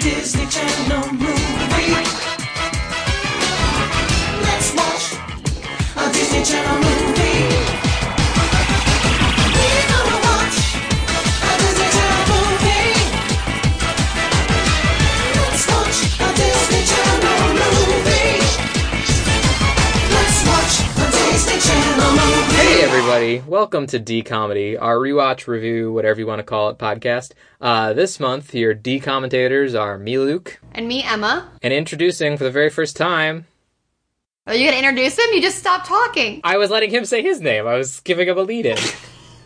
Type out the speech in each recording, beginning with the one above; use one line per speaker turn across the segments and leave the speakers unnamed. Disney Channel movie. Let's watch a Disney Channel movie. We're gonna watch a Disney Channel movie. Let's watch a Disney Channel movie. Let's watch a Disney Channel movie.
Hey everybody, welcome to D Comedy, our rewatch review, whatever you want to call it, podcast. Uh, this month, your D commentators are me, Luke,
And me, Emma.
and introducing for the very first time,
Are you gonna introduce him? You just stopped talking.
I was letting him say his name. I was giving him a lead in.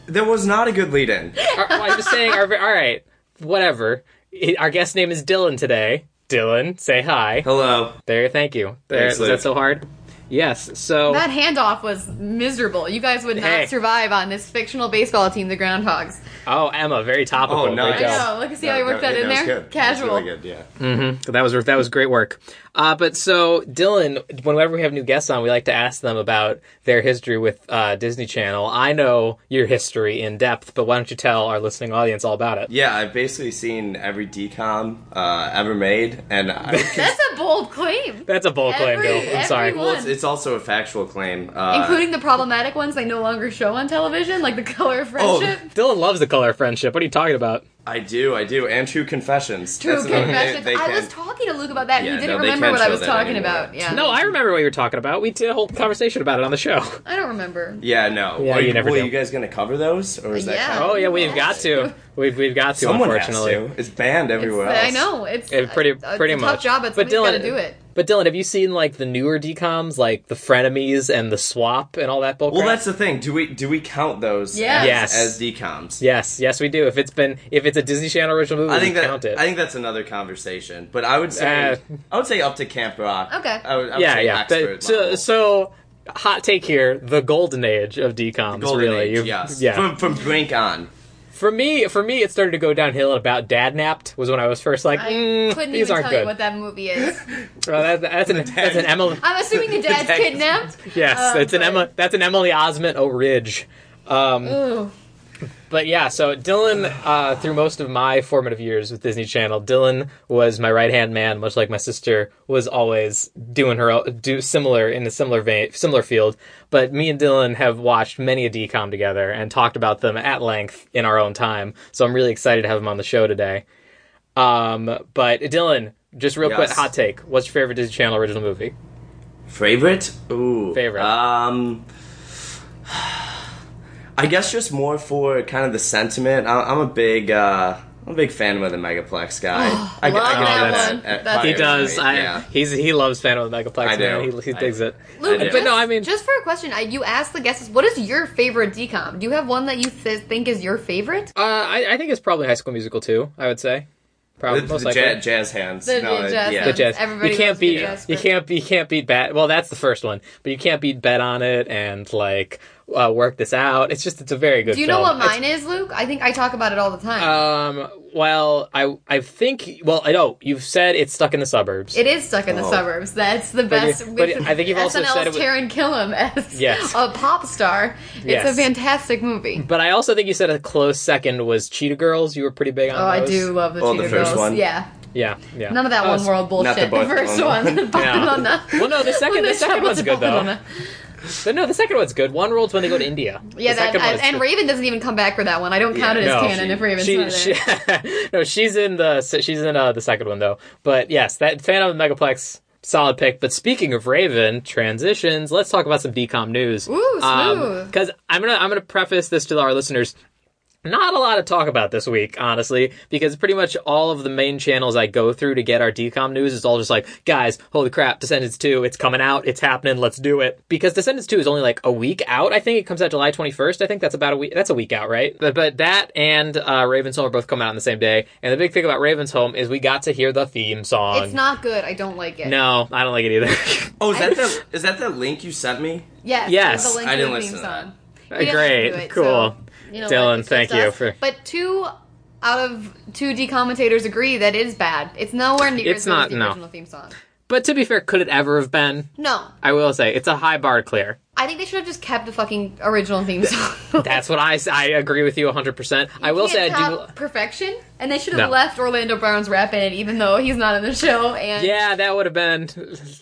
That was not a good lead in.
I'm just saying, our, all right, whatever. It- our guest name is Dylan today. Dylan, say hi.
Hello.
There, thank you. There,
Thanks,
was
Luke.
that so hard? Yes.
Oh.
So
That handoff was miserable. You guys would not
Hey.
survive on this fictional baseball team, the Groundhogs.
Oh, Emma, very topical.
Oh,
Great
nice.
I
job.
know. Look, see how I worked that, in
was
there?
good. That was
Casual.
really good, yeah.
That was that was great work. Uh, but so Dylan, whenever we have new guests on, we like to ask them about their history with uh, Disney Channel. I know your history in depth, but why don't you tell our listening audience all about it?
Yeah, I've basically seen every decom uh, ever made, and I,
That's a bold claim.
That's a bold claim,
Every-
Dylan. I'm sorry.
everyone-
well, it's, it's also a factual claim. Uh,
Including the problematic ones they no longer show on television, like the color of
Oh.
friendship.
Dylan loves the color of friendship. What are you talking about?
I do, I do, and True Confessions.
True
That's another-
confession.
they- they
I
can-
was talking to Luke about that,
Yeah,
and he didn't
no, they
remember
can't
what I
show
was
that
talking
anymore.
about. Yeah.
No, I remember what you were talking about. We did a whole conversation about it on the show.
I don't remember.
Yeah, no.
Yeah,
Are
you
you,
never
were
do.
you guys going to cover those, or is that
Yeah.
kind of-
Oh yeah, we've got to. We've we've got to.
Someone has
unfortunately.
to. It's banned
It's-
everywhere else.
I know. It's
It pretty-
a-
pretty
it's a
much.
tough job, but,
But
somebody's got to
Dylan-
do it.
But Dylan, have you seen like the newer DComs, like the frenemies and the swap and all that bullcrap?
Well, that's the thing. Do we do we count those
Yes.
as,
Yes.
as decoms?
Yes, yes, we do. If it's been if it's a Disney Channel original movie,
I think
we
that
count it.
I think that's another conversation, but I would say
Uh,
I would say up to Camp Rock.
Okay.
I would, I would
yeah,
say
yeah.
expert
That- so,
level.
so hot take here: the golden age of DComs.
golden
really,
age,
You've-
yes.
yeah.
From from Brink on,
For me, for me, it started to go downhill at about Dad Napped was when I was first like,
I
mm,
couldn't
these
even
aren't
tell you
good.
what that movie is.
Well, that- that's an that's an Emily.
I'm assuming the dad's
dad-
kidnapped.
Yes,
Um,
it's an
but-
Emma. That's an Emily Osment O'Ridge. Um,
Ooh.
But yeah, so Dylan, uh, through most of my formative years with Disney Channel, Dylan was my right hand man, much like my sister was always doing her o- do similar in a similar vein, similar field. But me and Dylan have watched many a DCOM together and talked about them at length in our own time. So I'm really excited to have him on the show today. Um, but Dylan, just real quick,
Yes.
hot take: What's your favorite Disney Channel original movie?
favorite. Ooh,
Favorite.
Um, I guess just more for kind of the sentiment. I, I'm a big. Uh, I'm a big fan of the Megaplex guy. I,
Oh, love
I,
that
get
one.
at
That's-
He
He
Pirate
does.
Night,
I,
yeah.
He's he loves Phantom of the Megaplex.
I do.
Man. He, he
I
digs
do.
it.
Luke,
I do.
just,
But no, I mean-
just for a question, I, you asked the guests, what is your favorite decom? Do you have one that you th- think is your favorite?
Uh, I, I think it's probably High School Musical too. I would say, probably
The,
most
the
likely.
ja- jazz hands.
The
No,
jazz hands.
yeah.
The jazz.
Everybody
you can't
loves the
beat.
jazz
You
script.
can't. You can't beat bet. Well, that's the first one, but you can't beat bet on it and like uh, work this out. It's just it's a very good.
Do you
film.
know what
It's-
mine is, Luke? I think I talk about it all the time.
Um. Well, I I think. Well, I know you've said it's stuck in the suburbs.
it is stuck in the
oh.
suburbs. That's the
you-
best.
but
with
I think you've also
SNL's
said it was-
Taron Killam as
Yes.
a pop star. It's
Yes.
a fantastic movie.
but I also think you said a close second was Cheetah Girls. You were pretty big on.
Oh, I
those.
do love the
Oh, the
Cheetah
first
Girls.
one.
Yeah,
Yeah. Yeah.
none of that
Oh,
one world
not the
bullshit. The,
both
first
Barcelona.
one,
Yeah.
Barcelona.
Well, no, the second
When
the
they
second
showed
one's
the
good though.
Barcelona.
But no, the second one's good. One World's when they go to India.
Yeah,
the
that,
second one
and,
is
and
good.
Raven doesn't even come back for that one. I don't count
Yeah,
it as
no.
canon if Raven's
She,
not
she,
there.
no, she's in the she's in uh, the second one though. But yes, that Phantom of the Megaplex solid pick. But speaking of Raven transitions, let's talk about some decom news.
Ooh, smooth.
Because I'm gonna I'm gonna preface this to our listeners. Not a lot to talk about this week, honestly, because pretty much all of the main channels I go through to get our decom news is all just like, guys, holy crap, Descendants 2, it's coming out, it's happening, let's do it. Because Descendants 2 is only like a week out. I think it comes out July 21st. I think that's about a week, that's a week out, right? But, but that and uh, Raven's Home are both coming out on the same day. And the big thing about Raven's Home is we got to hear the theme song.
It's not good. I don't like it.
no, I don't like it either.
Oh, is that the is that the link you sent me?
Yes.
Yes.
The link to
I
the theme
didn't listen to
song.
that.
We didn't
Great,
listen to it,
cool.
so, you know what,
Dylan,
it's
thank
just
you
us.
for-
But two out of two D commentators agree that it is bad. It's nowhere near
It's
as good as
not,
the
no.
original theme song.
But to be fair, could it ever have been?
No,
I will say it's a high bar to clear.
I think they should have just kept the fucking original theme song.
That's what I s- I agree with you 100%. I will say
Can't
I do
top perfection, and they should have
No.
left Orlando Brown's rap in it, even though he's not in the show. And
Yeah, that would have been.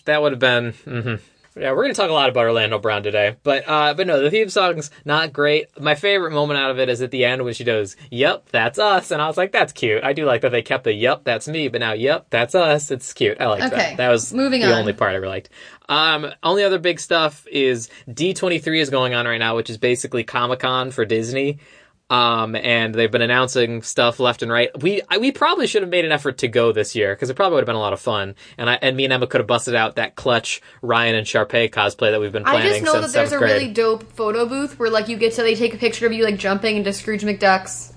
That would have been. hmm Yeah, we're gonna talk a lot about Orlando Brown today, but uh, but no, the theme song's not great. My favorite moment out of it is at the end when she does, "Yep, that's us," and I was like, "That's cute." I do like that they kept the "Yep, that's me," but now "Yep, that's us." It's cute. I like
Okay,
that. That was
moving
the
on.
only part I really liked. Um, only other big stuff is D23 is going on right now, which is basically Comic Con for Disney. Um, and they've been announcing stuff left and right. We, I, we probably should have made an effort to go this year because it probably would have been a lot of fun. And I, and me and Emma could have busted out that clutch Ryan and Sharpay cosplay that we've been
I
planning
just know that
since
there's a
seventh grade.
really dope photo booth where like you get to they take a picture of you like jumping into Scrooge McDuck's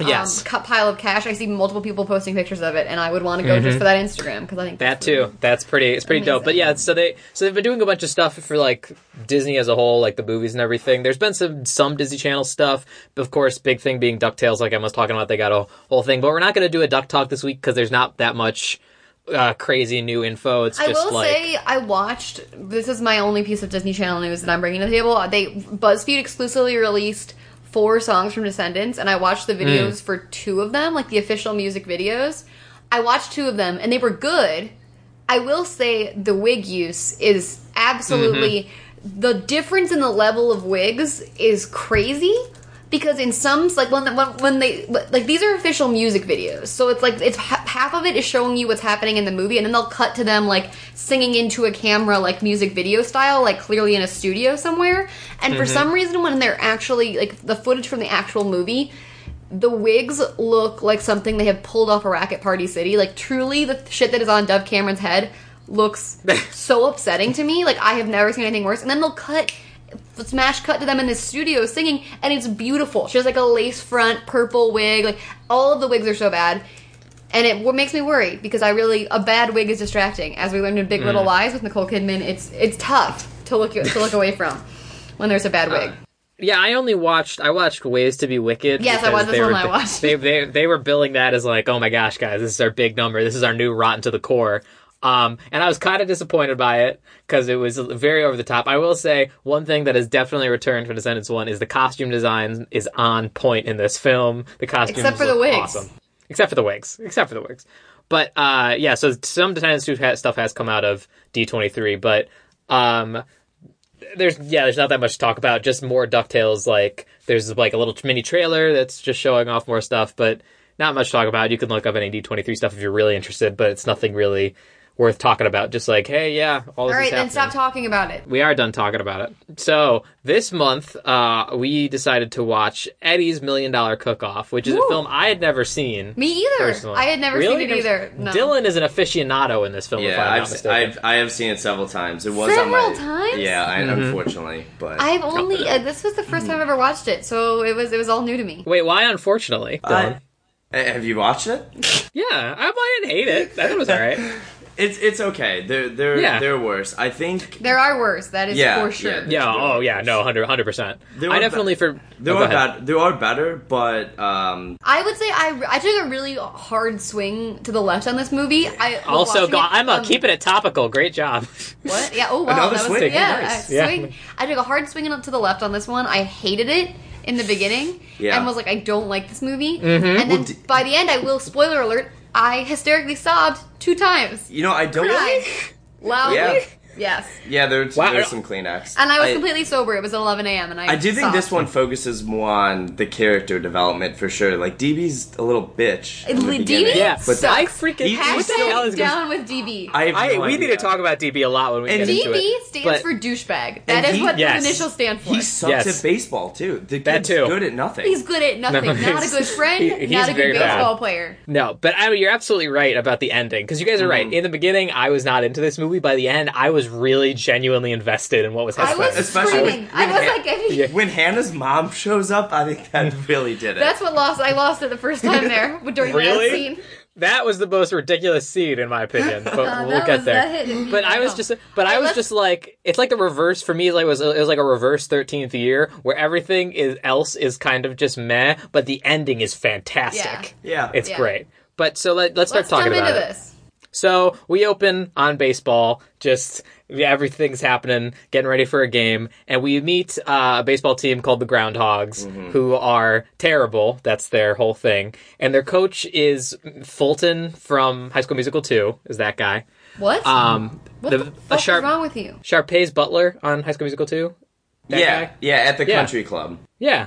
um,
yes.
cu- pile of cash. I see multiple people posting pictures of it, and I would want to go just for that Instagram because I think
Mm-hmm. That too. That's pretty. It's pretty dope. But yeah, so they so they've been doing a bunch of stuff for like Disney as a whole, like the movies and everything. There's been some some Disney Channel stuff. Of course, big thing being Ducktales, like Emma's talking about. They got a whole thing, but we're not going to do a Duck Talk this week because there's not that much uh, crazy new info. It's
I
just
will
like
say I watched. This is my only piece of Disney Channel news that I'm bringing to the table. They BuzzFeed exclusively released four songs from Descendants, and I watched
Mm.
the videos for two of them, like the official music videos. I watched two of them, and they were good. I will say the wig use is absolutely the difference in the level of wigs is crazy because in some like when when, when they like these are official music videos so it's like it's ha- half of it is showing you what's happening in the movie and then they'll cut to them like singing into a camera like music video style like clearly in a studio somewhere and for some reason when they're actually like the footage from the actual movie the wigs look like something they have pulled off a rack at Party City. Like truly, the shit that is on Dove Cameron's head looks so upsetting to me. Like I have never seen anything worse. And then they'll cut, smash cut to them in the studio singing, and it's beautiful. She has like a lace front, purple wig. Like all of the wigs are so bad. And it what makes me worry because I really a bad wig is distracting. As we learned in Big Little Lies with Nicole Kidman, it's it's tough to look to look away from when there's a bad wig.
Yeah, I only watched. I watched Ways to Be Wicked.
Yes, I
because
watched- that's
they
the
were-
one I watched.
They, they they were billing that as like, oh my gosh, guys, this is our big number. This is our new Rotten to the Core. Um, and I was kind of disappointed by it because it was very over the top. I will say one thing that has definitely returned from Descendants One is the costume design is on point in this film. The costumes
Except for the
look
wigs.
awesome except for the wigs, except for the wigs. But uh, yeah, so some Descendants Two ha- stuff has come out of D twenty three, but um, there's yeah, there's not that much to talk about. Just more Ducktales. Like there's like a little mini trailer that's just showing off more stuff, but not much to talk about. You can look up any D twenty three stuff if you're really interested, but it's nothing really worth talking about. Just like hey, yeah, all this is
All right, then
happening
stop talking about it.
we are done talking about it. So this month, uh, we decided to watch Eddie's Million Dollar Cook Off, which is a film I had never seen.
Me either.
personally.
I had never
Really?
seen it either. No.
Dylan is an aficionado in this film. if
Yeah,
I'm not
I've,
mistaken.
I've I have seen it several times. It was on
Several
my,
times?
Yeah, I,
Mm-hmm.
unfortunately, but
I've only uh, this was the
Mm-hmm.
first time I've ever watched it, so it was it was all new to me.
Wait, why? Unfortunately, Dylan.
Eh, have you watched it?
yeah, I, I didn't hate it. That was all right.
It's it's okay. They're they're
Yeah.
they're worse. I think
There are worse, that is
Yeah,
for sure.
yeah.
yeah. Oh, yeah. No, hundred, hundred percent.
There
I
were
definitely
ba-
for.
there
oh, go
are
ahead.
bad, there are better, but um,
I would say I I took a really hard swing to the left on this movie. I was
Also,
watching
go,
it,
I'm uh,
um,
keeping it topical. Great job.
What? Yeah. Oh wow,
Another
that was
swing.
yeah.
Nice.
a
Yeah.
swing. I took a hard swing up to the left on this one. I hated it in the beginning
Yeah.
and was like, I don't like this movie.
Mm-hmm.
And then
d-
by the end, I will spoiler alert. I hysterically sobbed two times.
you know, I don't.
Cried. Loudly.
Yeah.
Yes.
Yeah, there's
Wow.
there's some Kleenex.
And I was completely sober. It was 11 a.m. and I
I do think
sobbed.
this one focuses more on the character development for sure. Like DB's a little bitch. in the
Li- DB?
beginning,
yeah,
but
Sucks.
I freaking.
Hashtag
what the hell is
Hashtag
going
down with DB.
I, have
I,
no
we need
idea.
to talk about DB a lot when we
And
get into it.
DB stands
but-
for douchebag.
And
That is
he-
what
yes.
the initials stand for.
He
He's,
sucks
Yes.
at baseball too. The
That
kid's
too.
good at nothing.
good at nothing.
No,
not a
he's-
good friend.
he- he's
not a
very
good
bad.
baseball player.
No, but I mean, you're absolutely right about the ending because you guys are right. In the beginning, I was not into this movie. By the end, I was really genuinely invested in what was
I
happening.
was
Especially when-
screaming. I
when
was
Han-
like, I mean,
Yeah.
when Hannah's mom shows up, I think that
Mm.
really did it.
that's what lost. I lost it the first time there during
Really?
that scene.
that was the most ridiculous scene, in my opinion. But
Uh,
we'll
that
get
was-
there.
that hit me.
But I was
know.
just, but I
Hey,
was
let's-
just like, it's like the reverse for me. Like it was, it was like a reverse Thirteenth Year, where everything is else is kind of just meh, but the ending is fantastic.
Yeah.
yeah,
It's
Yeah.
great. But so let, let's start
Let's
talking
jump
about
into
it.
this.
So we open on baseball, just yeah, everything's happening, getting ready for a game, and we meet uh, a baseball team called the Groundhogs, who are terrible. That's their whole thing. And their coach is Fulton from High School Musical 2, is that guy.
What?
Um,
what
the-
the,
a
fuck
sharp,
is wrong with you?
Sharpay's butler on High School Musical 2?
yeah,
guy?
yeah, at the
Yeah.
country club.
Yeah.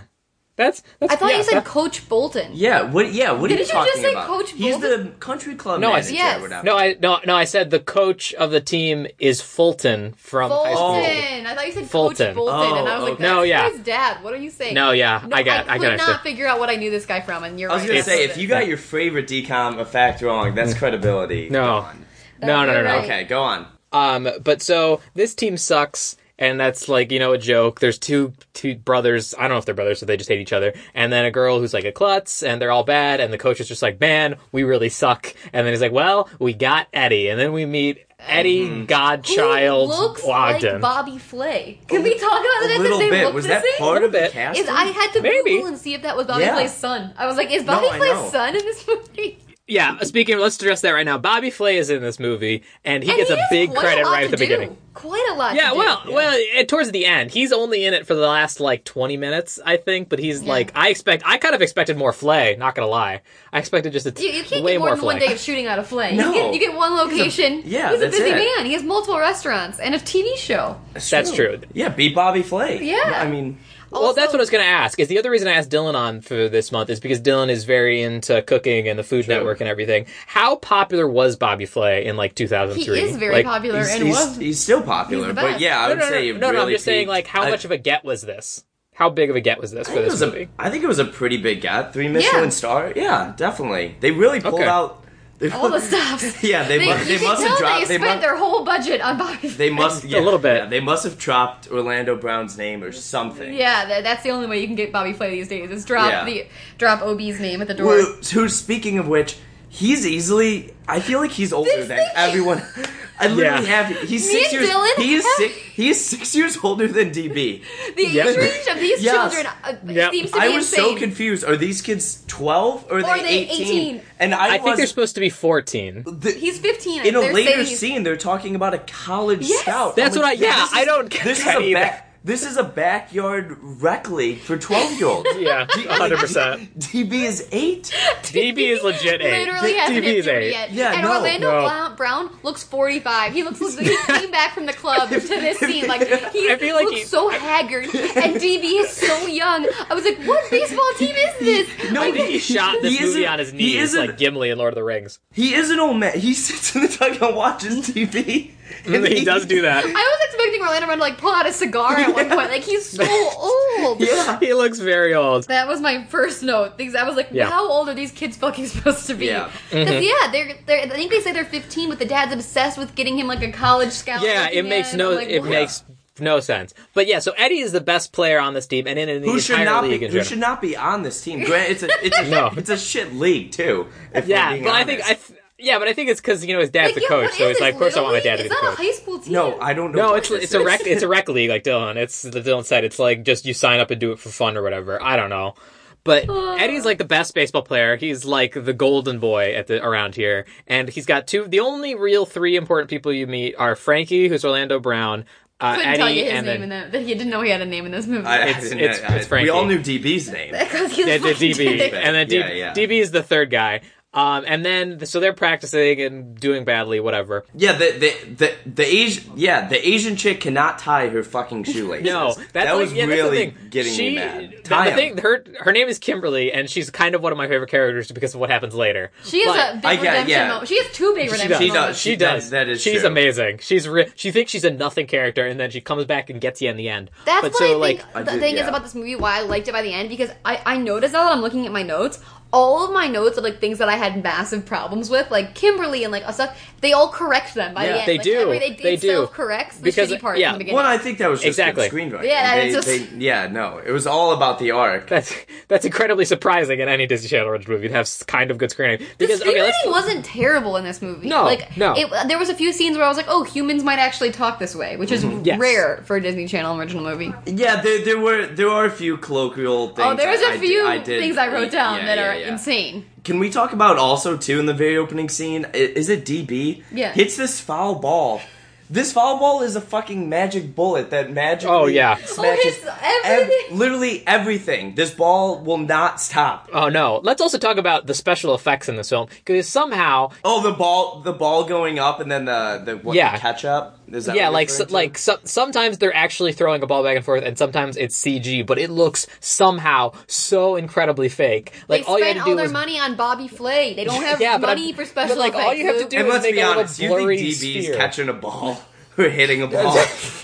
That's, that's
I thought
yeah,
you said
that-
Coach Bolton.
Yeah, what? Yeah, what are
Didn't
you
you
talking
just say
about?
Coach
He's
Bolden?
the country club
No, I-
manager.
Yes.
or whatever.
No, I no no. I said the coach of the team is Fulton from High School. Musical.
Bolton. I thought you said
Fulton.
Coach Bolton, and I
Oh,
was like,
okay.
"That's
No, yeah.
his dad." What are you saying?
No, yeah, I got-
I
I
could
got it,
not
too.
figure out what I knew this guy from, and you're
I was
right.
gonna
that's
say
what
if
it
you
is.
got your favorite decom effect wrong, that's credibility.
Mm. No.
Gone.
No, no, no, no.
Right.
Okay, go on.
Um, but so this team sucks, and that's like you know a joke. There's two two brothers. I don't know if they're brothers, so they just hate each other. And then a girl who's like a klutz, and they're all bad. And the coach is just like, man, we really suck. And then he's like, well, we got Eddie, and then we meet Eddie
Mm-hmm. Who
Godchild
looks
Ogden.
like Bobby Flay. Can we talk about
A
that?
little
that they
bit.
look
Was
the
that
same?
part
Little
of the
bit.
casting?
Is I had to
Maybe.
Google and see if that was Bobby
Yeah.
Flay's son. I was like, "Is Bobby
I know.
Flay's son in this movie?"
yeah, speaking. Of, let's address that right now. Bobby Flay is in this movie, and he
And
gets
he
a
has
big
quite
credit
a lot
right
to
at the
do.
beginning.
Quite a lot.
Yeah,
to do.
well, well, eh, towards the end, he's only in it for the last like twenty minutes, I think. But he's like, I expect, I kind of expected more Flay. Not gonna lie, I expected just a t-
You, you can't
way
get more,
more
than one
Flay.
day of shooting out of Flay.
No.
You, get, you get one location.
yeah,
he's a
that's
busy
it.
man. He has multiple restaurants and a TV show.
That's true.
Yeah, beat Bobby Flay.
Yeah.
I mean,
Well, that's
Also-
what I was gonna ask. Is the other reason I asked Dylan on for this month is because Dylan is very into cooking and the Food Network and everything. How popular was Bobby Flay in like two thousand
He
three?
is very popular
he's,
and
he's-
was
he's still
He's
popular,
the
but
best.
yeah, I
No,
would
no, no,
say
no,
it
no,
really
I'm just saying,
peaked-
like, how
I-
much of a get was this? How big of a get was this
I
for
think, it
this
was
movie?
a, I think it was a pretty big get. Three Michelin
Yeah.
star. Yeah, definitely. They really pulled
Okay.
out. They
all the stops.
Yeah, they mu-
you
they
can
must have
tell
dropped-
They
they
spent
mu-
their whole budget on Bobby.
They must
a
yeah,
little bit.
yeah, they must have dropped Orlando Brown's name or something.
yeah, that, that's the only way you can get Bobby Flay these days is drop
Yeah.
the drop OB's name at the door.
Who, who? Speaking of which, he's easily. I feel like he's older
This
than
thing-
everyone. I literally
Yeah.
have. He's
Me
six
and
years.
Dylan
he is
have-
six. He is six years older than DB.
the
Yep.
age range of these
Yes.
children uh,
Yep.
seems to be
I was
insane.
so confused. Are these kids twelve or are they,
Or are they
18?
18?
And I,
I think they're
was,
supposed to be fourteen.
the-
He's 15.
in a
they're
later
saying he's-
scene. They're talking about a college
Yes.
scout.
That's
I'm
what I-
like,
yeah,
this is-
I don't get
This is
that
a
either.
back. This is a backyard rec league for twelve year olds.
Yeah, hundred percent.
DB is eight.
DB is legit eight.
Literally hasn't
DB
hit
is
puberty
eight.
yet.
Yeah,
and
no.
Orlando
No.
Blount- Brown looks 45. He looks like he came back from the club to this scene. Like he
I feel like
looks
he-
so haggard, and DB is so young. I was like, what baseball team is this?
No,
I think he shot this
He
movie
isn't-
on his
he
knees,
isn't-
like Gimli in Lord of the Rings.
He is an old man. He sits in the tug and watches TV. And
he does do that.
I was expecting Orlando Brown to like pull out a cigar at one point. Like he's so old.
Yeah.
He looks very old.
That was my first note. These I was like,
Yeah. Mm-hmm.
how old are these kids fucking supposed to be?
Yeah.
'Cause, yeah, they're, they're. I think they say they're 15, but the dad's obsessed with getting him like a college scout.
Yeah,
looking
it makes
at.
no
I'm like,
it
what?
makes no sense. But yeah, so Eddie is the best player on this team and in, in the
Who should
entire
not
league
be?
in
Who
general.
should not be on this team? Grant, it's a it's a
No.
it's a shit league too. if we're
yeah,
being
but I think I
honest.
th- yeah, but I think it's because you know his dad's
Like,
the
yeah,
coach,
what
so
is
it's
this,
like of course I
Little
want my
League?
dad to be the
It's not a
coach.
high school team.
no, I don't know.
No,
what
it's
this
it's a
is.
rec it's a rec league like Dylan. It's the Dylan said it's like just you sign up and do it for fun or whatever. I don't know. But Eddie's like the best baseball player. He's like the golden boy at the around here, and he's got two. The only real three important people you meet are Frankie, who's Orlando Brown, uh,
couldn't
Eddie,
tell you his
and
name
then
in that. That he didn't know he had a name in this movie.
I- I
it's-
didn't-
it's-
I-
it's
we all
Frankie.
knew DB's name.
'Cause he
Yeah, the
fucking did
DB,
it.
and then D-
Yeah, yeah.
DB is the third guy. Um, and then so they're practicing and doing badly, whatever.
Yeah, the the the, the Asian yeah the Asian chick cannot tie her fucking shoelaces.
No, that's
that
like-
was
yeah, that's the
really
thing.
getting
she,
me mad.
the-
Tie
The,
'em.
thing, her her name is Kimberly, and she's kind of one of my favorite characters because of what happens later.
She has
But-
a big
I get-
redemption
yeah.
moment. She has two big redemption
does. She
moments.
does.
She does.
That- that is
She's
true.
amazing. She's re- she thinks she's a nothing character, and then she comes back and gets you in the end.
That's
but
what
so
I
like
think
I
the
did-
thing is
yeah.
about this movie. Why I liked it by the end because I I noticed now that I'm looking at my notes. All of my notes of like things that I had massive problems with, like Kimberly and like stuff, they all correct them by
Yeah,
the end.
they
Like,
do.
every- They,
They do.
self corrects the
Because-
shitty part
yeah.
in the beginning.
Well, I think that was just
Exactly.
good screenwriting.
Yeah,
They-
that's just-
they- yeah, no, it was all about the arc.
that's that's incredibly surprising in any Disney Channel original movie to have s- kind of good screening because
the screenwriting
okay, let's
wasn't terrible in this movie.
No,
like
no.
It, there was a few scenes where I was like, "Oh, humans might actually talk this way," which is
Yes.
rare for a Disney Channel original movie.
Yeah, there, there were there are a few colloquial things.
oh, there was
a
a few
I did,
things I wrote down
yeah,
that
yeah,
are
yeah.
insane.
Can we talk about also too in the very opening scene? i- Is it DB?
Yeah.
Hits this foul ball. This foul ball is a fucking magic bullet that magically.
Oh, yeah.
smashes
Oh, his- everything.
literally everything. This ball will not stop.
Oh no! Let's also talk about the special effects in this film because somehow,
Oh, the ball, the ball going up, and then the the, what,
Yeah.
the catch up. Is that
yeah,
what you're
like so,
referring to?
like so, sometimes they're actually throwing a ball back and forth, and sometimes it's CG, but it looks somehow so incredibly fake. Like
they
all you had
spent
to
all
do
their
was
money on Bobby Flay. They don't have
Yeah, but
money
I'm-
for special
but, like, all
effects.
you have to
Luke.
do-
and
is
let's
make
be
a little
honest, you think
blurry
DB's
sphere.
catching a ball or hitting a ball?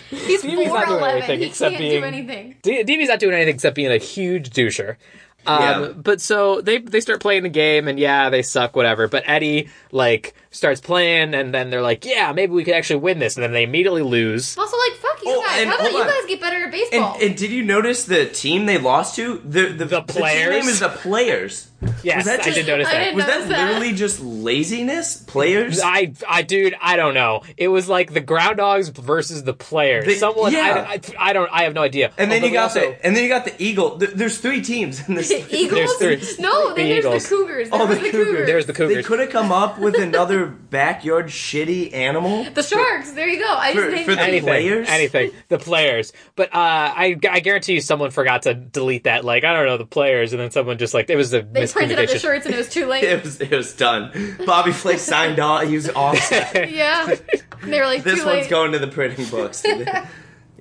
He's
He's not doing
4'11.
anything
He
except
can't
being-
do anything.
D- DB's not doing anything except being a huge doucher. Um,
Yeah.
But so they they start playing the game, and yeah, they suck, whatever. But Eddie like starts playing, and then they're like, yeah, maybe we could actually win this, and then they immediately lose.
Also, like, fuck you
Oh,
guys.
and
How about
hold
you
on.
guys get better at baseball?
And, and did you notice the team they lost to? The the, team
Players?
name is the players.
Yes,
that
I
just-
did notice
I
that.
didn't
Was that
Notice that.
literally just laziness? Players?
I, I, dude, I don't know. It was like the Groundhogs versus the players.
The-
Someone,
yeah.
I, I, I don't, I have no idea.
and then
Although
you
we
got
also-
the and then you got the eagle. Th- there's three teams in this.
The Eagles?
There's three-
No,
the
then there's
Eagles.
the Cougars.
Oh,
There's
the
the
Cougars.
Cougars.
There's the
They
Cougars.
could have come up with another backyard shitty animal.
The Sharks. There you go. I just
For-
named
for the-
anything,
players?
anything, the players. But uh, I, I guarantee you, someone forgot to delete that. Like, I don't know, the players, and then someone just like it was a
They printed up the
miscommunication.
shirts and it was too late.
It was it was done. Bobby Flay signed off. He was offset.
Yeah. And they were like,
This
too
one's
late.
going to the printing books.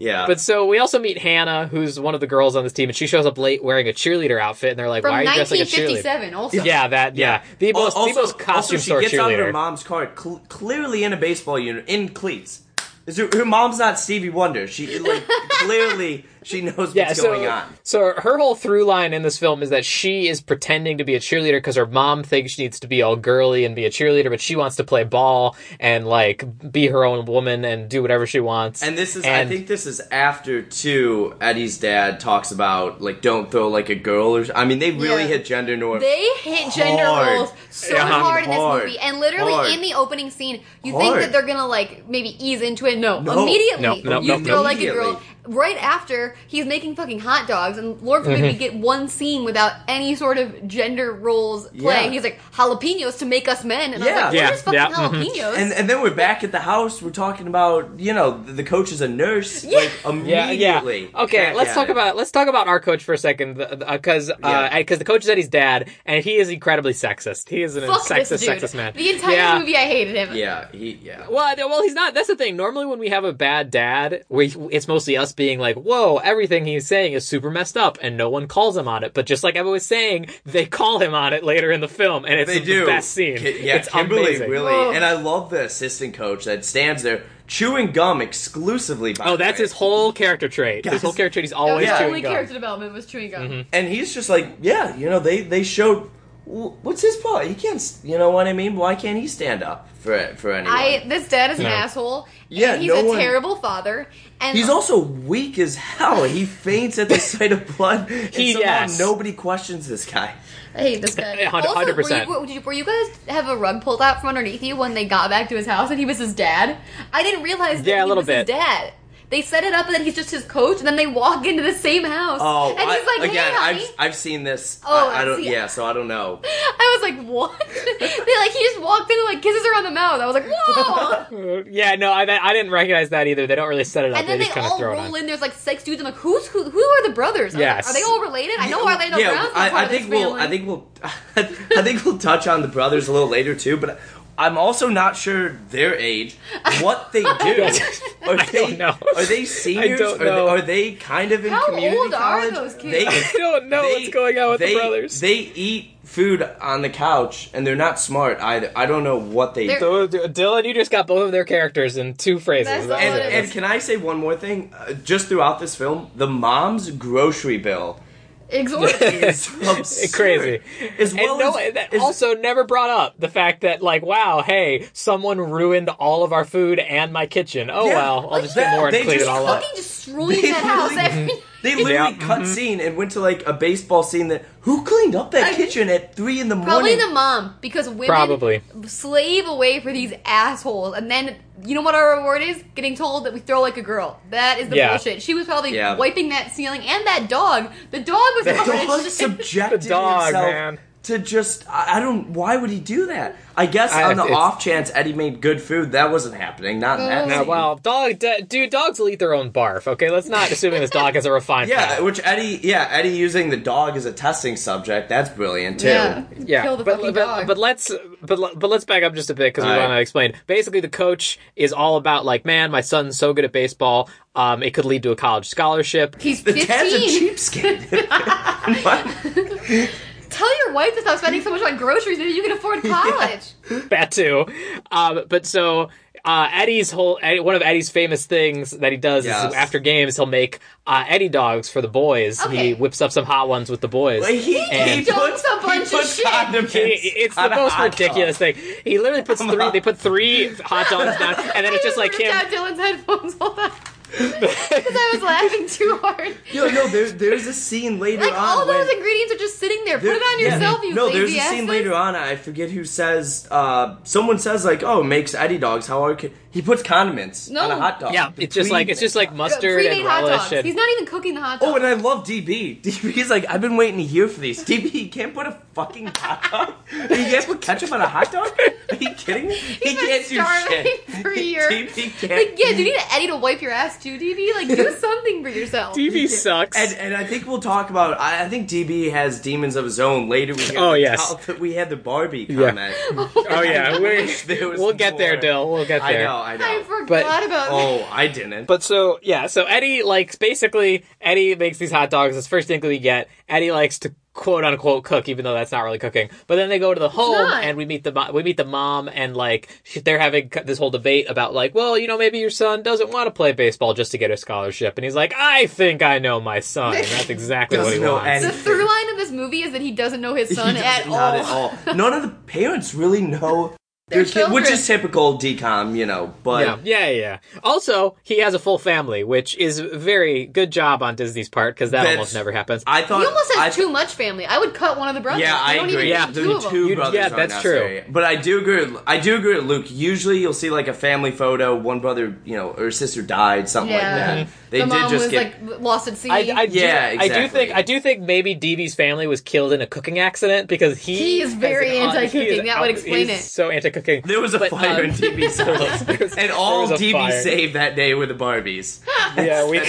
yeah,
But so we also meet Hannah, who's one of the girls on this team, and she shows up late wearing a cheerleader outfit, and they're like,
From
"Why are you dressed like a cheerleader?"
1957, also.
Yeah, that. Yeah, the most,
Al-
the most costume
also she
store
gets
cheerleader.
out of her mom's car, cl- clearly in a baseball unit, in cleats. Is her, her mom's not Stevie Wonder. She like clearly she knows
yeah,
what's
so,
going on.
so her whole through line in this film is that she is pretending to be a cheerleader because her mom thinks she needs to be all girly and be a cheerleader, but she wants to play ball and like be her own woman and do whatever she wants.
And this is
And-
I think this is after too Eddie's dad talks about like don't throw like a girl or I mean they really
Yeah.
hit gender norms.
They hit gender
Hard.
roles so
Yeah.
hard in this
Hard.
movie, and literally
Hard.
in the opening scene, you
Hard.
think that they're gonna like maybe ease into it. No,
No.
immediately
No, no,
you
no,
throw
no.
like a girl. Right after he's making fucking hot dogs, and Lord forbid
Mm-hmm.
we get one scene without any sort of gender roles playing. He's
Yeah.
like jalapenos to make us men, and
Yeah.
I was like,
Yeah,
where's fucking
yeah, mhm.
jalapenos?
and and then we're back at the house. We're talking about you know the, the coach is a nurse.
Yeah.
Like
yeah,
immediately.
yeah. Okay,
Back
let's
at
talk
it.
about let's talk about our coach for a second uh, because
Yeah.
because the coach is Eddie's dad, and he is incredibly sexist. He is an
Fuck
sexist,
this dude.
sexist man.
The entire
Yeah.
movie, I hated him.
Yeah, he yeah.
Well, th- well, he's not. That's the thing. Normally, when we have a bad dad, we it's mostly us being like, "Whoa, everything he's saying is super messed up," and no one calls him on it. But just like Evan was saying, they call him on it later in the film, and it's
They
the
do.
best scene.
Ki- yeah,
it's
Kimberly
amazing.
really,
Oh.
and I love the assistant coach that stands there chewing gum exclusively. By
Oh,
the
that's
way.
his whole character trait. His
Guys.
whole character trait. He's
That was
always
the
chewing
only
gum. Mm-hmm.
character development was chewing gum.
And he's just like, yeah, you know, they they showed. wh- What's his fault? He can't. s- You know what I mean? Why can't he stand up for for anyone?
I this dad is an
No.
asshole.
Yeah,
and he's
no
a
one-
terrible father. And
He's also weak as hell. He faints at the sight of blood.
He-
and somehow
yes.
nobody questions this guy.
I hate this guy.
Yeah, 100%.
Also, were you- were you, were you guys have a rug pulled out from underneath you when they got back to his house and he was his dad? I didn't realize that
Yeah, a
he
little
was
bit.
his dad. They set it up that he's just his coach, and then they walk into the same house.
Oh,
and he's
I-
like,
again,
"Hey, honey."
I've I've seen this.
Oh,
I, I don't.
see-
yeah, so I don't know.
I was like, "What?" they like he just walked in and like kisses her on the mouth. I was like, "Whoa!"
Uh, Yeah, no, I, I didn't recognize that either. They don't really set it up.
and then they
just kind of
all
throw it on.
roll in. There's like six dudes. I'm like, "Who's who? Who are the brothers? I was
Yes.
like, are they all related? I know Orlando
yeah,
Brown's not
I,
part
I
of
think
this
we'll.
family.
I think we'll. I think we'll touch on the brothers a little later too. But I'm also not sure their age, what they do. Are they,
don't know.
Are they seniors?
I don't
Are
know.
They, are they kind of in
How
community
old are
college?
those kids?
They,
I
don't know
they-
what's going on with the
they-
brothers.
They eat food on the couch, and they're not smart either. I don't know what they
They're-
do.
So, D- Dylan, you just got both of their characters in two phrases.
That's all
And,
it is.
and can I say one more thing? Uh, just throughout this film, the mom's grocery bill
Exorbitant.
is absurd.
crazy.
As
And
well
no,
as,
that
as-
also never brought up the fact that, like, wow, hey, someone ruined all of our food and my kitchen. Oh
Yeah.
well, I'll just get
That-
more and
they
clean it
just
all up.
fucking destroying
They
that house
really-
every
They literally
Yeah. Mm-hmm.
cut scene and went to like a baseball scene. That who cleaned up that
I-
kitchen at three in the
Probably
morning?
the mom because women
Probably.
slave away for these assholes, and then you know what our reward is? Getting told that we throw like a girl. That is the
Yeah.
bullshit. She was probably
Yeah.
wiping that ceiling and that dog. The dog was
The
covered in
dog
shit.
subjected
The dog,
himself
man.
to just I I don't. Why would he do that? I guess
I-
on the
it's-
off chance Eddie made good food, that wasn't happening. Not in
Oh.
that.
Now,
scene.
well, dog, d- dude, dogs will eat their own barf. Okay, let's not assuming this dog has a refined.
Yeah,
palate.
which Eddie, yeah, Eddie using the dog as a testing subject. That's brilliant too.
Yeah.
yeah.
Kill the
but,
fucking
but,
dog.
but let's but le- but let's back up just a bit because we
All right.
want to explain. Basically, the coach is all about like, man, my son's so good at baseball. Um, it could lead to a college scholarship.
He's
The dad's a
15.
cheapskate.
Tell your wife to stop spending so much on groceries. Maybe you can afford college.
that too. Um, but so uh, Eddie's whole Eddie, one of Eddie's famous things that he does
Yes.
is after games he'll make uh, Eddie dogs for the boys.
Okay.
He whips up some hot ones with the boys.
Like, he,
And-
he
He
puts
dumps a bunch of
he puts
shit.
condiments
He- it's the
on a
most
hot dog.
ridiculous thing. He literally puts three. They put three hot dogs down, and then it's just like him.
Down Dylan's headphones. Hold on. Because I was laughing too hard.
Yo, no, there's there's a scene later
Like
on.
all
when,
those ingredients are just sitting there. Put
There-
it on
yeah.
yourself, you
No,
lazy
there's a
asses.
scene later on. I forget who says. Uh, someone says like, "Oh, makes Eddie dogs." How are ca-" he puts condiments
No.
on a hot dog?
Yeah,
The
it's just like it's just like
Uh,
mustard
Pre-made
and
hot dogs.
relish. And,
He's not even cooking the hot dogs.
Oh, and I love DB. DB's like, I've been waiting a year for these. DB, you can't put a fucking hot dog. You can't put ketchup on a hot dog. Are you kidding me? He
been
can't do
starving
shit.
for a year.
DB can't.
like, yeah, do you need Eddie to wipe your ass too, DB? Like, do something for yourself.
TV sucks.
And, and I think we'll talk about. I, I think DB has demons of his own. Later, we hear
Oh,
the
yes.
top that we had the Barbie comment.
oh yeah, we,
wish there was
we'll get there,
more.
Dill. We'll get
I
there.
know, I know.
I forgot
But-
about that.
oh, I didn't.
But so yeah, so Eddie likes basically Eddie makes these hot dogs. It's the first thing we get. Eddie likes to quote unquote cook, even though that's not really cooking. But then they go to the home
not.
and we meet the mo- we meet the mom and like she- they're having c- this whole debate about like, well, you know, maybe your son doesn't want to play baseball just to get a scholarship, and he's like, I think I know my son, and that's exactly what he
Doesn't know
wants.
any-
The through line of this movie is that he doesn't know his son
He
at
does-
all.
not at all. None of the parents really know
Their
kid, which
children.
is typical decom, you know. But
Yeah, yeah, yeah. Also, he has a full family, which is very good job on Disney's part because that
That's-
almost never happens.
I thought
He almost
I,
has too much family. I would cut one of the brothers.
Yeah, I
You don't
agree.
Even
Yeah,
need
the
two of them.
two
You-
brothers.
yeah,
aren't
that's true.
necessary. But I do agree. With, I do agree with Luke. Usually, you'll see like a family photo. One brother, you know, or sister died, something like
Yeah.
that.
Mhm.
They
the
did
mom
just
was
get
like lost at sea.
I, I do,
Yeah,
I do
exactly.
think I do think maybe DB's family was killed in a cooking accident because he
He is very
has an-
anti-cooking.
he is
That
out-
would explain
he's
it.
So anti-cooking.
There was a
But,
fire
um,
in DB's house, and all
was a
DB
fire.
saved that day were the Barbies.
yeah, we
My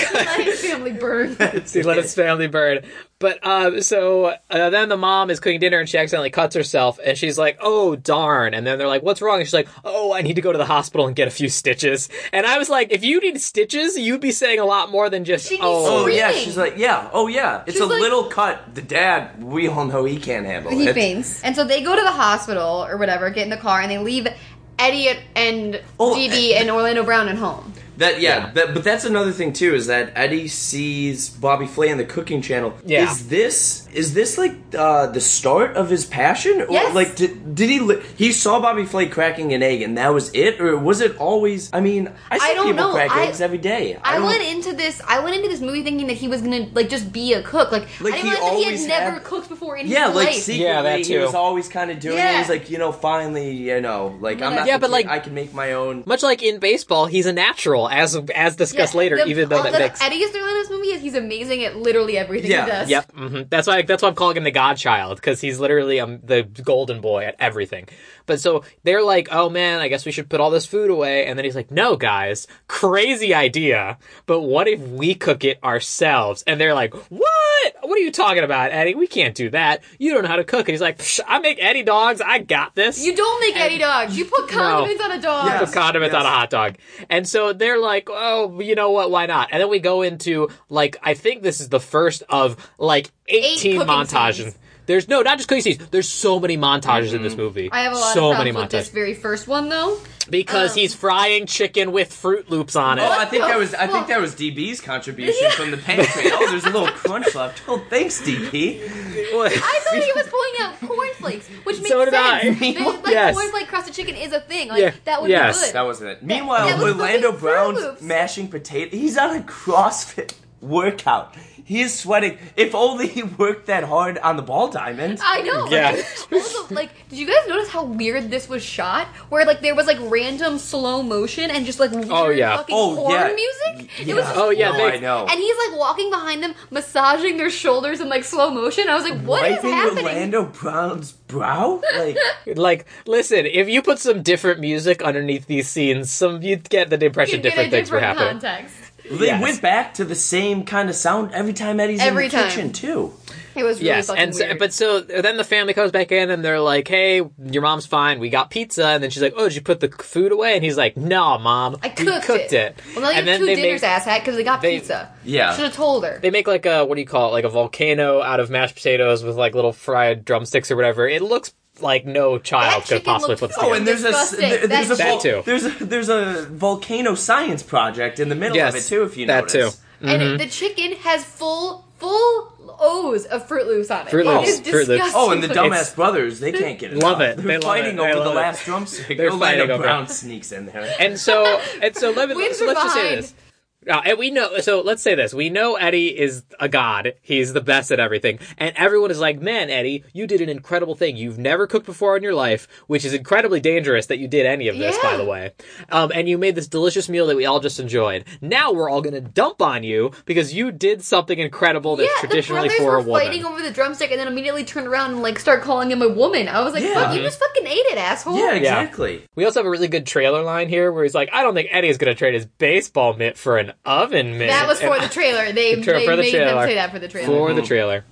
family burned.
he let his family burn. But um, so uh, then the mom is cooking dinner and she accidentally cuts herself and she's like, "Oh darn!" And then they're like, "What's wrong?" And she's like, "Oh, I need to go to the hospital and get a few stitches." And I was like, "If you need stitches, you'd be saying a lot more than just
She needs
oh."
Oh yeah,
Screaming.
she's like, yeah, oh yeah. It's
She's
a
like-
little cut. The dad, we all know he can't handle
He
it.
faints. And so they go to the hospital or whatever, get in the car, and they leave Eddie and
Oh,
DB and Orlando Brown at home.
That yeah,
Yeah.
That, but that's another thing too is that Eddie sees Bobby Flay in the cooking channel.
Yeah.
Is this is this like uh, the start of his passion? Or
Yes.
like did, did he li- he saw Bobby Flay cracking an egg and that was it or was it always I mean, I see
don't
people
know.
crack
I-
eggs every day.
I,
don't-
went into this. I went into this movie thinking that he was gonna like just be a cook. Like,
Like,
I
he
didn't realize that he
always
had never
had-
cooked before in
Yeah,
his
like
life.
secretly,
Yeah, that
he was
too.
always kind of doing it.
Yeah.
He's like, you know, finally, you know, like I'm
Yeah.
not.
Yeah, but,
complete-
like-
I can make my own.
Much like in baseball, he's a natural, as as discussed later.
the-
even though
all
that
that
makes
Eddie is doing in this movie is he's amazing at literally everything
Yeah.
he does.
Yep, hmm that's why that's why I'm calling him the Godchild because he's literally um, the golden boy at everything. But so they're like, "Oh man, I guess we should put all this food away," and then he's like, "No, guys, crazy idea. But what if we cook it ourselves?" And they're like, "What? What are you talking about, Eddie? We can't do that. You don't know how to cook." And he's like, Psh, "I make Eddie dogs. I got this."
You don't make Eddie dogs. You put condiments on a dog.
Yeah.
put condiments
Yes.
on a hot dog. And so they're like, oh, you know what? Why not? And then we go into like I think this is the first of like eighteen
cooking
montages.
scenes.
There's no, not just cooking scenes. There's so many montages in
Mm-hmm.
this movie.
I have a lot
so
of
many
problems with Um. this
montages
very first one though.
because he's frying chicken with Fruit Loops on it.
Oh, I think
the
that was I
fuck?
think that was DB's contribution from the pantry. Oh, there's a little crunch left. Oh, thanks, DB.
I thought he was pulling out cornflakes, which makes
So did I.
sense. They- like
Yes.
cornflake crusted chicken is a thing. Like
Yeah.
that would
Yes.
be good.
That wasn't it. Meanwhile,
that was
Orlando
fucking Froot
Brown's
Loops.
mashing potato. He's on a CrossFit workout. He is sweating. If only he worked that hard on the ball diamond.
I know. like,
Yeah.
also, like, did you guys notice how weird this was shot? Where like there was like random slow motion and just like weird
Oh, yeah.
fucking
Oh,
horn
yeah.
music.
Yeah.
It was just
Oh, yeah,
wild.
they-
I know.
And he's like walking behind them, massaging their shoulders in like slow motion. I was like, what is
Wiping
happening?
Orlando Brown's brow? Like,
Like, listen, if you put some different music underneath these scenes, some you'd get the
You
impression
get
different
a
things were
different
happening.
context.
they
Yes.
went back to the same kind of sound every time Eddie's
Every
in the
time.
kitchen, too.
It was really
Yes,
fucking
and so,
weird.
but so then the family comes back in and they're like, "Hey, your mom's fine. We got pizza." And then she's like, "Oh, did you put the food away?" And he's like, "No, mom,
I
we
cooked,
cooked it."
Well, now
and
you have
then
two
they
dinners,
make,
asshat, because they got
they-
pizza.
Yeah.
should have told her.
they make like a what do you call it? Like a volcano out of mashed potatoes with like little fried drumsticks or whatever. It looks like no child
That
could
chicken
possibly
looked
put this
so
Oh,
together.
and there's a s-
Disgusting.
there- there's a
That
vol-
too.
there's a there's a volcano science project in the middle
Yes,
of it too. If you
that
notice,
too.
and it, the chicken has full full O's of Fruit Loops on it.
Fruit
It
Loops,
is
Fruit Loops.
Oh, and the
disgusting.
dumbass
It's-
brothers, they can't get it.
Love
up.
it.
They're
They love
fighting
it. They
over the
love it.
last drumstick.
They're
Orlando
fighting over it.
Brown sneaks in there.
And so and so let me
Wins
so let's just say
behind.
this. Uh, and we know so let's say this. We know Eddie is a god. He's the best at everything. And everyone is like, "Man, Eddie, you did an incredible thing. You've never cooked before in your life, which is incredibly dangerous that you did any of this, by
Yeah.
the way. Um, and you made this delicious meal that we all just enjoyed. Now we're all going to dump on you because you did something incredible that's
yeah,
traditionally
the brothers
for
were
a woman."
fighting over the drumstick, and then immediately turned around and like start calling him a woman. I was like,
Yeah.
"Fuck, you just fucking ate it, asshole."
Yeah, exactly.
we also have a really good trailer line here where he's like, "I don't think Eddie is going to trade his baseball mitt for an oven mitt."
that was
And
for the trailer. They,
The tra-
they
for the
made
trailer.
them say that for the trailer.
for the trailer.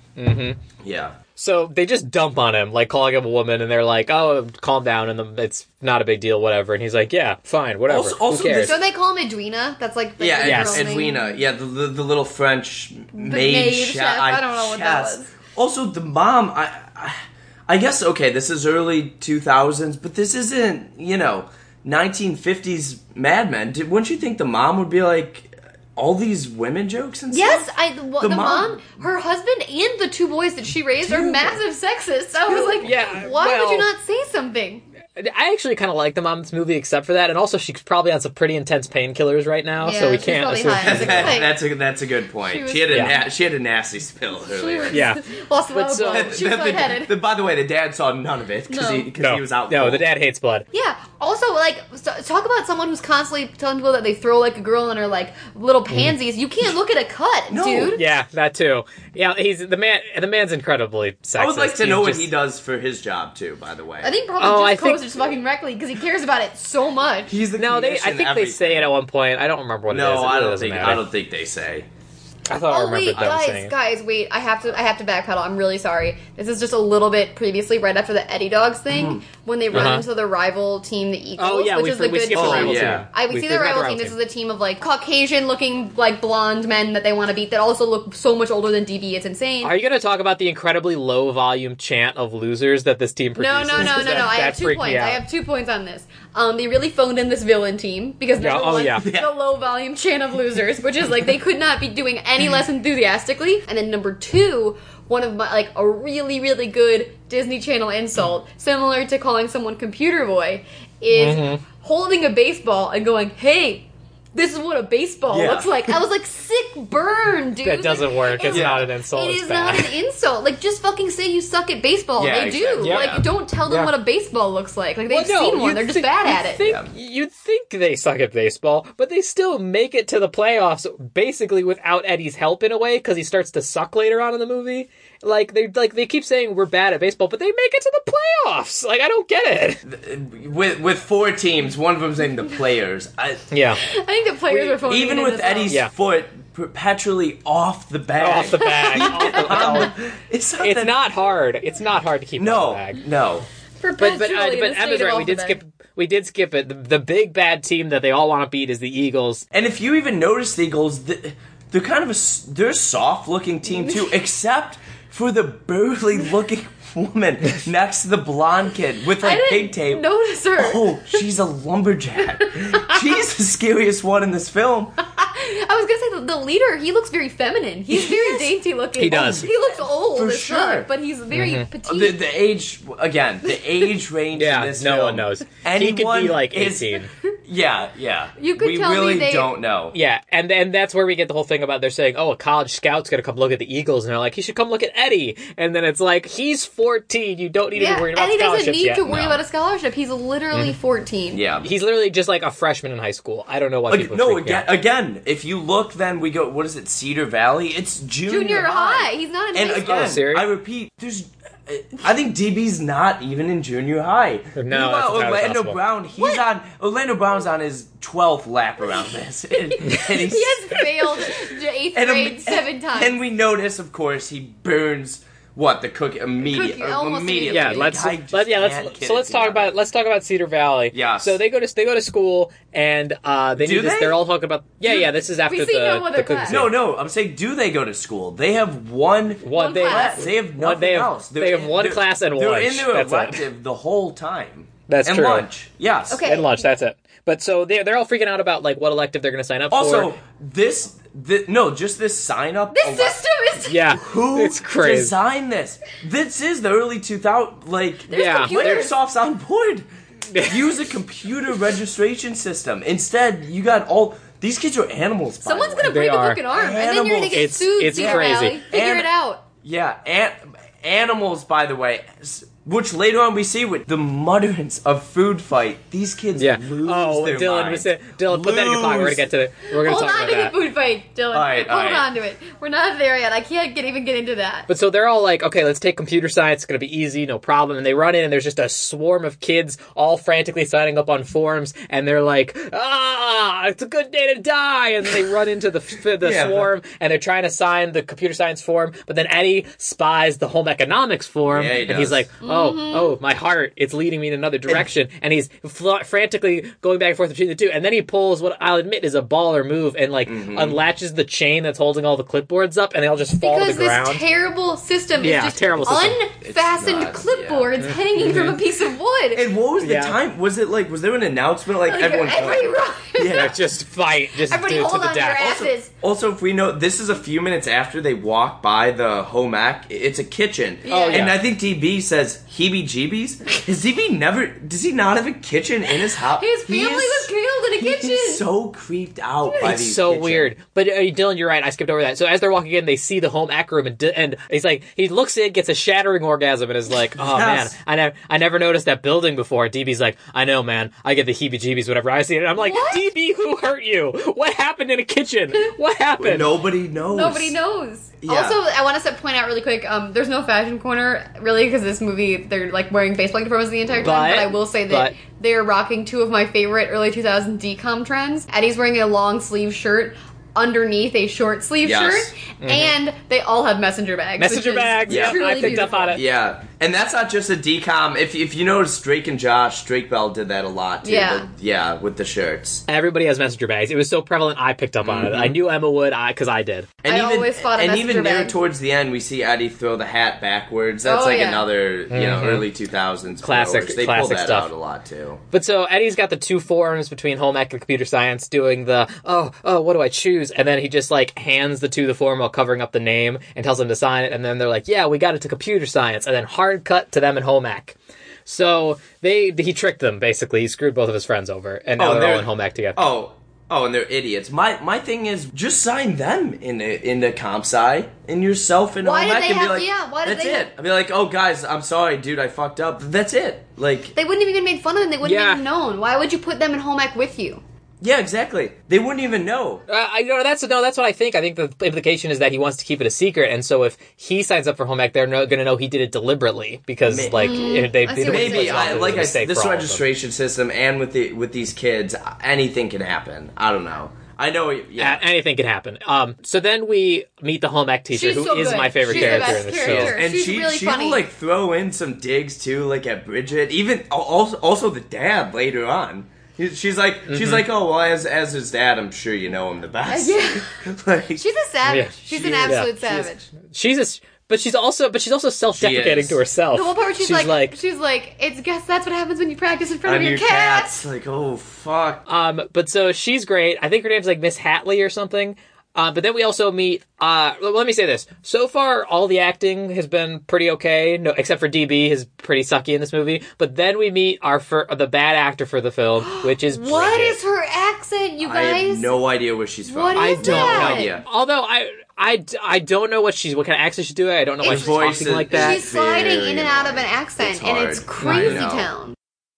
Yeah.
So they just dump on him, like calling him a woman, and they're like, "Oh, calm down," and the, it's not a big deal, whatever. And he's like, "Yeah, fine, whatever.
Also- also
Who cares?"
this-
Don't they call him Edwina? That's like the
Yeah,
the
yes.
Yes.
girl name.
Edwina. Yeah, the, the, the little French maid,
maid
chef.
chef, I don't know what that
guess.
was.
Also, the mom. I, I, I guess okay. This is early two thousands, but this isn't you know nineteen fifties Mad Men. Did, wouldn't you think the mom would be like uh, all these women jokes and
Yes,
stuff?
I the, the,
The
mom,
mom-
her husband, and the two boys that she raised are
Dude.
massive sexists. I was like,
Yeah,
why would
well-
you not say something?
I actually kind of like the mom's movie, except for that, and also she's probably on some pretty intense painkillers right now,
Yeah,
so we
she's
can't.
probably
assume-
high. It's like-
that's a that's a good point.
She
She,
was-
had a
Yeah.
na- she had a nasty spill earlier.
yeah.
Lost a lot
But
of
so-
blood. She was
The- the-
lightheaded.
the- by the way, the dad saw none of it because
No.
he, 'cause
No,
he was out.
no,
cold.
the dad hates blood.
Yeah. Also, like, so, talk about someone who's constantly telling people that they throw like a girl and are like little pansies. You can't look at a cut,
No.
dude.
Yeah, that too. Yeah, he's the man. The man's incredibly sexist.
I would like to
He's
know what
just-
he does for his job too. By the way,
I think probably
Oh, I
just Coase
think-
is fucking reckless because he cares about it so much.
he's the
No, they. I
comedian
think
every-
they say it at one point. I don't remember what it is.
No,
It
I
really
don't
doesn't
think
matter.
I don't think they say.
I thought I
Oh
remembered
wait,
them saying.
guys,
it.
guys, wait! I have to, I have to backpedal. I'm really sorry. This is just a little bit previously, right after the Eddie Dogs thing, when they run
Uh-huh.
into the rival team, the Eagles,
Oh yeah,
which
we,
is
for-
the
we
good team.
skipped the rival
Yeah.
team.
I we, see the
forgot
rival team. This is a team of like Caucasian-looking, like blonde men that they want to beat that also look so much older than DB. It's insane.
Are you going to talk about the incredibly low volume chant of losers that this team
No,
produces?
no, no, no, no.
That-
I
that
have two
freaked me
points. I
out.
have two points on this. Um, they really phoned in this villain team because
Yeah,
number
oh,
one,
yeah.
Yeah.
the low volume chant of losers, which is like they could not be doing any less enthusiastically. And then number two, one of my like a really really good Disney Channel insult, similar to calling someone computer boy, is
Mm-hmm.
holding a baseball and going, "Hey." This is what a baseball
Yeah.
looks like. I was like, sick burn, dude.
That doesn't
Like,
work. It's
it-
not an insult.
It
It's
is not
bad.
an insult. Like, just fucking say you suck at baseball.
Yeah,
they do.
exactly.
Like,
Yeah.
don't don't tell them
Yeah.
what a baseball looks like. Like
Well,
they've
no,
seen one,
you'd
they're just
think-
bad
you'd
at it.
Think,
Yeah.
You'd think they suck at baseball, but they still make it to the playoffs basically without Eddie's help in a way because he starts to suck later on in the movie. Like they like they keep saying we're bad at baseball, but they make it to the playoffs. Like I don't get it.
With with four teams, one of them's named the players. I,
Yeah,
I think the players are phoning it
even
in
with
as well.
Eddie's
Yeah.
foot perpetually off the bag. Um,
off the bag. off the bag.
It's not.
It's
that-
not hard. It's not hard to keep off
No,
the bag.
no.
but but, uh,
Perpetually in a
but
state
Emma's
of
right. We
off
did
the
skip.
bed.
We did skip it. The, the big bad team that they all want to beat is the Eagles.
And if you even notice the Eagles, th- they're kind of a s- they're a soft looking team too, except for the burly looking woman next to the blonde kid with
I
like
didn't
pigtail.
notice her.
Oh, she's a lumberjack. she's the scariest one in this film.
I was gonna say the, the leader. He looks very feminine. He's very dainty looking.
He does.
He looks old
For
as
sure. Mm-hmm. Oh,
fuck, but he's very petite.
The, the age again, the age range.
Yeah,
in this
no
film,
one knows. he could
anyone
be like
is-
eighteen.
yeah, yeah.
You could
we
tell me
really
they-
don't know.
Yeah, and and that's where we get the whole thing about they're saying, oh, a college scout's gonna come look at the Eagles, and they're like, he should come look at Eddie, and then it's like, he's fourteen, you don't need to
Yeah,
be worried about
and he doesn't
scholarships
need
yet.
to worry
no. Mm-hmm.
about a scholarship. He's literally 14.
Yeah.
He's literally just like a freshman in high school. I don't know why
Like,
people.
no,
freak
again,
out.
again, if you look, then we go. What is it, Cedar Valley? It's junior,
Junior high. He's not in
And
high school.
again,
Oh, serious?
I repeat, there's. I think DB's not even in junior high. No,
that's entirely
Orlando
possible.
Brown. He's on Orlando Brown's on his twelfth lap around this, and, and he's-
He has failed j- eighth
and, um,
grade seven times.
And we notice, of course, he burns what the cookie immediately.
Cookie, almost
immediately.
yeah,
Like,
let's
I just
let, yeah
can't
let's
get
so let's
it
talk
together.
about let's talk about Cedar Valley.
Yes.
So they go to they go to school and uh they
Do
need this,
they?
they're all talking about yeah yeah this is after
see
the,
no other
the cookie
class.
scene.
No, no, I'm saying, do they go to school? They have one.
What they
class.
They have nothing
What they have-
else. They're
they have
in-
one
they're-
class and
They're
lunch.
in their
That's it.
elective the whole time.
That's
and
true.
lunch. Yes.
Okay.
and lunch. That's it. But so they they're all freaking out about like what elective they're gonna sign up
Also,
for.
this, thi- no, just this sign up.
this system is
Yeah,
Who
it's crazy.
designed this? This is the early 2000s. Like,
yeah,
computers.
Microsoft's on board. Use a computer registration system. Instead, you got all these kids are animals. by
Someone's
the way.
gonna break
are
a broken arm, and then you're gonna
animals.
get
It's-
sued.
it's
Cedar
crazy.
Valley. Figure
And-
it out.
Yeah, an- animals, by the way, s- which later on we see with the mutterance of food fight. These kids
yeah.
lose
oh,
their
Dylan,
minds.
was it- Dylan, put that in your pocket. We're gonna
Lose.
get to it. We're gonna
Hold
talk
on
about
to
that.
the food fight, Dylan.
All right, all
Hold
right.
on to it. We're not there yet. I can't get, even get into that.
But so they're all like, okay, let's take computer science. It's going to be easy, no problem. And they run in, and there's just a swarm of kids all frantically signing up on forums, and they're like, ah, it's a good day to die. And they run into the the
Yeah, but-
swarm, and they're trying to sign the computer science form. But then Eddie spies the home economics form,
Yeah, he
and he's
does.
like, oh,
Mm-hmm.
oh, my heart, it's leading me in another direction. And he's fl- frantically going back and forth between the two. And then he pulls what I'll admit is a baller move, and like
Mm-hmm.
unlatches the chain that's holding all the clipboards up, and they all just fall
because
to the ground.
this terrible system
Yeah,
is just
terrible system.
unfastened
It's not- yeah.
clipboards
Mm-hmm.
hanging from a piece of wood.
And what was the
Yeah.
time? Was it like? Was there an announcement? Like,
Like,
everyone.
everybody run.
Yeah.
just fight, just
Everybody
do it to
hold
the
on to your
death.
asses.
Also, if we know this is a few minutes after they walk by the home ac it's a kitchen.
Oh, yeah.
And I think DB says heebie-jeebies. Does DB never? Does he not have a kitchen in his house?
His
He
family was
is-
killed in a kitchen.
He's so creeped out by
It's
these
so
kitchen-
weird. But uh, Dylan, you're right. I skipped over that. So as they're walking in, they see the home ec room, and, D- and he's like, he looks in, gets a shattering orgasm, and is like, "Oh
Yes.
man, I never, I never noticed that building before." DB's like, "I know, man. I get the heebie-jeebies whenever I see it." And I'm like,
What?
"DB, who hurt you? What happened in a kitchen? What happened?"
Nobody knows.
Nobody knows.
Yeah.
Also, I want to point out really quick. Um, there's no fashion corner really because this movie they're like wearing face blanket promos the entire time.
But-
But, I will say
but-
that they're rocking two of my favorite early 2000 decom trends. Eddie's wearing a long sleeve shirt underneath a short sleeve
Yes.
shirt, and they all have messenger bags. which
Messenger
is
bags. Yeah,
truly
I picked
beautiful.
up on it.
Yeah, and that's not just a decom. If if you notice, Drake and Josh, Drake Bell did that a lot. Too,
Yeah.
with- yeah, with the shirts.
Everybody has messenger bags. It was so prevalent. I picked up on it. I knew Emma would, I because I did.
And
I
even,
always thought a
And
messenger
even there,
bag.
towards the end, we see Eddie throw the hat backwards. That's
Oh,
like
yeah.
another, you know, early two thousands
Mm-hmm. Classic-
They
classic
pull that
stuff.
out a lot too.
But so Eddie's got the two forums between home ec and computer science doing the, oh, oh, what do I choose? And then he just like hands the two the form while covering up the name and tells them to sign it. And then they're like, yeah, we got it to computer science. And then hard cut to them in home ec. So they, he tricked them basically. He screwed both of his friends over. And now
Oh,
they're, all
they're-
in home ec together.
Oh, oh, and they're idiots. My my thing is, just sign them in the, in the comp sci and yourself in
Why
home
did
ec
they
and be
have-
like,
yeah, why did
that's
they
it. I'd be like, oh guys, I'm sorry, dude, I fucked up. That's it. Like,
They wouldn't even made fun of them. They wouldn't
Yeah.
even known. Why would you put them in home ec with you?
yeah, exactly. They wouldn't even know.
Uh, I no, that's no, that's what I think. I think the implication is that he wants to keep it a secret, and so if he signs up for home ec, they're no, going to know he did it deliberately because,
May-
like, if they,
I
they
see what you're
Maybe
saying.
I, like I
said,
said, this registration system and with the with these kids, anything can happen. I don't know. I know. Yeah.
A- anything can happen. Um, so then we meet the home ec teacher,
She's
who is
so good.
my favorite
She's the
character
best
in the
character.
show.
and
she's
she
really
she
funny.
will like throw in some digs too, like at Bridget. Even also also the dad later on. He- She's like
Mm-hmm.
she's like oh well as as his dad I'm sure you know him the best.
Uh, Yeah.
like,
She's a savage.
Yeah,
she's
she
an
is.
absolute
Yeah, she is.
savage.
She's a, s- but she's also, but she's also self-deprecating
is.
to herself.
The one part where she's,
she's
like, she's like, it's guess that's what happens when you practice in front
I'm
of your,
your
cats.
cat's like oh fuck.
Uh,
um, but so she's great. I think her name's like Miss Hatley or something. Uh, but then we also meet. Uh, well, let me say this: so far, all the acting has been pretty okay, no, except for DB, is pretty sucky in this movie. But then we meet our fir- the bad actor for the film, which is
What
Bridget.
is her accent, you
I have
guys?
no idea where she's from.
What
I
is
don't
that?
know.
idea.
Although I, I, I don't know what she's what kind of accent she's doing. I don't know why
It's-
she's
Voice
talking
is-
like that.
She's sliding
Very
in and out of an
annoying.
accent,
It's
and it's
hard. I
crazy
know.
town.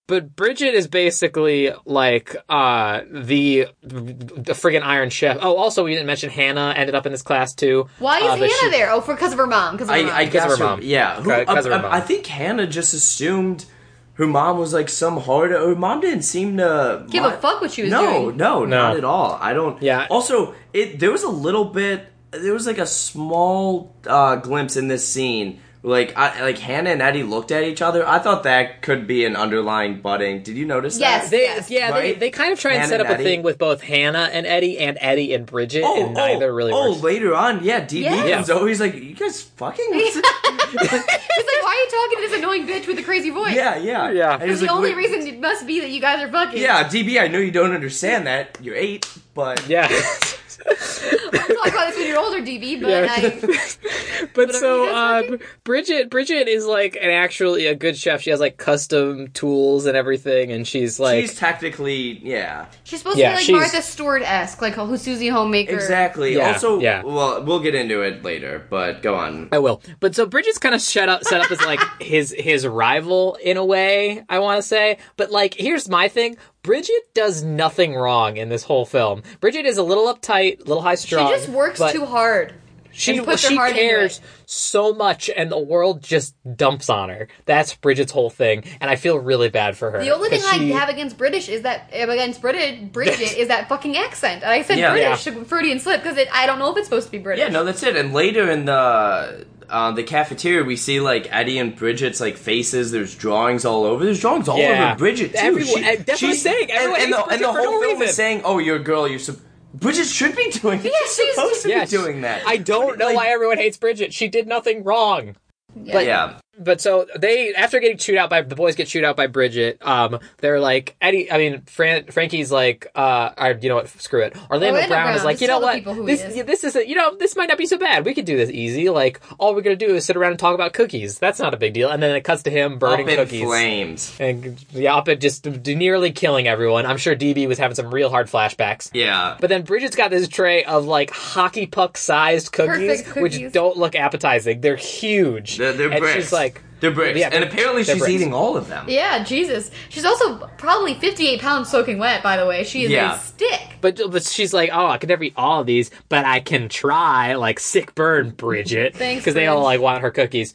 But Bridget is basically like uh the the friggin' Iron Chef. Oh, also we didn't mention Hannah ended up in this class too.
Why is
Uh, but
Hannah
she-
there? Oh, for because of her mom. Because
Ah, I, I
Because
guess
of her
her-
mom.
Yeah, Who-
Because of her
I, I-
mom.
I think Hannah just assumed her mom was like some hard. Her mom didn't seem to
Give a fuck what she was
no,
doing.
No, not
No.
at all. I don't.
Yeah.
Also, it there was a little bit. There was like a small uh, glimpse in this scene. Like, I, like Hannah and Eddie looked at each other. I thought that could be an underlying budding. Did you notice
Yes.
that?
They,
Yes.
yeah, they,
Right?
they kind of try and
Hannah
set up
and
a
Eddie.
thing with both Hannah and Eddie and Eddie and Bridget,
Oh,
and neither
oh,
really
oh,
works.
later on, yeah, DB
Yeah.
comes over. He's like, "You guys fucking." What's it-"
It's like, why are you talking to this annoying bitch with a crazy voice?
yeah, yeah,
Yeah.
And he was
The
like,
only
"Wait,
reason it must be that you guys are fucking.
Yeah, DB, I know you don't understand that. You're eight, but
Yeah.
We'll talk about this when you're older, DB, but
Yeah.
I,
But
Whatever
so
you guys
um, Bridget Bridget is like an actually a good chef. She has like custom tools and everything, and she's like
she's technically yeah.
she's supposed
Yeah,
to be
she's-
like Martha Stewart esque, like who Susie Homemaker.
Exactly.
Yeah,
also,
yeah.
well, we'll get into it later, but go on.
I will. But so Bridget's kind of set up set up as like his his rival in a way, I want to say. But like here's my thing. Bridget does nothing wrong in this whole film. Bridget is a little uptight, a little high
She
strung.
just works
but
too hard.
She
and puts her
she
heart into
cares
it.
so much and the world just dumps on her. That's Bridget's whole thing and I feel really bad for her.
The only thing
'cause she-
I have against British is that against British Bridget is that fucking accent. And I said
Yeah.
British Freudian slip because I don't know if it's supposed to be British.
Yeah, no, that's it. And later in the uh, the cafeteria, we see like Eddie and Bridget's like faces. There's drawings all over. There's drawings all
Yeah.
over Bridget too.
Everyone- and that's what
she's-
I'm saying. Everyone hates
and, and, the, and
Bridget
the
for
whole
no
film
reason.
is saying, "Oh, you're a girl. You're sup Bridget should be doing it.
Yeah, she's-
she's supposed to
Yeah,
be doing that.
I don't know
Like,
why everyone hates Bridget. She did nothing wrong.
but
Yeah,
But so they, after getting chewed out by the boys, get chewed out by Bridget. Um, they're like Eddie. I mean, Fran, Frankie's like, uh, or, you know what? Screw it. Orlando,
Orlando
Brown, is
Brown,
like,
just
you know
tell the
what?
people who he
This,
is."
yeah, this isn't. You know, this might not be so bad. We could do this easy. Like, all we're gonna do is sit around and talk about cookies. That's not a big deal. And then it cuts to him burning
up in
cookies.
flames.
And yeah, up at just nearly killing everyone. I'm sure DB was having some real hard flashbacks.
Yeah,
But then Bridget's got this tray of like hockey puck sized cookies,
Perfect
which
cookies.
don't look appetizing. They're huge.
they're, they're
and
bricks.
she's like,
they're bricks.
yeah,
and
they're-
apparently
they're
she's
bricks.
eating all of them.
Yeah, Jesus. She's also probably 58 pounds soaking wet, by the way. She is
Yeah.
a stick.
but but she's like, oh, I could never eat all of these, but I can try. Like sick burn, Bridget.
Thanks,
because they all
Bridge.
like want her cookies.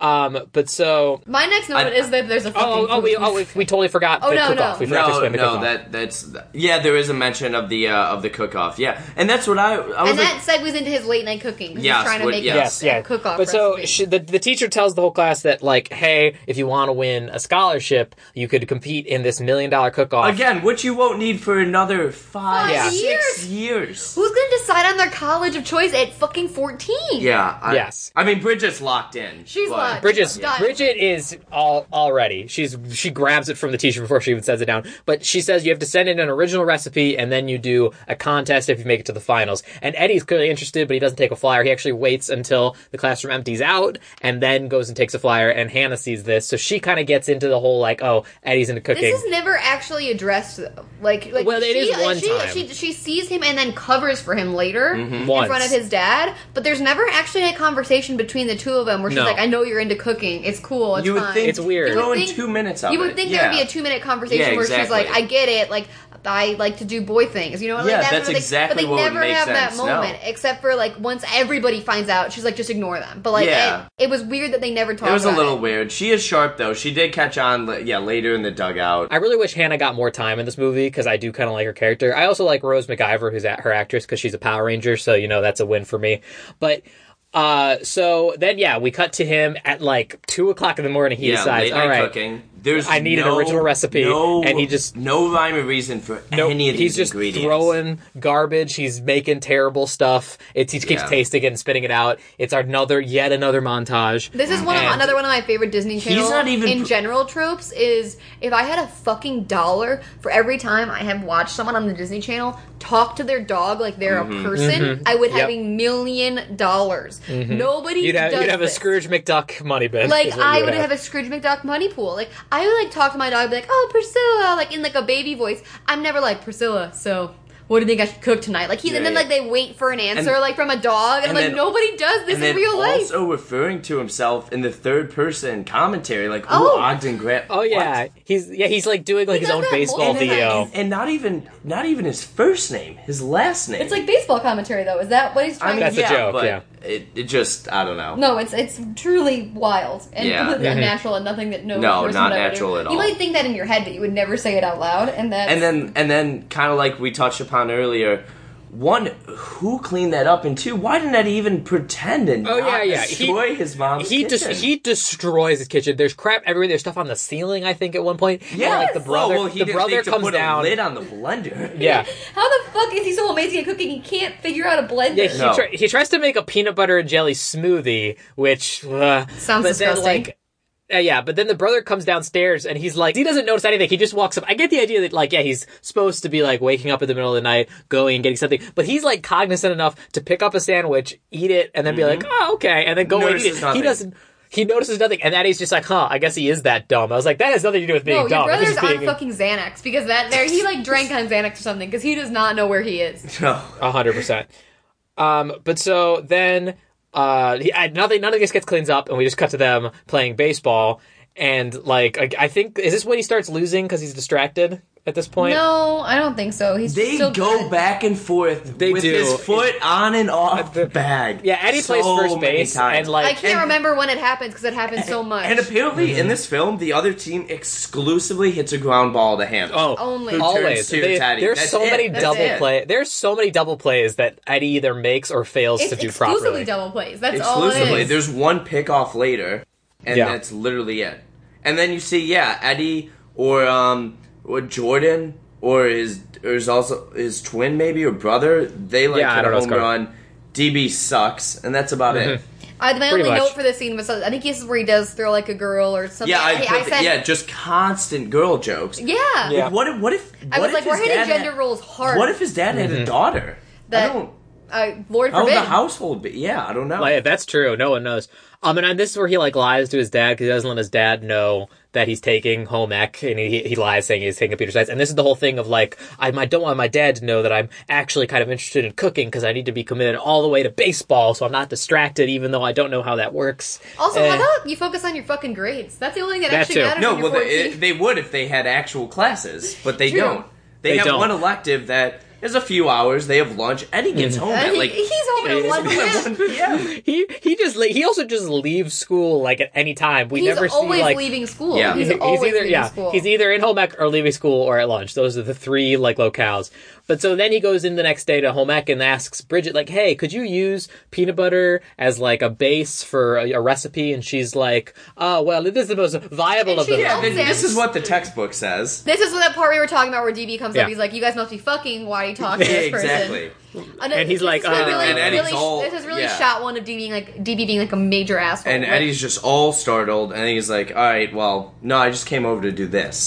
Um, but so
My next note
I-
is that there's a fucking.
oh oh, oh, we, oh we, we totally forgot
Oh,
the
no,
cook off.
no.
We forgot to
No,
explain the cook
no,
off.
that that's yeah. There is a mention of the uh, of the cook off. Yeah, and that's what I I was
and
like.
that segues into his late night cooking. 'cause
Yes,
he's trying to
what-
make
yes,
yes.
yeah.
cook off.
But so
recipe.
she, the the teacher tells the whole class that like, hey, if you want to win a scholarship, you could compete in this million dollar cook off.
Again, which you won't need for another five,
Five
six years.
Who's going to decide on their college of choice at fucking 14?
Yeah. I,
Yes.
I mean, Bridget's locked in.
She's
but-
locked.
Bridget's
Yeah.
Bridget is all already. She's she grabs it from the teacher before she even sets it down. But she says you have to send in an original recipe and then you do a contest if you make it to the finals. And Eddie's clearly interested, but he doesn't take a flyer. He actually waits until the classroom empties out and then goes and takes a flyer. And Hannah sees this, so she kind of gets into the whole like, oh, Eddie's into cooking.
This is never actually addressed, though. Like, like
Well, it
she,
is one
she,
time. Mm-hmm.
She, she sees him and then covers for him later
Once.
in front of his dad. But there's never actually a conversation between the two of them where she's
No.
like, "I know you're into cooking. It's cool. It's
You would
fine."
think
It's weird.
You would
Throw in
think-
two minutes of
You would
it.
think
yeah.
there would be a two minute conversation
Yeah,
where she's like,
exactly.
I get it, like I like to do boy things, you know? Like,
Yeah,
sort
that's
of thing.
exactly
But they
what would
never
make
have that
sense, no.
moment, except for like once everybody finds out, she's like, just ignore them. But like,
Yeah.
it, it was weird that they never talked.
It was a
about
little
it.
weird. She is sharp though. She did catch on. li- Yeah, later in the dugout.
I really wish Hannah got more time in this movie because I do kind of like her character. I also like Rose McIver, who's at her actress because she's a Power Ranger, so you know that's a win for me. But uh, so then yeah, we cut to him at like two o'clock in the morning. He
yeah,
decides,
late
all
night
right,
cooking. There's
I need an
no-
original recipe,
no-
and he just
no rhyme or reason for
no,
any of
he's
these
just
ingredients.
throwing garbage. He's making terrible stuff. It's he keeps
Yeah.
tasting it and spitting it out. It's another yet another montage.
This is one of
And-
another one of my favorite Disney Channel
Mm, not even
in
pr-
general tropes is if I had a fucking dollar for every time I have watched someone on the Disney Channel talk to their dog like they're
Mm-hmm.
a person, I would have
Yep.
a million dollars. Nobody
You'd have,
does
you'd have a
this.
Scrooge McDuck money bin.
Like
is what you
I would have. a Scrooge McDuck money pool. Like I would like talk to my dog, be like, "Oh Priscilla," like in like a baby voice. I'm never like Priscilla. So what do you think I should cook tonight? Like he, and
Yeah,
then
yeah.
like they wait for an answer
And-
like from a dog, and, I'm
and
like
then-
nobody does this
and
in
then
real life.
also referring to himself in the third person commentary, like
Oh.
"Ooh, Ogden Grant."
Oh yeah, he's yeah he's like doing like his
does
own
that
baseball
multiple
video.
times.
and not even not even his first name, his last name.
It's like baseball commentary, though. Is that what he's
I
trying
mean,
to
That's a
yeah,
joke,
but
yeah.
It, it just I don't know.
No, it's it's truly wild and
Yeah.
completely
Mm-hmm.
Mhm.
unnatural and nothing that no.
No,
person
not
would ever
natural
do.
at
You
all.
might think that in your head, but you would never say it out loud, and that.
And then and then kind of like we touched upon earlier. One, who cleaned that up, and two, why didn't that even pretend and
Oh,
not
yeah, yeah. He-
destroy his mom's
He
kitchen?
just he destroys his kitchen. There's crap everywhere. There's stuff on the ceiling. I think at one point. And,
yeah,
like the brother.
Oh, well, he
the
didn't
brother
think to
comes
put
down.
a lid on the blender.
yeah,
how the fuck is he so amazing at cooking? He can't figure out a blender.
yeah. He,
No.
try- he tries to make a peanut butter and jelly smoothie, which uh,
Sounds
but then,
disgusting.
like, uh, yeah, but then the brother comes downstairs and he's like, he doesn't notice anything. He just walks up. I get the idea that like, yeah, he's supposed to be like waking up in the middle of the night, going and getting something, but he's like cognizant enough to pick up a sandwich, eat it, and then be like, oh, okay, and then go and eat
Mm-hmm. Notices
it.
nothing.
He doesn't. He notices nothing, and that he's just like, huh, I guess he is that dumb. I was like, that has nothing to do with being
no, your
dumb. That's
brother's
just
on
being
fucking Xanax because that there he like drank on Xanax or something because he does not know where he is.
No.
A hundred percent. Um, but so then, uh, he, I, nothing, none of this gets cleans up, and we just cut to them playing baseball. And like, I, I think is this when he starts losing because he's distracted at this point?
No, I don't think so. He's
They
still
go
good.
back and forth
They
with
do.
his foot on and off the bag.
Yeah, and he plays
so
first
many
base,
times.
and
I
like,
can't
and-
remember when it happens because it happens so much.
And apparently,
Mm-hmm.
in this film, the other team exclusively hits a ground ball to him.
oh,
Only.
Who turns
always.
to
They-
Teddy.
there's
That's
so
it.
many
That's
double
it.
play. There's so many double plays that Eddie either makes or fails
it's
to do
exclusively
properly.
double plays. That's all it
Exclusively.
is.
There's one pickoff later, and
Yeah.
that's literally it. And then you see, yeah, Eddie or um or Jordan or his or his also his twin maybe or brother. They like
Yeah, I
hit
don't know Mm-hmm.
a
what's
home
going
run. DB sucks, and that's about it.
I, my
Pretty
only
much.
note for this scene was uh, I think this is where he does throw like a girl or something.
Yeah, I,
Hey,
put the- yeah, just constant girl jokes.
yeah.
Yeah.
What if what if
I
what
was like,
if
we're
his
hitting
dad had-
gender roles hard.
What if his dad had a daughter?
That-
I don't.
uh, Lord
How would
forbid?
Oh, the household be? Yeah, I don't know.
Like, Oh, that's true. No one knows. Um, and this is where he like lies to his dad because he doesn't let his dad know that he's taking home ec, and he he lies saying he's taking computer science. And this is the whole thing of like, I, I don't want my dad to know that I'm actually kind of interested in cooking because I need to be committed all the way to baseball, so I'm not distracted, even though I don't know how that works.
Also,
Eh.
how about you focus on your fucking grades? That's the only thing that,
That
actually
too.
matters.
no,
when you're
well, they,
14.
they would if they had actual classes, but they
True.
don't. They,
They
have
don't.
one elective that is a few hours. They have lunch. Eddie gets home
Uh,
at
he-
like
he's home at
He's-
1
at
p.m.
1 p.m.
He he just le- he also just leaves school like at any time. We
He's
never see
always
like
leaving school.
Yeah.
He's,
He-
always
either
leaving
yeah
school.
he's e- either in home ec or leaving school or at lunch those are the three like locales but so then he goes in the next day to home ec and asks bridget like hey could you use peanut butter as like a base for a, a recipe and she's like oh well it is the most viable
And
of them
she
Yeah,
Well,
th- this
then-
is what the textbook says.
this is that part we were talking about where DB comes
Yeah.
up. He's like, "You guys must be fucking. Why are you talking to
Yeah,
this person?"
exactly.
then
And he's
this
like,
is what
uh,
really,
And
Eddie's
really,
all-
this is really
yeah.
shot one of DB being like DB being like a major asshole.
And
Like,
Eddie's just all startled, and he's like, "All right, well, no, I just came over to do this."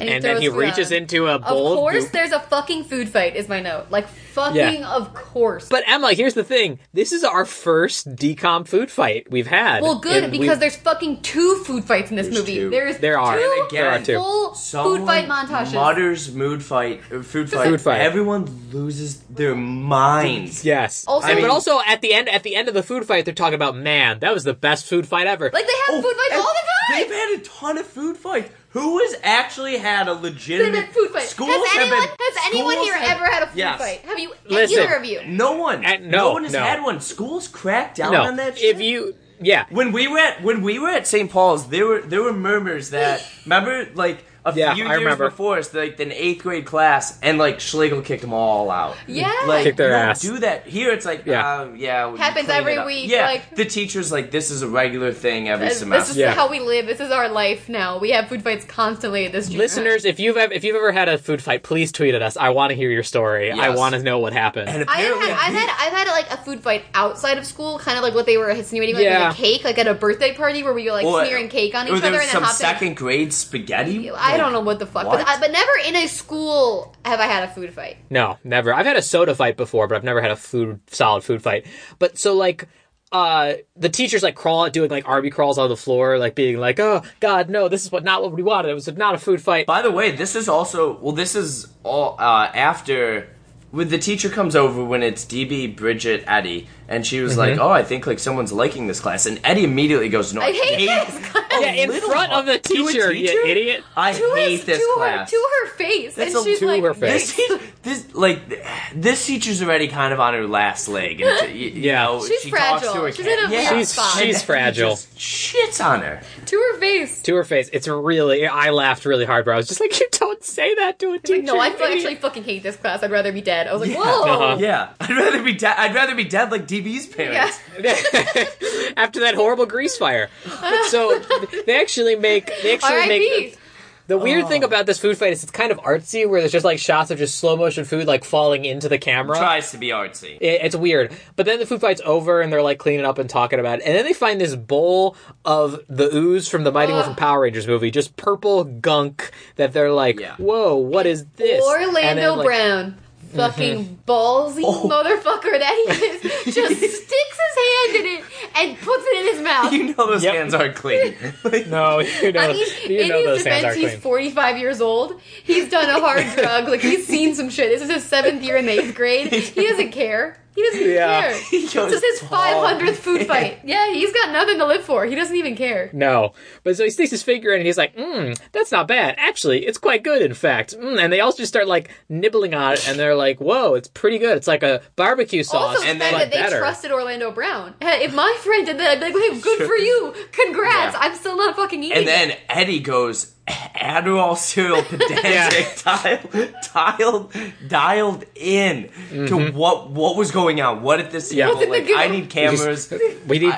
and
and then
throws
he
the-
reaches into a
Of
bowl
course,
goop.
there's a fucking food fight. Is my note like fucking? Of course,
but Emma, here's the thing. This is our first decom food fight we've had.
Well, good
And we-
because there's fucking two food fights in this
There's
movie.
two.
There's
There are.
two
And
again, There are two.
full food
Someone
fight montages.
Mutters mood fight, er, food fight.
Food fight.
Everyone loses their minds.
Yes.
Also-
And-
I
but
mean-
also at the end, at the end of the food fight, they're talking about man, that was the best food fight ever.
like they have
Oh,
food fights
and
all the time.
They've had a ton of food fights. Who has actually had a
They've
legitimate
had food fights.
Schools
Has
have
anyone
been-
has anyone
schools
here
have-
ever had a food
Yes.
fight? Have you?
Listen.
either of you?
No one.
Uh, no,
one has
no.
had one. Schools cracked down
no,
on that. Shit.
if you, yeah,
when we were at when we were at St. Paul's, there were there were murmurs that remember like a
Yeah,
few
I
years
remember.
before it's like an eighth grade class, and like Schlegel kicked them all out.
Yeah.
like
Kicked their
you don't
ass.
Do that here. It's like
Yeah.
yeah, uh, yeah. we
Happens
cleaned
every
it up.
week,
Yeah,
like-
the teachers like this is a regular thing every
This
semester.
is
Yeah.
how we live. This is our life now. We have food fights constantly at this junior
Listeners, if you've ever, if you've ever had a food fight, please tweet at us. I want to hear your story. I
Yes.
want to know what happened.
and
I have
apparently,
had, I've had I've had like a food fight outside of school, kind of like what they were insinuating, like
Yeah.
with a cake, like at a birthday party where we were like
Or-
smearing cake on each
uh, or
other and
there was
then
some
hopping.
second grade spaghetti.
I don't
Like,
know what the fuck,
what?
but I, but never in a school have I had a food fight.
No, never. I've had a soda fight before, but I've never had a food solid food fight. But so like uh the teachers like crawl doing like Arby crawls on the floor, like being like, Oh God, no, this is what not what we wanted. It was not a food fight.
By the way, this is also well. This is all uh, after when the teacher comes over when it's DB Bridget Eddie, and she was
Mm-hmm.
like, "Oh, I think like someone's liking this class," and Eddie immediately goes, "No, I,
I hate this class.
a
Yeah, in
little
front of the
To a
teacher, you idiot.
I
To
hate
his-
this
to
class."
Her, to her face,
That's
and
a-
she's
to
like,
her face.
this, teacher, this like this teacher's already kind of on her last leg, and she, you
Yeah.
know,
She's
she talks to
fragile.
her
She's
cat.
in a
yeah.
weird
She's-
spot.
she's-
And
fragile.
just Shits on her.
to her face.
to her face. It's really I laughed really hard, but I was just like, You don't say that to a teacher.
No, I
you idiot."
actually fucking hate this class. I'd rather be dead. I was like, whoa.
Uh-huh.
Yeah, I'd rather be dead. I'd rather be dead like DB's parents.
Yeah.
after that horrible grease fire. But so they actually make they actually make
R.I.P.
The weird thing about this food fight is it's kind of artsy, where there's just like shots of just slow motion food like falling into the camera.
Tries to be artsy.
It- it's weird. But then the food fight's over and they're like cleaning up and talking about it. And then they find this bowl of the ooze from the Mighty Morphin Power Rangers movie, just purple gunk that they're like,
Yeah.
whoa, what is this? And
Orlando
then, like- Oh.
Brown. Fucking ballsy motherfucker that he is just sticks his hand in it and puts it in his mouth.
You know those
Yep.
hands aren't clean. Like,
No, you know,
I mean,
you
in
know
his
those hands
defense,
are
he's
clean.
45 years old. He's done a hard drug. Like, he's seen some shit. This is his seventh year in the eighth grade. He doesn't care. He doesn't
Yeah.
care.
He
This
goes
is his
hard.
500th food fight. Yeah, he's got nothing to live for. He doesn't even care.
No. But so he sticks his finger in and he's like, mm, that's not bad. Actually, it's quite good, in fact. Mm, and they all just start like nibbling on it and they're like, whoa, it's pretty good. It's like a barbecue sauce.
Also, the
and
fact
then-
that they
better.
trusted Orlando Brown. Hey, if my friend did that, I'd be like, hey, good for you. Congrats.
Yeah.
I'm still not fucking eating.
and
it.
then Eddie goes Adderall cereal pedantic dialed, dialed dialed in to what what was going on. What at this
Mm-hmm. Yeah.
table?
What's
in the
Like I
goo?
need cameras.
We need.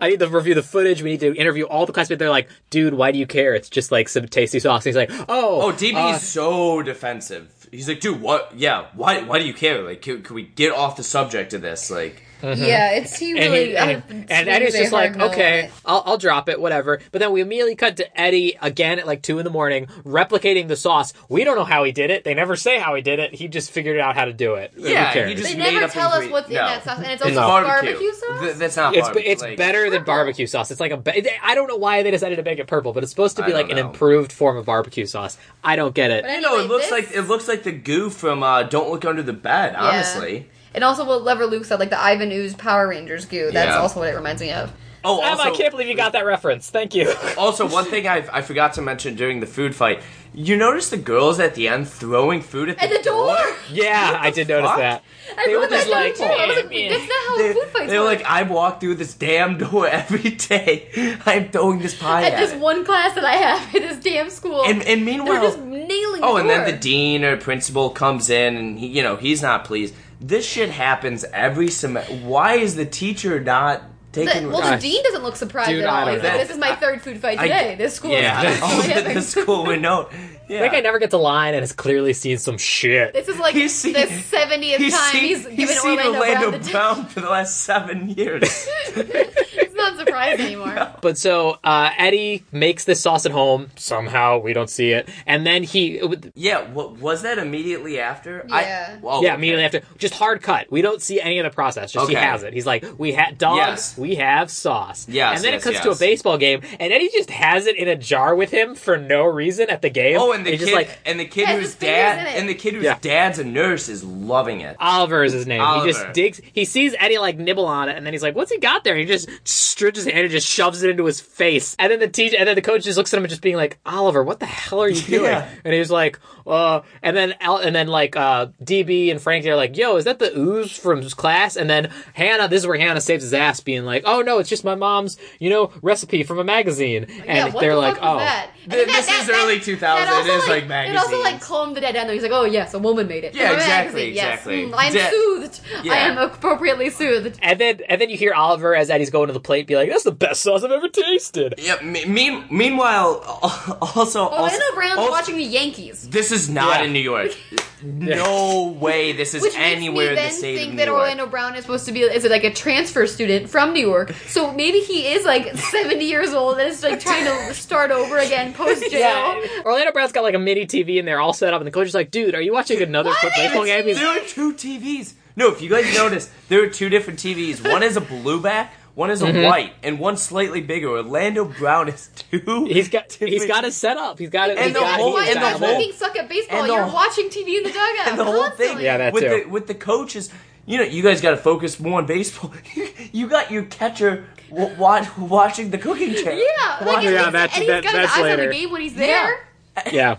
I, need to review the footage. We need to interview all the classmates. They're like, dude, why do you care? It's just like some tasty sauce. And he's like, oh,
Oh, DB
uh,
is so defensive. He's like, dude, what? Yeah, why? Why do you care? Like, can, can we get off the subject of this? Like,
Yeah, it's he
and,
really.
he, and, he- and Eddie's just like, okay, I'll, I'll drop it, whatever. But then we immediately cut to Eddie again at like two in the morning, replicating the sauce. We don't know how he did it. They never say how he did it. He just figured out how to do it. Who
Yeah, he
cares?
just-
They
made
never
up
tell us
ingredient-
what's in
no.
that sauce, and it's also
No.
barbecue. sauce.
Th- that's not.
It's
barbecue.
it's
like-
better than barbecue sauce. It's like a ba- I don't know why they decided to make it purple, but it's supposed to be
I
like an
don't know.
improved form of barbecue sauce. I don't get it.
But
You know,
anyway,
it looks
this-
like it looks like the goo from uh, Don't Look Under the Bed. Honestly.
And also what Lever Luke said, like the Ivan Ooze Power Rangers goo. That's
Yeah.
also what it reminds me of.
Oh,
Emma,
also,
I can't believe you got that reference. Thank you.
Also, one thing I, I forgot to mention during the food fight, you notice the girls at the end throwing food at the,
At the door!
Yeah, I did notice
fuck?
that.
I
They were
thought that
just like,
too. I was like,
"Man,
that's not how
They,
food fights
they were
work.
like, I walk through this damn door every day. I'm throwing this pie at,
At this
it."
one class that I have in this damn school.
And, and
they're
meanwhile,
just nailing
oh, and then
door.
the dean or principal comes in, and he, you know he's not pleased. This shit happens every semester. Why is the teacher not taking?
The- well, the
Gosh.
dean doesn't look surprised
Dude,
at
I
all.
don't
He's
know.
like, this is my third food fight
I-
today. this school
yeah,
is
oh,
actually
the,
having
the school would know. Yeah.
That guy never gets a line and has clearly seen some shit.
This is like
He's seen-
the seventieth
He's
time
seen,
he's given
seen
Orlando,
Orlando
Brown the
Brown for the last seven years.
It's not surprised anymore.
But so uh, Eddie makes this sauce at home. Somehow we don't see it, and then he,
Yeah, what was that immediately after?
Yeah.
I, Oh, well,
yeah, immediately after, just hard cut. We don't see any of the process. Just he
Okay.
has it. He's like, we had dogs,
Yes.
we have sauce.
Yes,
and then
yes,
it cuts to a
yes.
baseball game, and Eddie just has it in a jar with him for no reason at the game.
Oh, and the
He's
kid,
just like
and the kid
Has
whose
his fingers
dad,
in it.
and the kid whose
Yeah. Uh,
dad's a nurse is loving it.
Oliver is his name. He just
Oliver.
digs. He sees Eddie like nibble on it, and then he's like, "What's he got there?" And he just stretches his hand and just shoves it into his face. And then the teacher, and then the coach just looks at him and just being like, "Oliver, what the hell are you doing?"
Yeah.
And he's like, uh, and then Al- and then like uh, DB and Frankie are like, "Yo, is that the ooze from his class?" And then Hannah, this is where Hannah saves his ass, being like, "Oh no, it's just my mom's, you know, recipe from a magazine." And
yeah, what
they're
the
like,
fuck
"Oh,
was that? And
Th-
that-
this
that-
is
that-
early
that
2000.
also,
It is, like,
It also like
magazines.
calmed the dad down. Though he's like, "Oh yes, a woman made it."
Yeah,
From a
exactly,
magazine, yes.
exactly.
Mm, I am
Dad-
soothed. I
Yeah.
am appropriately soothed.
And then, and then you hear Oliver as Eddie's going to the plate, be like, "That's the best sauce I've ever tasted."
Yeah. Me- mean, meanwhile, al- also, also,
Orlando Brown's
also-
watching the Yankees,
This is not
Yeah.
in New York. No way. This is
which
anywhere in the
makes me
state
then
of
think
New
that
York.
Orlando Brown is supposed to be is it like a transfer student from New York. So maybe he is like seventy years old and is like trying to start over again post jail.
Orlando Brown's got like a mini TV in there, all set up, and the coach is like, "Dude, are you watching another
Why
foot
do you
baseball game?" He's-
There are two TVs. No, if you guys notice, there are two different TVs. One is a blueback, one is a
Mm-hmm.
white, and one's slightly bigger. Orlando Brown is two.
He's got he's
different-
got it set up. He's got it.
And
he's
the
got, he's
whole-
Why
and
got
you
the whole-
fucking suck at baseball?
and the
You're
whole-
watching TV in the dugout.
and the whole thing.
constantly.
Yeah, that
with
too.
The, with the coaches, you know, you guys got to focus more on baseball. you got your catcher w- watch, watching the cooking channel.
Yeah, like
Yeah,
yeah,
that's-
and he's
that-
got his
that's
eyes on
later.
the game when he's there.
yeah.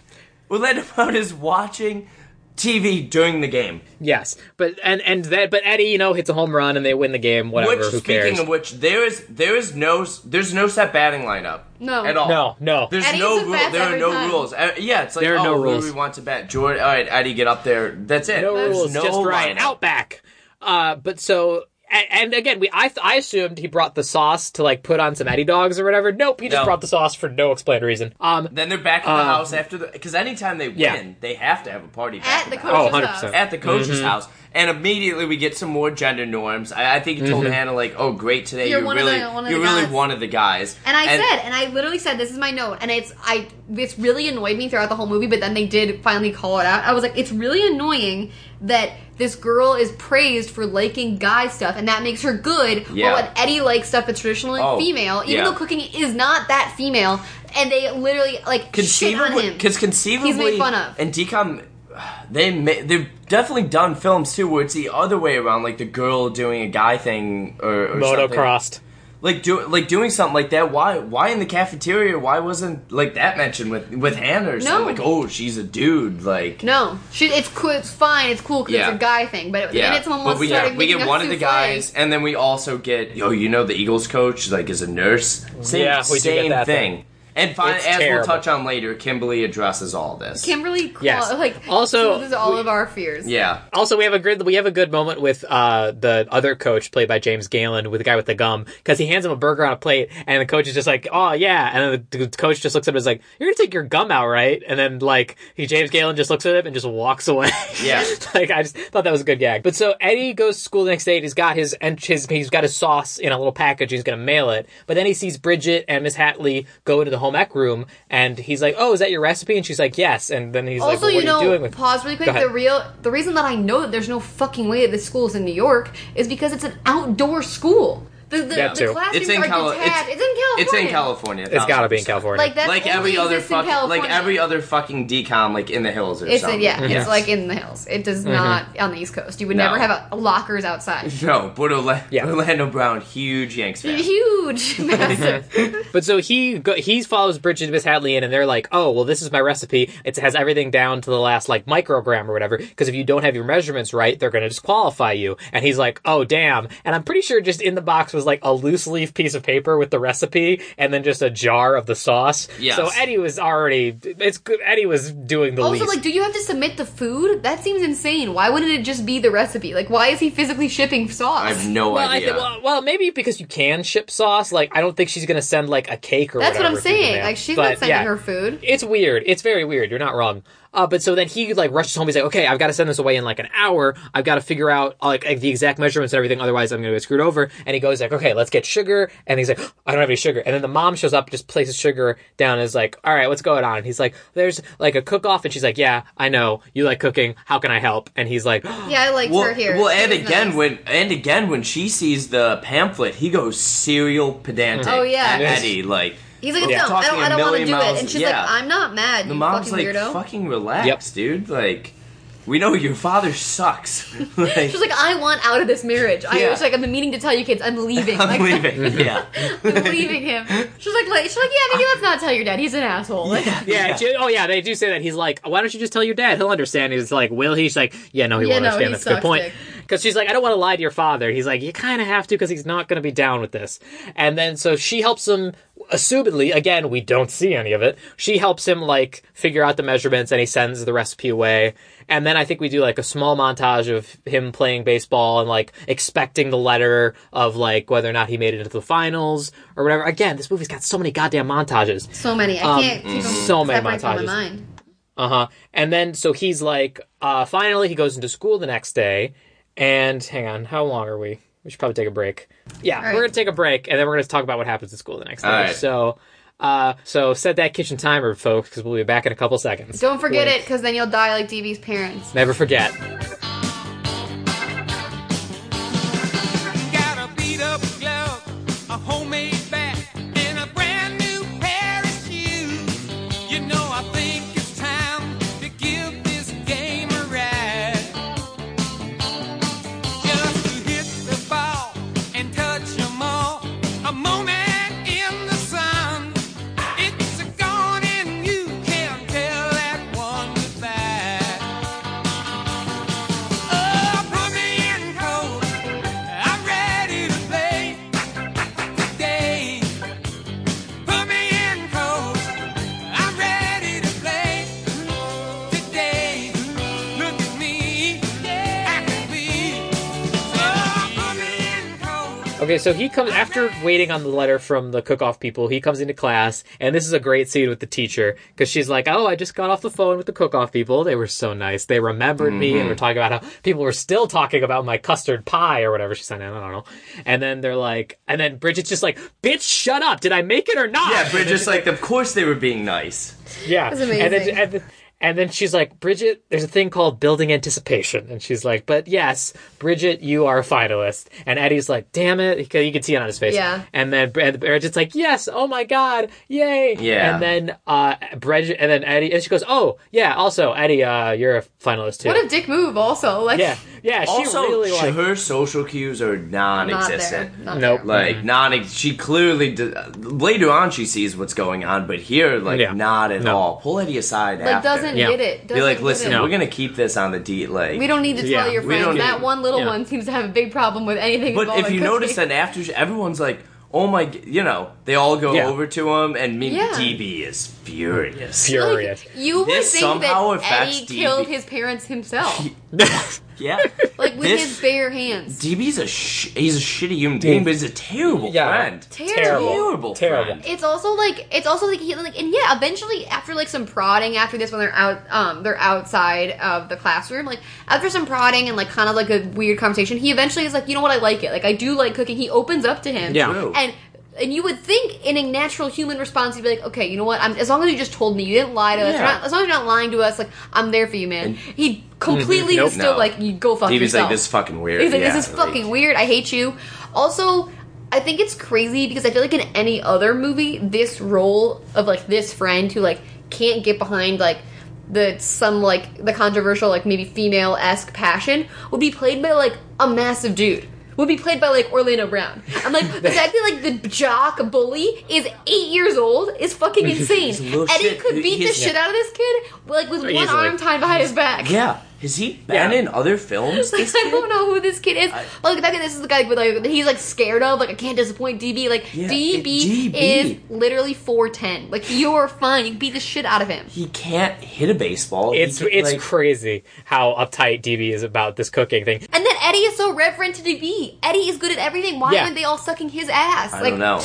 Orlando Brown is watching TV during the game.
Yes, but and and that but Eddie, you know, hits a home run and they win the game. Whatever.
which,
who
speaking
cares?
of which, there is there is no s- there's no set batting lineup.
No.
at all.
no, no.
There's
Eddie
no
uses
rule.
bats
There are
every
no
time.
rules. Uh, yeah, it's like
There are
oh,
no
who do
rules.
we want to bat? Jordan. All right, Eddie, get up there. That's it.
no
There's
rules,
no
just right.
lineup.
Outback. Uh, but so. a- And again, we I, I assumed he brought the sauce to like put on some Eddie dogs or whatever. Nope, he just
No.
brought the sauce for no explained reason. Um,
Then they're back at the house after the because anytime they win,
Yeah.
they have to have a party back
At
at
the
the
coach's
house.
Oh, mm-hmm. 100%.
house.
At the coach's house, and immediately we get some more gender norms. I, I think you told
Mm-hmm.
Hannah like, "Oh, great today,
You're
you're,
one of
really,
the- one of
you're
the
really
guys."
one of the guys."
And I said, and I literally said, "This is my note," and it's I. It's really annoyed me throughout the whole movie, but then they did finally call it out. I was like, "It's really annoying that this girl is praised for liking guy stuff, and that makes her good."
Yeah.
While when Eddie likes stuff that's traditionally
Oh,
female, even
yeah.
though cooking is not that female, and they literally like shit on
conceivably
him.
because conceivably
fun of.
and decom they ma- they've definitely done films too where it's the other way around like the girl doing a guy thing or, or something.
motocrossed.
like do like doing something like that why why in the cafeteria why wasn't like that mentioned with with Hannah or something like oh she's a dude like
No, she, it's cool. It's fine. It's cool because it's
Yeah.
a guy thing. But the
yeah,
minute someone
but
wants
we
to start
get, we
making
get
us
one of the
souffle-
guys, and then we also get yo. You know the Eagles coach, like is a nurse. Same,
Yeah, we do get
same
that
thing. And fine,
It's
as
terrible.
we'll touch on later, Kimberly addresses all this.
Kimberly, Cla-
Yes.
like
Also,
soothes all
we-
of our fears.
yeah,
Also, we have a good we have a good moment with uh, the other coach played by James Galen with the guy with the gum because he hands him a burger on a plate and the coach is just like, "Oh yeah," and then the d- coach just looks at him and is like, "You're gonna take your gum out, right?" And then like he James Galen just looks at him and just walks away.
Yeah.
like I just thought that was a good gag. But so Eddie goes to school the next day. And he's got his and his he's got his sauce in a little package. He's gonna mail it. But then he sees Bridget and Miss Hatley go into the home ec room and he's like, "Oh, is that your recipe?" And she's like, "Yes." And then he's like,
Also,
well, "What
you know,
are you doing with?"
pause really
Go
quick.
ahead.
The real the reason that I know that there's no fucking way that this school is in New York is because it's an outdoor school. The, the,
That too.
the classrooms
It's in,
are
Cali-
detached. It's, in California.
It's in California.
it's gotta be in
1000%.
California.
Like that.
like every other fucking, like every other fucking decom, like in the hills or
It's in,
something.
yeah,
Yes.
it's like in the hills. It
Mm-hmm.
does not on the East Coast. You would
No.
never have a, lockers outside.
no, but Orla-
Yeah.
Orlando Brown, huge Yanks fan.
Huge, massive.
But so he go, he follows Bridget and Miss Hadley in, and they're like, "Oh, well, this is my recipe. It has everything down to the last like microgram or whatever. Because if you don't have your measurements right, they're going to disqualify you." And he's like, "Oh, damn!" And I'm pretty sure just in the box was like a loose leaf piece of paper with the recipe, and then just a jar of the sauce.
Yes.
So Eddie was already it's good. Eddie was doing the
Also,
least.
like, do you have to submit the food? That seems insane. Why wouldn't it just be the recipe? Like, why is he physically shipping sauce?
I have no
well, I
idea.
think, well, well, maybe because you can ship sauce. Like, I don't think she's gonna send like a cake or
That's what I'm
whatever through the
saying.
mail.
Like, she's not
But,
sending
yeah.
her food.
It's weird. It's very weird. You're not wrong. Uh, but so then he like rushes home. He's like, okay, I've got to send this away in like an hour. I've got to figure out like, like, the exact measurements and everything. Otherwise, I'm going to get screwed over. And he goes like, okay, let's get sugar. And he's like, I don't have any sugar. And then the mom shows up, just places sugar down, and is like, all right, what's going on? And he's like, there's like a cook off, and she's like, yeah, I know you like cooking. How can I help? And he's like,
Yeah, I liked
well,
her here.
well,
She
and
was
again
nice.
when and again when she sees the pamphlet, he goes serial pedantic.
Oh, yeah.
at
Yes.
Eddie like
he's like, no,
Yeah.
I don't,
talking
I
a
don't want to
million
do it.
miles-
And she's
yeah.
like, I'm not mad.
the
you
mom's
fucking
like
weirdo.
fucking relax,
Yep.
dude. Like We know your father sucks. like,
She's like, I want out of this marriage. I
Yeah.
was like, I've been meaning to tell you kids, I'm leaving.
I'm
Like,
leaving. Uh, Yeah.
I'm leaving him. She's like, like she's like, yeah, maybe let's not tell your dad. He's an asshole. Like, yeah,
Yeah. ju- Oh, yeah. They do say that. He's like, why don't you just tell your dad? He'll understand. He's like, will he? She's like, yeah, no, he
Yeah,
won't
no,
understand.
he
That's a good
sucks
point.
dick.
Because she's like, I don't want to lie to your father. He's like, you kind of have to because he's not going to be down with this. And then so she helps him. Assumedly, again, we don't see any of it. She helps him like figure out the measurements, and he sends the recipe away. And then I think we do like a small montage of him playing baseball and like expecting the letter of like whether or not he made it into the finals or whatever. Again, this movie's got so many goddamn montages.
so many. I
Um,
can't keep them
mm.
so many
separate from my
montages.
mind.
Uh huh. And then so he's like, uh, finally he goes into school the next day. And hang on, how long are we? We should probably take a break. Yeah,
right.
we're gonna take a break, and then we're gonna talk about what happens at school the next day.
All right.
So, uh, so set that kitchen timer, folks, because we'll be back in a couple seconds.
Don't forget it, because then you'll die like DB's parents.
Never forget.
Got a beat up glove, a homemade bat, and a brand new pair of shoes. You know, I think it's time to give this game a ride. Just to hit the ball and touch 'em all. A moment in the sun. It's a gone, and you can't tell that one goodbye. Oh, put me in cold. I'm ready to play today. Put me in cold. I'm ready to play today. Look at me. I can be. Oh, put me in cold.
Okay, so he comes after waiting on the letter from the cook-off people. He comes into class, and this is a great scene with the teacher because she's like, "Oh, I just got off the phone with the cook-off people. They were so nice. They remembered me, and we're talking about how people were still talking about my custard pie or whatever she sent in. I don't know." And then they're like, and then Bridget's just like, "Bitch, shut up! Did I make it or not?"
Yeah, but just like, of course they were being nice.
Yeah.
That's
And
amazing.
then, and, then, and then she's like, Bridget, there's a thing called building anticipation. And she's like, but yes, Bridget, you are a finalist. And Eddie's like, damn it. He, could- you can see it on his face.
Yeah.
And then Br- and Bridget's like, yes, oh my God, yay.
Yeah.
And then uh, Bridget, and then Eddie, and she goes, oh, yeah, also, Eddie, uh, you're a finalist too.
What a dick move. Also, like,
yeah. Yeah. She
also,
really
sh-
like.
her social cues are
not there.
non-existent.
Not
Nope.
there.
Like non, she clearly d- later on she sees what's going on, but here like
Yeah.
not at
No.
all. Pull Eddie aside.
Like
after.
doesn't
Yeah.
get it.
Be
Doesn't
like,
get
listen,
it.
we're gonna keep this on the D. Like
We don't need to tell
Yeah,
your
we don't
friends.
need-
That one little
yeah.
one seems to have a big problem with anything.
But
involving
if you
cooking.
notice that after she, everyone's like, oh my, g-" you know, they all go
Yeah.
over to him, and me
Yeah.
DB is furious.
Like,
Furious.
you would
This
think
somehow
that
affects
Eddie
DB.
killed his parents himself,
Yeah,
like with
This-
his bare hands.
DB's a sh- he's a shitty human being, but he's a terrible
Yeah.
friend.
Terrible.
Terrible.
Terrible.
friend.
it's also like it's also like he like and yeah eventually after like some prodding after this when they're out um they're outside of the classroom like after some prodding and like kind of like a weird conversation he eventually is like you know what i like it like i do like cooking he opens up to him
Yeah.
True.
and and you would think in a natural human response you'd be like okay you know what I'm, as long as you just told me you didn't lie to us
Yeah.
you're not- as long as you're not lying to us like i'm there for you man he completely
Nope.
was still
No.
like you go fuck
DB's
yourself
like, this is fucking weird.
He's like,
yeah,
this is
like-
fucking weird. I hate you. Also, I think it's crazy because I feel like in any other movie, this role of like this friend who like can't get behind like the some like the controversial like maybe female esque passion would be played by like a massive dude. Would be played by like Orlando Brown. I'm like the fact that like the jock bully is eight years old is fucking insane.
a little
Eddie
shit.
could beat the
He's-
shit out of this kid like with one
Easily.
arm tied behind his back.
Yeah, has he been
Yeah.
in other films?
Like,
This
I
kid?
don't know who this kid is. but like, the fact that this is the guy like, like, that he's like scared of, like I can't disappoint DB. Like
Yeah,
DB,
it-
is
DB.
literally four ten. Like you're fine. You can beat the shit out of him.
He can't hit a baseball. He
It's
can,
it's
like-
crazy how uptight DB is about this cooking thing.
And then Eddie is so reverent to DB. Eddie is good at everything. Why
Yeah.
aren't they all sucking his ass?
I
like
don't know.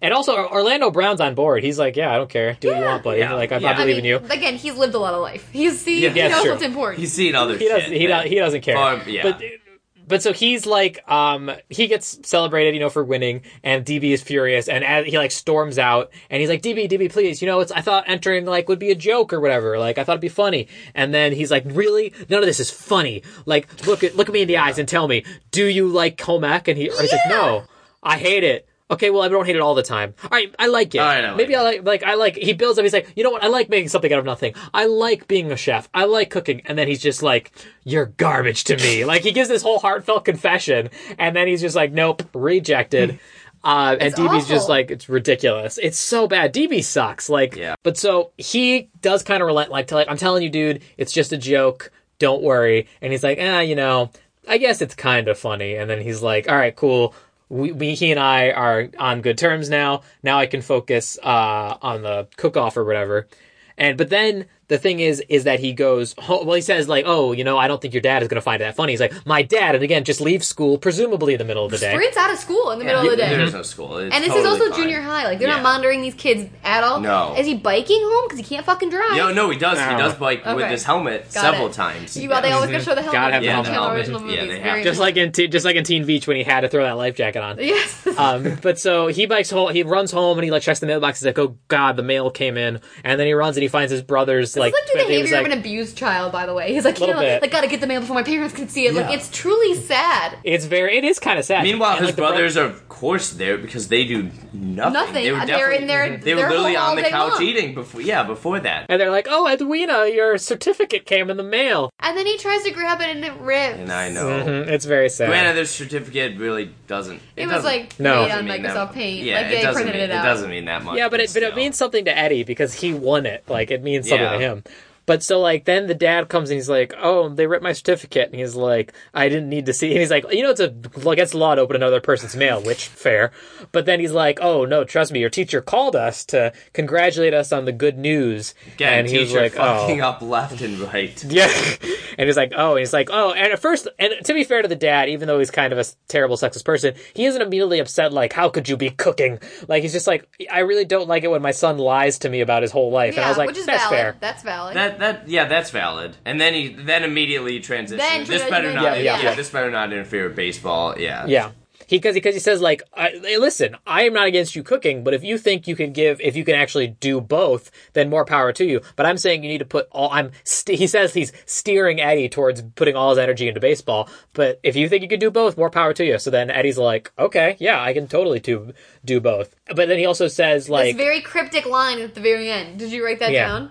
And also Orlando Brown's on board. He's like, yeah, I don't care. Do what you
Yeah.
want, buddy.
Yeah.
Like I,
Yeah.
I believe
mean,
in you.
Again, he's lived a lot of life. He's seen.
Yeah,
he
that's
knows
true.
what's important.
He's seen other.
he doesn't
shit,
he,
man.
don't, he doesn't care
Farm- yeah.
but but so he's like um he gets celebrated you know for winning and db is furious and as, he like storms out and he's like db db please you know it's i thought entering like would be a joke or whatever like i thought it'd be funny and then he's like really none of this is funny like look at look at me in the eyes and tell me do you like home ec and he or he's like no i hate it okay, well, I don't hate it all the time. All right, I like it.
All right, I like
Maybe I like like I like. He builds up. He's like, you know what? I like making something out of nothing. I like being a chef. I like cooking. And then he's just like, you're garbage to me. like he gives this whole heartfelt confession, and then he's just like, nope, rejected. Uh, and
It's
DB's just
awful.
like it's ridiculous. It's so bad. DB sucks. Like,
Yeah.
but so he does kind of relent. Like, to like I'm telling you, dude, it's just a joke. Don't worry. And he's like, ah, you know, I guess it's kind of funny. And then he's like, all right, cool. We, we he and I are on good terms now. Now I can focus uh, on the cook off or whatever. And but then the thing is, is that he goes. Home, well, he says like, "Oh, you know, I don't think your dad is going to find it that funny." He's like, "My dad," and again, just leaves school, presumably in the middle of the day.
Brent's out of school in the middle of the day.
There's no school. It's
And this
totally
is also
fine.
junior high. Like they're
Yeah.
not monitoring these kids at all.
No.
Is he biking home because he can't fucking drive?
No, no, he does. He
No.
does bike with
Okay.
his helmet
Got
several
it.
times.
You, well, they always gotta show the helmet.
Gotta have the
in
helmet.
all original
Yeah, they
movies.
have
Very
to.
just like in Te- just like in Teen Beach when he had to throw that life jacket on.
yes.
Um, but so he bikes home, he runs home and he like checks the mailbox. He's like, "Oh God, the mail came in!" And then he runs and he finds his brothers like,
It's like the
he
behavior
was
of
like,
an abused child, by the way. He's like, you
Little
know,
bit.
like gotta get the mail before my parents can see it. Like
Yeah.
it's truly sad.
it's very it is kind of sad.
Meanwhile,
And,
his
like, the bro-
brothers are, of course, there because they do nothing.
Nothing. Uh,
They were
They're in their-
definitely- They were
they're
literally
home all
on the
day
couch
long.
eating before. Yeah, before that.
and they're like, "Oh, Edwina, your certificate came in the mail."
And then he tries to grab it and it rips.
And I know.
Mhm, it's very sad.
Granted, this certificate really doesn't.
It was
doesn't-
like
No.
made on
doesn't mean that
Microsoft
much.
Paint.
Yeah,
like they
it doesn't
printed
mean,
it out.
doesn't mean that much.
yeah, but it but it
still.
means something to Eddie because he won it. Like it means something
Yeah.
to him. But so like then the dad comes and he's like, "Oh, they ripped my certificate," and he's like, "I didn't need to see." And he's like, "You know, it's a like it's law to open another person's mail, which fair." But then he's like, "Oh no, trust me, your teacher called us to congratulate us on the good news."
Again,
and he was
teacher
like,
fucking
"Oh."
up left and right.
Yeah, and he's like, oh, and he's like, oh, and at first, and to be fair to the dad, even though he's kind of a terrible sexist person, he isn't immediately upset. Like, how could you be cooking? Like, he's just like, I really don't like it when my son lies to me about his whole life, and I
Yeah,
was like,
which is
that's
valid.
fair.
That's valid.
That that yeah, that's valid. And then he then immediately transitioned.
Then
this better
transitioned,
not
yeah, yeah.
this better not interfere with baseball. Yeah.
Yeah. He because because he says like, I, hey, listen, I am not against you cooking, but if you think you can give, if you can actually do both, then more power to you. But I'm saying you need to put all. I'm st- he says he's steering Eddie towards putting all his energy into baseball. But if you think you can do both, more power to you. So then Eddie's like, okay, yeah, I can totally do do both. But then he also says
this
like,
very cryptic line at the very end. Did you write that
Yeah.
down?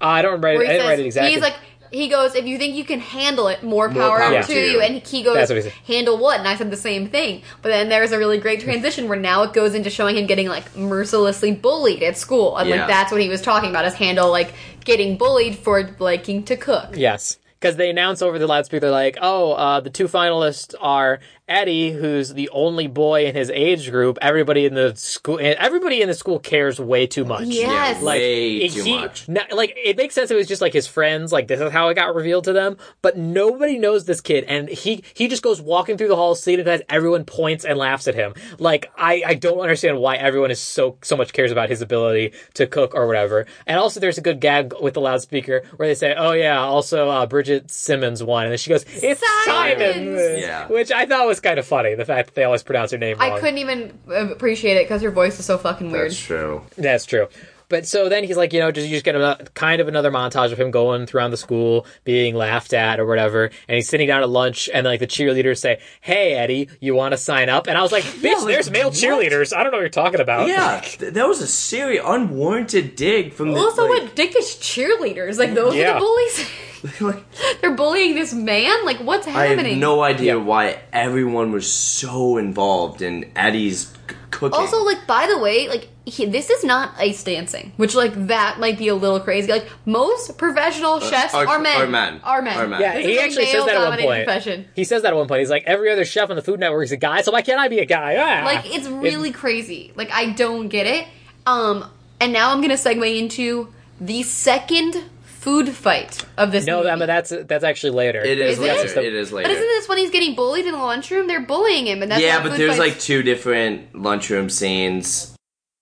I don't write
Where
it.
he
I didn't
says,
write it exactly.
He's like, he goes, if you think you can handle it, more power,
to
power
to
you."
you. And he goes,
That's what he said.
handle what? And I said the same thing. But then there's a really great transition where now it goes into showing him getting like mercilessly bullied at school. And
Yeah.
like that's what he was talking about is handle like getting bullied for liking to cook.
Yes. Because they announce over the loudspeaker, they're like, oh, uh, the two finalists are Eddie, who's the only boy in his age group. Everybody in the school, everybody in the school cares way too much.
Yes.
Like, way
it-
too
he-
much.
no- like it makes sense. It was just like his friends. Like this is how it got revealed to them. But nobody knows this kid, and he he just goes walking through the hall, seeing the guys. Everyone points and laughs at him. Like I I don't understand why everyone is so so much cares about his ability to cook or whatever. And also, there's a good gag with the loudspeaker where they say, "Oh yeah, also uh, Bridget Simmons won," and then she goes, "It's Simons,",
Simons!"
Yeah.
which I thought was kind of funny. The fact that they always pronounce her name.
I
wrong.
couldn't even appreciate it because her voice is so fucking weird.
That's true.
That's true. But so then he's like, you know, just you just get a kind of another montage of him going throughout the school, being laughed at or whatever. And he's sitting down at lunch, and like the cheerleaders say, "Hey, Eddie, you want to sign up?" And I was like, "Bitch,
like,
there's male
what?
cheerleaders. I don't know what you're talking about."
Yeah, th- that was a serious, unwarranted dig from the.
Also,
like,
what dickish cheerleaders? Like those are
Yeah.
the bullies.
like,
They're bullying this man. Like what's
I
happening?
have no idea why everyone was so involved in Eddie's c- cooking.
Also, like by the way, like he, this is not ice dancing, which like that might be a little crazy. Like most professional chefs
Uh, are-
are, men.
are men.
Are men.
Are men.
Yeah,
This
he
is a
actually says that at one
male-dominated
point.
Profession.
He says that at one point. He's like, "Every other chef on the Food Network is a guy, so why can't I be a guy?" Ah.
Like it's really crazy. Like I don't get it. Um, and now I'm gonna segue into the second food fight of this.
no,
movie.
Emma, that's that's actually later.
it is,
Is
later.
it?
it is later.
But isn't this when he's getting bullied in the lunchroom? They're bullying him, and that's
yeah,
not
but
food
there's
fights.
like two different lunchroom scenes.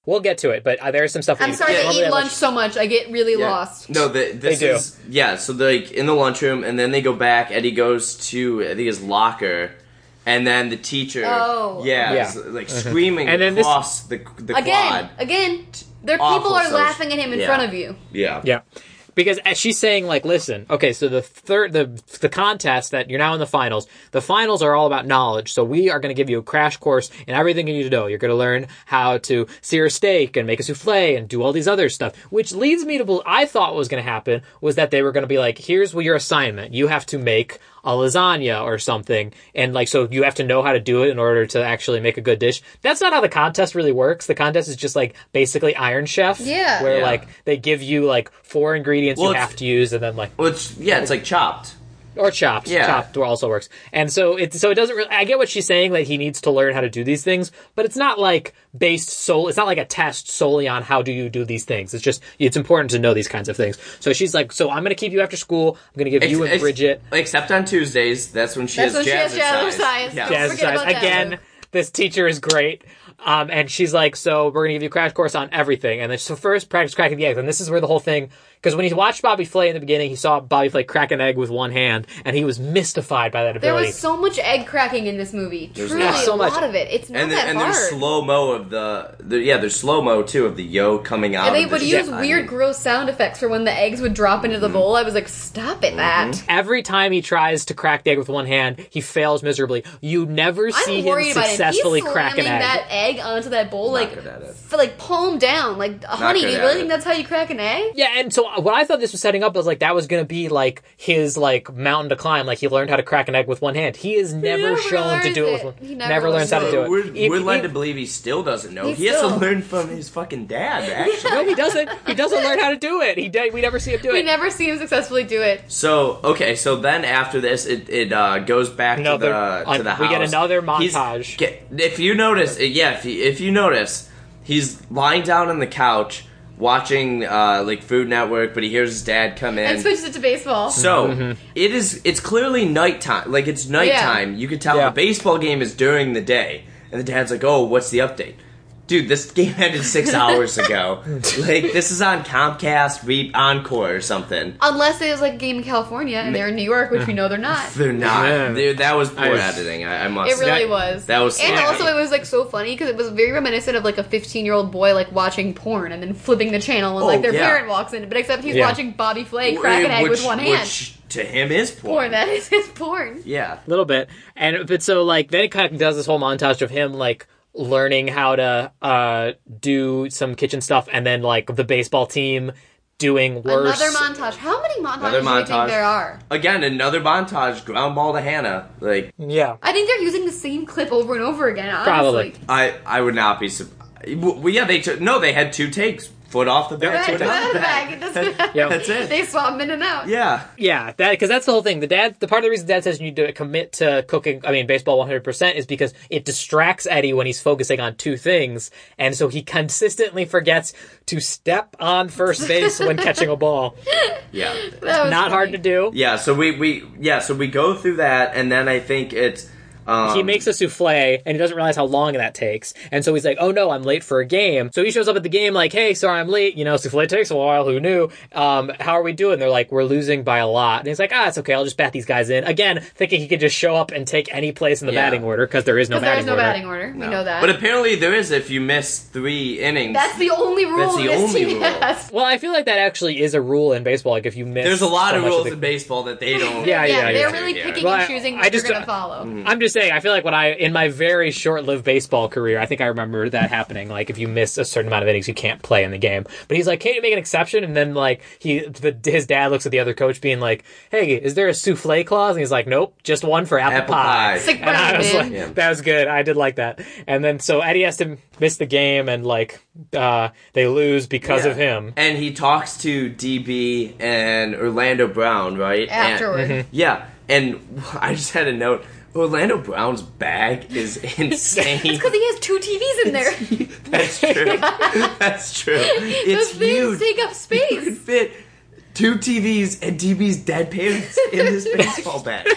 We'll get to it, but uh, there's some stuff. we
I'm
need
sorry
to-
they
Probably
eat
that
lunch so much. I get really
Yeah.
lost.
No, the, this
They do.
is yeah. So they're like in the lunchroom, and then they go back. Eddie goes to I think his locker, and then the teacher.
Oh.
yeah,
Yeah. Mm-hmm.
is, like screaming
And then this-
across the the
Again,
quad.
again, their
Awful
people are
social-
laughing at him in
yeah.
front of you.
Yeah,
Yeah. because as she's saying like listen okay so the third the the contest that you're now in the finals the finals are all about knowledge so we are going to give you a crash course in everything you need to know you're going to learn how to sear a steak and make a souffle and do all these other stuff which leads me to bel i thought was going to happen was that they were going to be like here's what your assignment you have to make a lasagna or something and like so you have to know how to do it in order to actually make a good dish that's not how the contest really works the contest is just like basically iron chef
Yeah.
where
Yeah.
like they give you like four ingredients
Well,
you
it's-
have to use and then like
Well, it's yeah, it's like chopped.
or chopped
Yeah.
chopped also works and so it so it doesn't really i get what she's saying that he needs to learn how to do these things but it's not like based solely it's not like a test solely on how do you do these things it's just it's important to know these kinds of things so she's like so i'm gonna keep you after school i'm gonna give you
Ex-
and
ex-
bridget
Except on Tuesdays, that's when she
That's when
has
she has
jazzercise.
jazzercise.
Yeah.
Don't
Jazz
forget
says,
about jazz.
again, this teacher is great. Um, and she's like, so we're gonna give you a crash course on everything. And then so first practice cracking the eggs. And this is where the whole thing, because when he watched Bobby Flay in the beginning, he saw Bobby Flay crack an egg with one hand, and he was mystified by that
There
ability.
was so much egg cracking in this movie. Truly,
not.
So
a
much.
lot of it. It's not
And
that
then, and
hard.
there's slow mo of the, the yeah there's slow mo too of the yo coming out.
and they
of
would
the
use
shit. I
weird,
mean,
gross sound effects for when the eggs would drop into the bowl. I was like, "Stop it, that!"
Every time he tries to crack the egg with one hand, he fails miserably. You never see him
I'm worried about it. He's
successfully
slamming
crack an egg.
that egg onto that bowl, like,
good at it.
f- like palm down, like, honey,
good
you
at
really
it.
think that's how you crack an egg?
Yeah, and so uh, what I thought this was setting up was like that was going to be like his like mountain to climb. Like he learned how to crack an egg with one hand. He is never,
never
shown to
learns
do it,
it.
with one.
He
never,
never
learns how to
learns
do
it.
it.
We're,
If-
we're led
if-
to believe he still doesn't know.
He
He has to
still-
learn from his fucking dad. Actually,
no, he doesn't. He doesn't learn how to do it. He de- we never see him do
We
it.
never see him successfully do it.
So okay, so then after this, it, it uh, goes back
Another-
to the to the
we
house.
get another
He's-
montage.
get- if you notice, uh, yeah, if you, if you notice, he's lying down on the couch watching uh, like Food Network, but he hears his dad come in.
And switches it to baseball.
so
Mm-hmm.
it is. It's clearly nighttime. Like it's nighttime. You could tell
Yeah.
the baseball game is during the day, and the dad's like, "Oh, what's the update?" Dude, this game ended six hours ago. like this is on Comcast, Re- Encore, or something.
Unless it was like a game in California and they're in New York, which we know they're not.
They're not.
Yeah.
They're- that was poor
I-
editing. I, I must.
It really
that,
was.
That was.
and
sloppy.
also it was like so funny because it was very reminiscent of like a 15 year old boy like watching porn and then flipping the channel and
Oh,
like their
yeah.
parent walks in, but except he's
Yeah.
watching Bobby Flay
Wh-
crack an egg
which-
with one hand.
Which to him is porn.
Porn that is his porn.
Yeah.
a little bit. And but so like then it kind of does this whole montage of him like learning how to uh do some kitchen stuff and then like the baseball team doing worse.
Another montage. How many montages
Another
do you
montage.
think there are?
Again, another montage. Ground ball to Hannah. Like
yeah.
I think they're using the same clip over and over again. Honestly.
Probably.
I, I would not be. Su- well, yeah, they took. No, they had two takes. Foot off the bat.
Right,
foot off the bat.
back. It doesn't
Yeah.
That's it.
They swap 'em in and out.
Yeah.
Yeah, that because that's the whole thing. The dad, the part of the reason dad says you need to commit to cooking. I mean, baseball one hundred percent is because it distracts Eddie when he's focusing on two things, and so he consistently forgets to step on first base when catching a ball.
Yeah.
That was
Not hard
funny.
to do.
Yeah. So we we yeah. So we go through that, and then I think it's. Um,
He makes a souffle and he doesn't realize how long that takes. And so he's like, oh no, I'm late for a game. So he shows up at the game like, hey, sorry, I'm late. You know, souffle takes a while. Who knew? Um, how are we doing? They're like, we're losing by a lot. And he's like, ah, it's okay. I'll just bat these guys in. Again, thinking he could just show up and take any place in the
Yeah.
batting order because there is no,
'Cause there
batting,
is no
order.
batting order. We know that.
But apparently there is if you miss three innings.
that's the only rule.
That's the
this
only
team
rule.
has.
Well, I feel like that actually is a rule in baseball. Like if you miss,
There's a lot
so
of
much
rules
the-
in baseball that they don't.
Yeah, yeah, yeah.
they're really
Yeah.
picking
Well, I-
and choosing
I
what
just-
they're gonna
Mm-hmm.
follow.
I'm just saying. I feel like when I in my very short-lived baseball career, I think I remember that happening. Like if you miss a certain amount of innings, you can't play in the game. But he's like, "Can't you make an exception?" And then like he, the, his dad looks at the other coach, being like, "Hey, is there a souffle clause?" And he's like, "Nope, just one for apple,
Apple pie.
It's like
And I
Burning
was
Man.
like,
Yeah.
that was good. I did like that. And then so Eddie has to miss the game, and like uh, they lose because
Yeah.
of him.
And he talks to DB and Orlando Brown, right? And-
Afterward.
Mm-hmm.
Mhm.
yeah. And I just had a note. Orlando Brown's bag is insane.
Because he has two TVs in there.
That's true. That's true. It's
Those things
huge.
take up
You could
space.
fit two TVs and DB's dead parents in this baseball bag.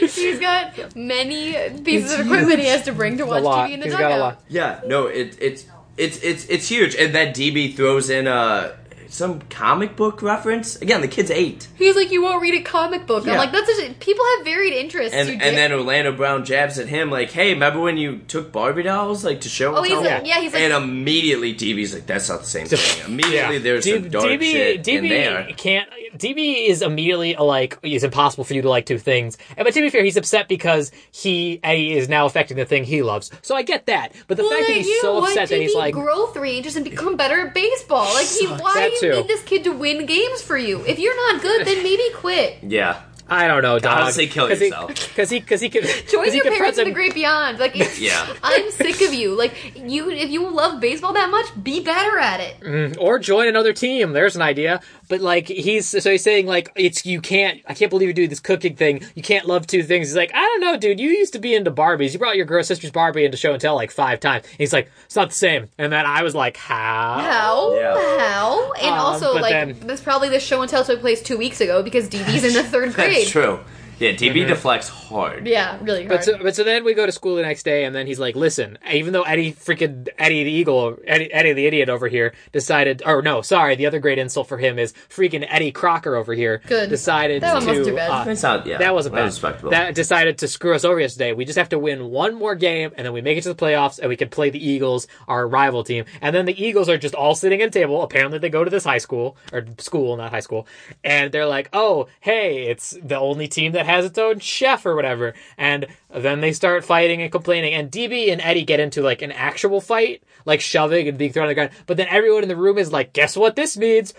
He's got many pieces
It's
of equipment he
huge.
has to bring to watch
lot.
TV in the
He's got a
dugout.
lot.
Yeah. No. It, it's it's it's it's huge. And that DB throws in a some comic book reference. Again, the kid's eight,
He's like, you won't read a comic book. I'm
Yeah.
like, that's a, people have varied interests.
and
you
and
dick.
then Orlando Brown jabs at him like, "Hey, remember when you took Barbie dolls like to show?"
Oh,
us
he's
how-"
like- yeah, he's like-
and immediately DB's like, "That's not the same thing." Immediately, there's
D-
some dark shit
DB
in there.
can't. DB is immediately uh, like it's impossible for you to like two things. And but to be fair, he's upset because he A, is now affecting the thing he loves. So I get that. But the
Well,
fact that
then you,
he's so
why
upset that
did
he's
he
like,
grow three inches and become better at baseball? Like, he, why
That
do you
too.
need this kid to win games for you? If you're not good, then maybe quit.
Yeah,
I don't know, dog.
Honestly, kill yourself.
Because he because he could
Join
'cause he
your
confronts
parents in
him-
the great beyond. Like, it's,
Yeah.
I'm sick of you. Like, you if you love baseball that much, be better at it.
or join another team. There's an idea. But like he's so he's saying like it's you can't I can't believe you do this cooking thing. You can't love two things. He's like, I don't know, dude. You used to be into Barbies. You brought your girl sister's Barbie into show and tell like five times. And he's like, it's not the same. And then I was like, how?
How?
Yeah.
How? And
Um,
also,
but
like,
then-
this probably the show and tell took place two weeks ago because DB's in the third grade.
that's true. Yeah, DB
Mm-hmm.
deflects hard.
Yeah, really hard.
But so, but so then we go to school the next day, and then he's like, "Listen, even though Eddie freaking Eddie the Eagle, Eddie, Eddie the idiot over here decided, or no, sorry, the other great insult for him is freaking Eddie Crocker over here
Good.
decided
That one
to
wasn't too bad.
uh,
That's not. Yeah,
that wasn't bad.
respectable.
That decided to screw us over yesterday. We just have to win one more game, and then we make it to the playoffs, and we can play the Eagles, our rival team. And then the Eagles are just all sitting at a table. Apparently, they go to this high school or school, not high school, and they're like, "Oh, hey, it's the only team that has its own chef or whatever." And then they start fighting and complaining. And DB and Eddie get into like an actual fight, like shoving and being thrown on the ground. But then everyone in the room is like, "Guess what this means."